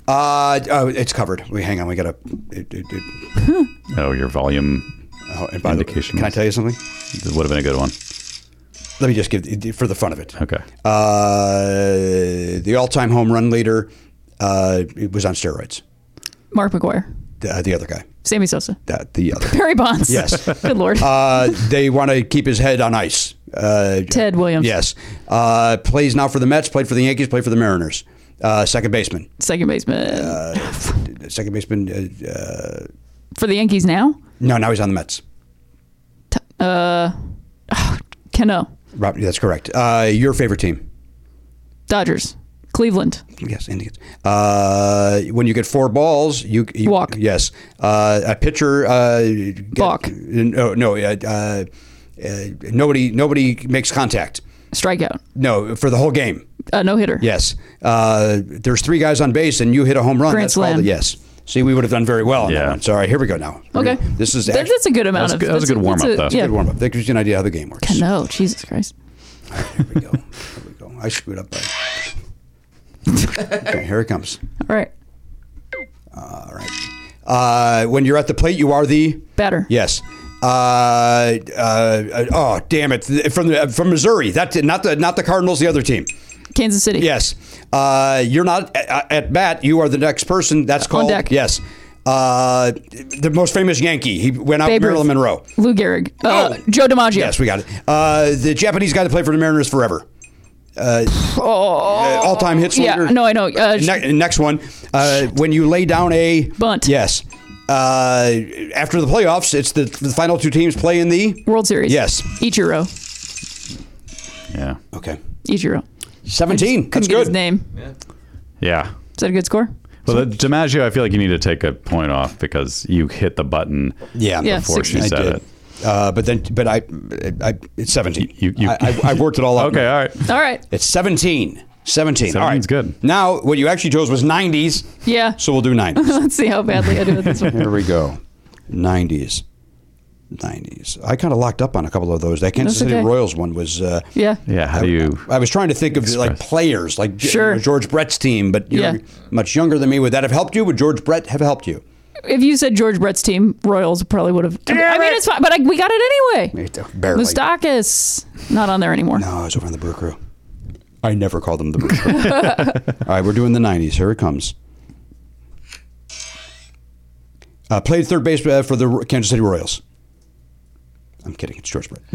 [SPEAKER 3] Uh, oh, it's covered. We hang on. We got to. It, it, it,
[SPEAKER 5] Oh, your volume
[SPEAKER 3] oh, and by the way,
[SPEAKER 5] indication.
[SPEAKER 3] can I
[SPEAKER 5] was-
[SPEAKER 3] tell you something?
[SPEAKER 5] This would have been a good one.
[SPEAKER 3] Let me just give for the fun of it.
[SPEAKER 5] Okay.
[SPEAKER 3] Uh, the all-time home run leader uh, it was on steroids.
[SPEAKER 7] Mark McGuire,
[SPEAKER 3] The, the other guy.
[SPEAKER 7] Sammy Sosa,
[SPEAKER 3] That the other.
[SPEAKER 7] Barry Bonds.
[SPEAKER 3] Yes.
[SPEAKER 7] Good lord.
[SPEAKER 3] Uh, they want to keep his head on ice. Uh,
[SPEAKER 7] Ted Williams.
[SPEAKER 3] Yes. Uh, plays now for the Mets. Played for the Yankees. Played for the Mariners. Uh, second baseman.
[SPEAKER 7] Second baseman
[SPEAKER 3] Uh, Second baseman. Uh, uh,
[SPEAKER 7] for the Yankees now.
[SPEAKER 3] no, now he's on the Mets.
[SPEAKER 7] Uh, Cano,
[SPEAKER 3] Rob, that's correct. Uh, your favorite team?
[SPEAKER 7] Dodgers, Cleveland,
[SPEAKER 3] Yes, Indians. Uh, when you get four balls, you, you
[SPEAKER 7] Walk.
[SPEAKER 3] Yes, uh, a pitcher. Uh, get-
[SPEAKER 7] Balk.
[SPEAKER 3] No, no. Uh, uh, uh, nobody, nobody makes contact.
[SPEAKER 7] strikeout,
[SPEAKER 3] No, for the whole game.
[SPEAKER 7] uh, no hitter.
[SPEAKER 3] Yes. Uh, there's three guys on base, and you hit a home run.
[SPEAKER 7] Grand
[SPEAKER 3] That's called
[SPEAKER 7] slam.
[SPEAKER 3] a yes. See, we would have done very well on that
[SPEAKER 5] Yeah.
[SPEAKER 3] one. So, all right, here we go now. Here we
[SPEAKER 7] Okay.
[SPEAKER 3] go. This is
[SPEAKER 7] That-
[SPEAKER 3] act-
[SPEAKER 7] that's a good amount
[SPEAKER 5] That was
[SPEAKER 7] of.
[SPEAKER 5] good- that was a
[SPEAKER 7] that's
[SPEAKER 5] good warm-up,
[SPEAKER 7] that's
[SPEAKER 5] though.
[SPEAKER 3] Good warm up. That gives you an idea how the game works.
[SPEAKER 7] Yeah. Cano, Jesus Christ.
[SPEAKER 3] Here we go. I screwed up. By... okay, here it comes.
[SPEAKER 7] All right,
[SPEAKER 3] All right. Uh, when you're at the plate, you are the
[SPEAKER 7] batter.
[SPEAKER 3] yes. Uh, uh, uh, oh, damn it! From the, from Missouri. That not the not the Cardinals. The other team.
[SPEAKER 7] Kansas City.
[SPEAKER 3] Yes. Uh, you're not at, at bat. You are the next person. That's called
[SPEAKER 7] deck.
[SPEAKER 3] yes. Uh, the most famous Yankee. He went out
[SPEAKER 7] Babe Ruth.
[SPEAKER 3] Marilyn Monroe.
[SPEAKER 7] Lou Gehrig. Uh,
[SPEAKER 3] Oh.
[SPEAKER 7] Joe DiMaggio.
[SPEAKER 3] Yes, we got it. Uh, the Japanese guy that played for the Mariners forever. Uh,
[SPEAKER 7] Oh,
[SPEAKER 3] all time hits
[SPEAKER 7] yeah,
[SPEAKER 3] leader.
[SPEAKER 7] no, I know. Uh,
[SPEAKER 3] ne- next one. Uh, when you lay down a
[SPEAKER 7] Bunt.
[SPEAKER 3] Yes. Uh, after the playoffs, it's the, the final two teams play in the.
[SPEAKER 7] World Series.
[SPEAKER 3] Yes.
[SPEAKER 7] Ichiro.
[SPEAKER 5] Yeah.
[SPEAKER 3] Okay.
[SPEAKER 7] Ichiro.
[SPEAKER 3] 17.
[SPEAKER 7] Couldn't
[SPEAKER 3] That's
[SPEAKER 7] get
[SPEAKER 3] good.
[SPEAKER 7] his name.
[SPEAKER 5] Yeah.
[SPEAKER 7] Is that a good score?
[SPEAKER 5] Well, the DiMaggio, I feel like you need to take a point off because you hit the button.
[SPEAKER 3] Yeah.
[SPEAKER 7] Yeah,
[SPEAKER 5] Before she
[SPEAKER 7] 16.
[SPEAKER 3] I
[SPEAKER 5] said
[SPEAKER 3] did.
[SPEAKER 5] it.
[SPEAKER 3] Uh, but then, but I, I, it's 17.
[SPEAKER 5] You- you-
[SPEAKER 3] I, I, I worked it all out.
[SPEAKER 5] Okay. All right.
[SPEAKER 7] All right.
[SPEAKER 3] It's 17. 17. All right.
[SPEAKER 5] 17's good.
[SPEAKER 3] Now, what you actually chose was 90s.
[SPEAKER 7] Yeah.
[SPEAKER 3] So we'll do 90s.
[SPEAKER 7] Let's see how badly I do with this one.
[SPEAKER 3] Here we go. 90s. 90s. I kind of locked up on a couple of those. That Kansas
[SPEAKER 7] That's
[SPEAKER 3] City
[SPEAKER 7] okay.
[SPEAKER 3] Royals one was. Uh,
[SPEAKER 7] Yeah.
[SPEAKER 5] Yeah. How do you?
[SPEAKER 3] I was trying to think of like players, like you
[SPEAKER 7] Sure.
[SPEAKER 3] know, George Brett's team, but you're
[SPEAKER 7] Yeah.
[SPEAKER 3] much younger than me. Would that have helped you? Would George Brett have helped you?
[SPEAKER 7] If you said George Brett's team, Royals probably would have. I mean, it's fine, but I, we got it anyway.
[SPEAKER 3] Barely.
[SPEAKER 7] Mustakis not on there anymore.
[SPEAKER 3] No, Oh, I was over on the Brew Crew. I never called them the Brew Crew. All right, we're doing the 90s. Here it comes. Uh, played third base uh, for the Kansas City Royals. I'm kidding. It's George Brett.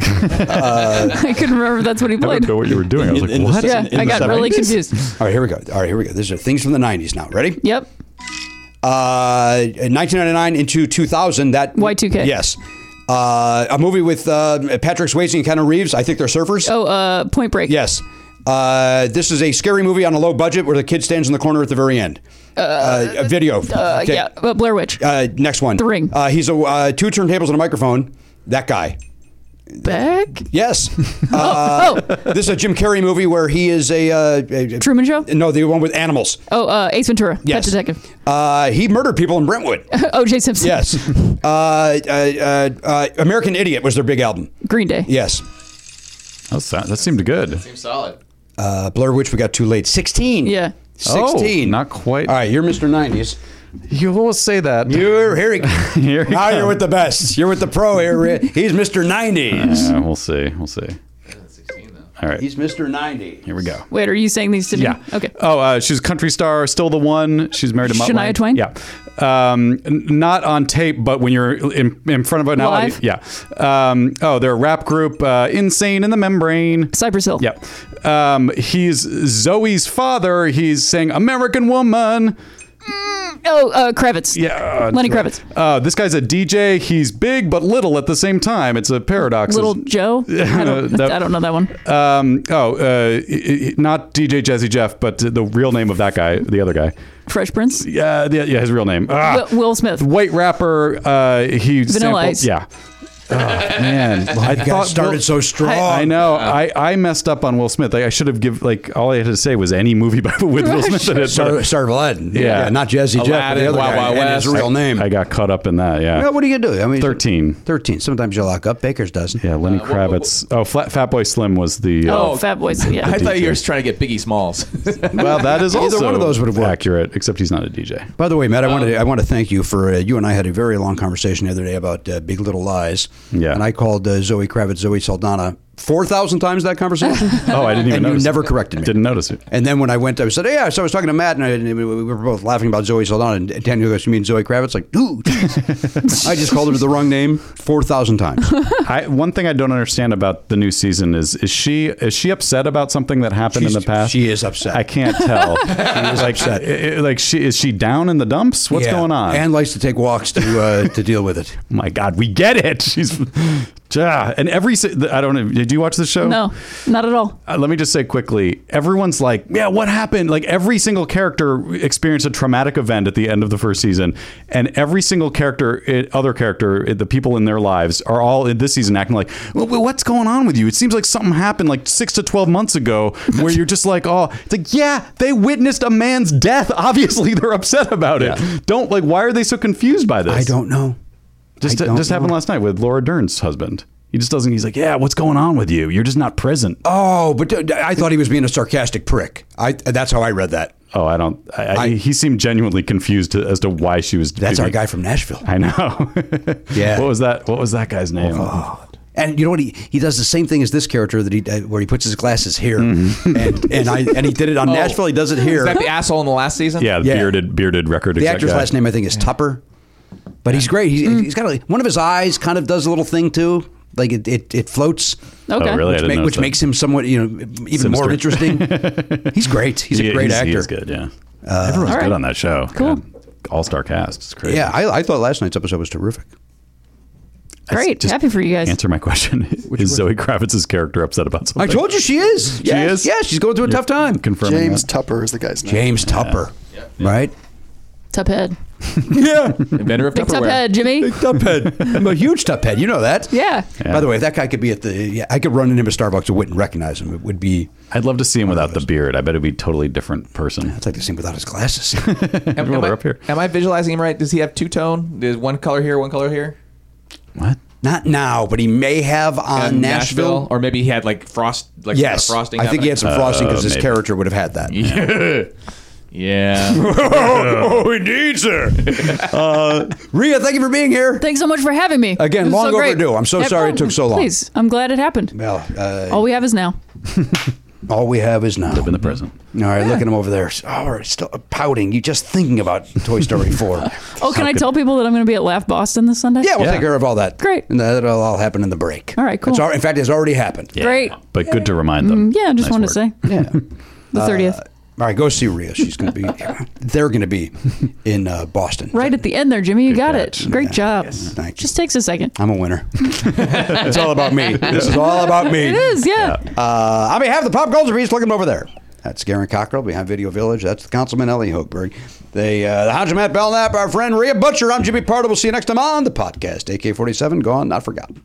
[SPEAKER 7] I couldn't remember. That's what he played.
[SPEAKER 5] what you were doing. I was like,
[SPEAKER 3] in the
[SPEAKER 5] what?
[SPEAKER 7] Yeah, I got really
[SPEAKER 3] 70s?
[SPEAKER 7] confused.
[SPEAKER 3] All right, here we go. All right, here we go. These are things from the 90s now. Ready?
[SPEAKER 7] Yep.
[SPEAKER 3] Uh, 1999 into 2000. That
[SPEAKER 7] Y2K.
[SPEAKER 3] Yes. Uh, a movie with uh, Patrick Swayze and Keanu Reeves. I think they're surfers.
[SPEAKER 7] Oh, uh, Point Break.
[SPEAKER 3] Yes. Uh, this is a scary movie on a low budget where the kid stands in the corner at the very end. Uh, a video.
[SPEAKER 7] Uh,
[SPEAKER 3] Okay.
[SPEAKER 7] Yeah. Uh, Blair Witch.
[SPEAKER 3] Uh, next one.
[SPEAKER 7] The Ring.
[SPEAKER 3] Uh, he's a uh, two turntables and a microphone. That guy.
[SPEAKER 7] Beck.
[SPEAKER 3] Yes. Uh,
[SPEAKER 7] Oh, oh,
[SPEAKER 3] this is a Jim Carrey movie where he is a. Uh, a-
[SPEAKER 7] Truman Show.
[SPEAKER 3] no, the one with animals.
[SPEAKER 7] Oh, uh, Ace Ventura.
[SPEAKER 3] Yes.
[SPEAKER 7] Pet Detective.
[SPEAKER 3] Uh, he murdered people in Brentwood.
[SPEAKER 7] O.J. Simpson.
[SPEAKER 3] Yes. uh, uh, uh, uh, American Idiot was their big album.
[SPEAKER 7] Green Day.
[SPEAKER 3] Yes.
[SPEAKER 5] That, sound, that seemed good.
[SPEAKER 8] Seems solid.
[SPEAKER 3] Uh, Blair Witch, we got too late. 16.
[SPEAKER 7] Yeah.
[SPEAKER 3] 16.
[SPEAKER 5] Oh, not quite.
[SPEAKER 3] All right, you're Mr. 90s.
[SPEAKER 5] You always say that.
[SPEAKER 3] You're here. he-
[SPEAKER 5] Here he
[SPEAKER 3] now
[SPEAKER 5] comes.
[SPEAKER 3] you're with the best. You're with the pro here. He's Mr. 90s.
[SPEAKER 5] Yeah, we'll see. We'll see. All right.
[SPEAKER 3] He's Mr. 90.
[SPEAKER 5] Here we go.
[SPEAKER 7] Wait, are you saying these to me?
[SPEAKER 5] Yeah.
[SPEAKER 7] Okay.
[SPEAKER 5] Oh, uh, she's a country star, still the one. She's married to Mutt
[SPEAKER 7] Shania
[SPEAKER 5] Lange.
[SPEAKER 7] Twain?
[SPEAKER 5] Yeah. Um, n- not on tape, but when you're in, in front of an
[SPEAKER 7] Live?
[SPEAKER 5] audience. Yeah. Um, oh, they're a rap group, uh, Insane in the Membrane.
[SPEAKER 7] Cypress Hill.
[SPEAKER 5] Yep. Um, he's Zoe's father. He's saying American Woman.
[SPEAKER 7] Oh, uh, Kravitz.
[SPEAKER 5] Yeah. uh,
[SPEAKER 7] Lenny Kravitz.
[SPEAKER 5] Uh, this guy's a DJ. He's big but little at the same time. It's a paradox.
[SPEAKER 7] Little Joe. I, don't,
[SPEAKER 5] That-
[SPEAKER 7] I don't know that one.
[SPEAKER 5] Um, oh, uh, i- i- not DJ Jazzy Jeff, but the real name of that guy, the other guy.
[SPEAKER 7] Fresh Prince.
[SPEAKER 5] Yeah, yeah, yeah his real name. Ah,
[SPEAKER 7] Will, Will Smith.
[SPEAKER 5] white rapper. Uh, he
[SPEAKER 7] Vanilla
[SPEAKER 5] sampled-
[SPEAKER 7] Ice.
[SPEAKER 5] Yeah. Oh, man, I
[SPEAKER 3] You guys started
[SPEAKER 5] Will-
[SPEAKER 3] so strong.
[SPEAKER 5] I know. I, I messed up on Will Smith. I, I should have give like all I had to say was any movie by, with Will Smith in it.
[SPEAKER 3] Star,
[SPEAKER 5] but
[SPEAKER 3] Star Aladdin.
[SPEAKER 5] Yeah.
[SPEAKER 3] Not Jazzy Jeff, but
[SPEAKER 2] Aladdin,
[SPEAKER 3] the other
[SPEAKER 2] Wild
[SPEAKER 3] guy.
[SPEAKER 2] Wild
[SPEAKER 3] and his
[SPEAKER 2] West.
[SPEAKER 3] real name.
[SPEAKER 5] I got caught up in that. Yeah.
[SPEAKER 3] Well, what are you going to do? I mean,
[SPEAKER 5] 13.
[SPEAKER 3] 13. Sometimes you lock up. Baker's doesn't.
[SPEAKER 5] Yeah, Lenny Kravitz. Oh, Flat Fat Boy Slim was the. Uh,
[SPEAKER 7] Oh, Fat Boys.
[SPEAKER 2] I
[SPEAKER 7] Yeah.
[SPEAKER 2] thought you
[SPEAKER 5] DJ.
[SPEAKER 2] were trying to get Biggie Smalls.
[SPEAKER 5] well, that is
[SPEAKER 3] Either
[SPEAKER 5] also
[SPEAKER 3] one of those would have worked.
[SPEAKER 5] accurate, except he's not a DJ.
[SPEAKER 3] By the way, Matt, I want to
[SPEAKER 5] Um,
[SPEAKER 3] I want to thank you for uh, you and I had a very long conversation the other day about uh, Big Little Lies.
[SPEAKER 5] Yeah.
[SPEAKER 3] And I called uh, Zoe Kravitz, Zoe Saldana, four thousand times that conversation.
[SPEAKER 5] Oh, I didn't even
[SPEAKER 3] and you
[SPEAKER 5] notice.
[SPEAKER 3] never corrected me.
[SPEAKER 5] Didn't notice it.
[SPEAKER 3] And then when I went, I said, "Yeah." So I was talking to Matt, and, I, and we we were both laughing about Zoe Saldana. And Daniel goes, "You mean Zoe Kravitz?" Like, dude, I just called her the wrong name four thousand times.
[SPEAKER 5] I, one thing I don't understand about the new season is is she is she upset about something that happened
[SPEAKER 3] She's-
[SPEAKER 5] in the past?
[SPEAKER 3] she is upset.
[SPEAKER 5] I can't tell. like,
[SPEAKER 3] upset.
[SPEAKER 5] i- i- like she is she down in the dumps? What's
[SPEAKER 3] Yeah.
[SPEAKER 5] going on?
[SPEAKER 3] Anne likes to take walks to uh, to deal with it.
[SPEAKER 5] my God, we get it. She's yeah. And every se- I don't know. Did you watch the show?
[SPEAKER 7] No, not at all.
[SPEAKER 5] Uh, let me just say quickly everyone's like yeah what happened like every single character experienced a traumatic event at the end of the first season and every single character i- other character i- the people in their lives are all in this season acting like "Wh- wh- what's going on with you it seems like something happened like 6 to 12 months ago where you're just like oh it's like yeah they witnessed a man's death obviously they're upset about it don't like why are they so confused by this
[SPEAKER 3] I don't know.
[SPEAKER 5] just uh,
[SPEAKER 3] I don't
[SPEAKER 5] just happened
[SPEAKER 3] know.
[SPEAKER 5] last night with Laura Dern's husband he just doesn't he's like yeah what's going on with you you're just not present
[SPEAKER 3] Oh, but uh, I thought he was being a sarcastic prick. I that's how I read that.
[SPEAKER 5] Oh, I don't. I, I,
[SPEAKER 3] I-
[SPEAKER 5] he seemed genuinely confused as to why she was.
[SPEAKER 3] That's
[SPEAKER 5] doing-
[SPEAKER 3] our guy from Nashville.
[SPEAKER 5] I know.
[SPEAKER 3] Yeah. Oh,
[SPEAKER 5] What was that? What was that guy's name?
[SPEAKER 3] And you know what? He, he does the same thing as this character that he uh, where he puts his glasses here,
[SPEAKER 5] Mm-hmm.
[SPEAKER 3] and and I and he did it on
[SPEAKER 5] Oh.
[SPEAKER 3] Nashville. He does it here.
[SPEAKER 2] Is that the asshole in the last season?
[SPEAKER 5] Yeah, the
[SPEAKER 3] Yeah.
[SPEAKER 5] bearded bearded record.
[SPEAKER 3] The
[SPEAKER 5] exec
[SPEAKER 3] actor's
[SPEAKER 5] guy. Mm.
[SPEAKER 3] last name I think is Tupper, but he's great. He's, he's got a, one of his eyes kind of does a little thing too, like it it, it floats,
[SPEAKER 7] Okay.
[SPEAKER 5] Oh, really? I
[SPEAKER 3] which,
[SPEAKER 5] didn't
[SPEAKER 3] make,
[SPEAKER 5] notice
[SPEAKER 3] which
[SPEAKER 5] that.
[SPEAKER 3] makes him somewhat you know even more
[SPEAKER 5] Sinister.
[SPEAKER 3] interesting. he's great. He's
[SPEAKER 5] He-
[SPEAKER 3] a great
[SPEAKER 5] he's-
[SPEAKER 3] actor. Uh,
[SPEAKER 5] He is good. Yeah. Everyone's
[SPEAKER 7] All right.
[SPEAKER 5] good on that show.
[SPEAKER 7] Cool.
[SPEAKER 5] All star cast. It's crazy.
[SPEAKER 3] Yeah, I, I thought last night's episode was terrific.
[SPEAKER 7] Great.
[SPEAKER 5] Just
[SPEAKER 7] Happy for you guys.
[SPEAKER 5] Answer my question. is Zoe Kravitz's character upset about
[SPEAKER 3] I
[SPEAKER 5] something?
[SPEAKER 3] told you she is. She
[SPEAKER 5] is?
[SPEAKER 3] Yeah, she's going through a tough time.
[SPEAKER 5] Confirming
[SPEAKER 4] James
[SPEAKER 5] that.
[SPEAKER 4] Tupper is the guy's name.
[SPEAKER 3] James Tupper, right?
[SPEAKER 7] Tuphead.
[SPEAKER 2] Inventor of
[SPEAKER 7] Big
[SPEAKER 2] Tupperware.
[SPEAKER 7] Tuphead, Jimmy.
[SPEAKER 3] Tuphead. I'm a huge Tuphead. You know that.
[SPEAKER 7] Yeah.
[SPEAKER 3] By the way, if that guy could be at the, yeah, I could run into him at Starbucks and wouldn't recognize him. It would be,
[SPEAKER 5] I'd love to
[SPEAKER 3] Oh
[SPEAKER 5] see him without the beard. I bet it'd be a totally different person.
[SPEAKER 3] it's like the same without his glasses.
[SPEAKER 2] Am,
[SPEAKER 5] Well,
[SPEAKER 2] am,
[SPEAKER 5] they're
[SPEAKER 2] I,
[SPEAKER 5] up here.
[SPEAKER 2] am I visualizing him right? Does he have two tone? There's one color here, one color here.
[SPEAKER 5] What?
[SPEAKER 3] Not now, but he may have on
[SPEAKER 2] And
[SPEAKER 3] Nashville.
[SPEAKER 2] or maybe he had like frost, like
[SPEAKER 3] yes,
[SPEAKER 2] uh, frosting.
[SPEAKER 3] I think he had some frosting
[SPEAKER 7] Uh,
[SPEAKER 3] because his
[SPEAKER 2] character.
[SPEAKER 3] character would have had that.
[SPEAKER 2] Yeah.
[SPEAKER 3] oh, he needs her. Uh, Rhea, thank you for being here.
[SPEAKER 7] Thanks so much for having me.
[SPEAKER 3] Again,
[SPEAKER 7] This is
[SPEAKER 3] long
[SPEAKER 7] so great.
[SPEAKER 3] overdue. I'm so
[SPEAKER 7] Yeah, oh,
[SPEAKER 3] sorry it took so long.
[SPEAKER 7] Please, I'm glad it happened.
[SPEAKER 3] Well, uh,
[SPEAKER 7] All we have is now.
[SPEAKER 3] all we have is now. Live in the present. All right, look at him over there. Oh, he's still pouting. You just thinking about Toy Story 4.
[SPEAKER 7] Oh, can I tell people that I'm going to be at Laugh Boston this Sunday?
[SPEAKER 3] Yeah, we'll take care of all that.
[SPEAKER 7] Great.
[SPEAKER 3] And that'll all happen in the break.
[SPEAKER 7] All right, cool.
[SPEAKER 3] It's al- in fact, it's already happened.
[SPEAKER 7] Great.
[SPEAKER 3] But good to remind
[SPEAKER 7] Mm, yeah, I just wanted to say.
[SPEAKER 3] Yeah. Uh,
[SPEAKER 7] The 30th.
[SPEAKER 3] all right, go see Rhea. She's going to be, they're going to be in uh, Boston.
[SPEAKER 7] right at the end there, Jimmy. You got it. Great job.
[SPEAKER 3] Thank
[SPEAKER 7] Just takes a second.
[SPEAKER 3] I'm a winner. it's all about me. This is all about me.
[SPEAKER 7] It is, yeah.
[SPEAKER 3] Uh, on behalf of the Pop Culture Beast, look at him over there. That's Garen Cockrell behind Video Village. That's the Councilman Ellie Hochberg. They, uh, the Hodge Matt Belknap, our friend Rhea Butcher. I'm Jimmy Pardo. We'll see you next time on the podcast. AK 47, gone, not forgotten.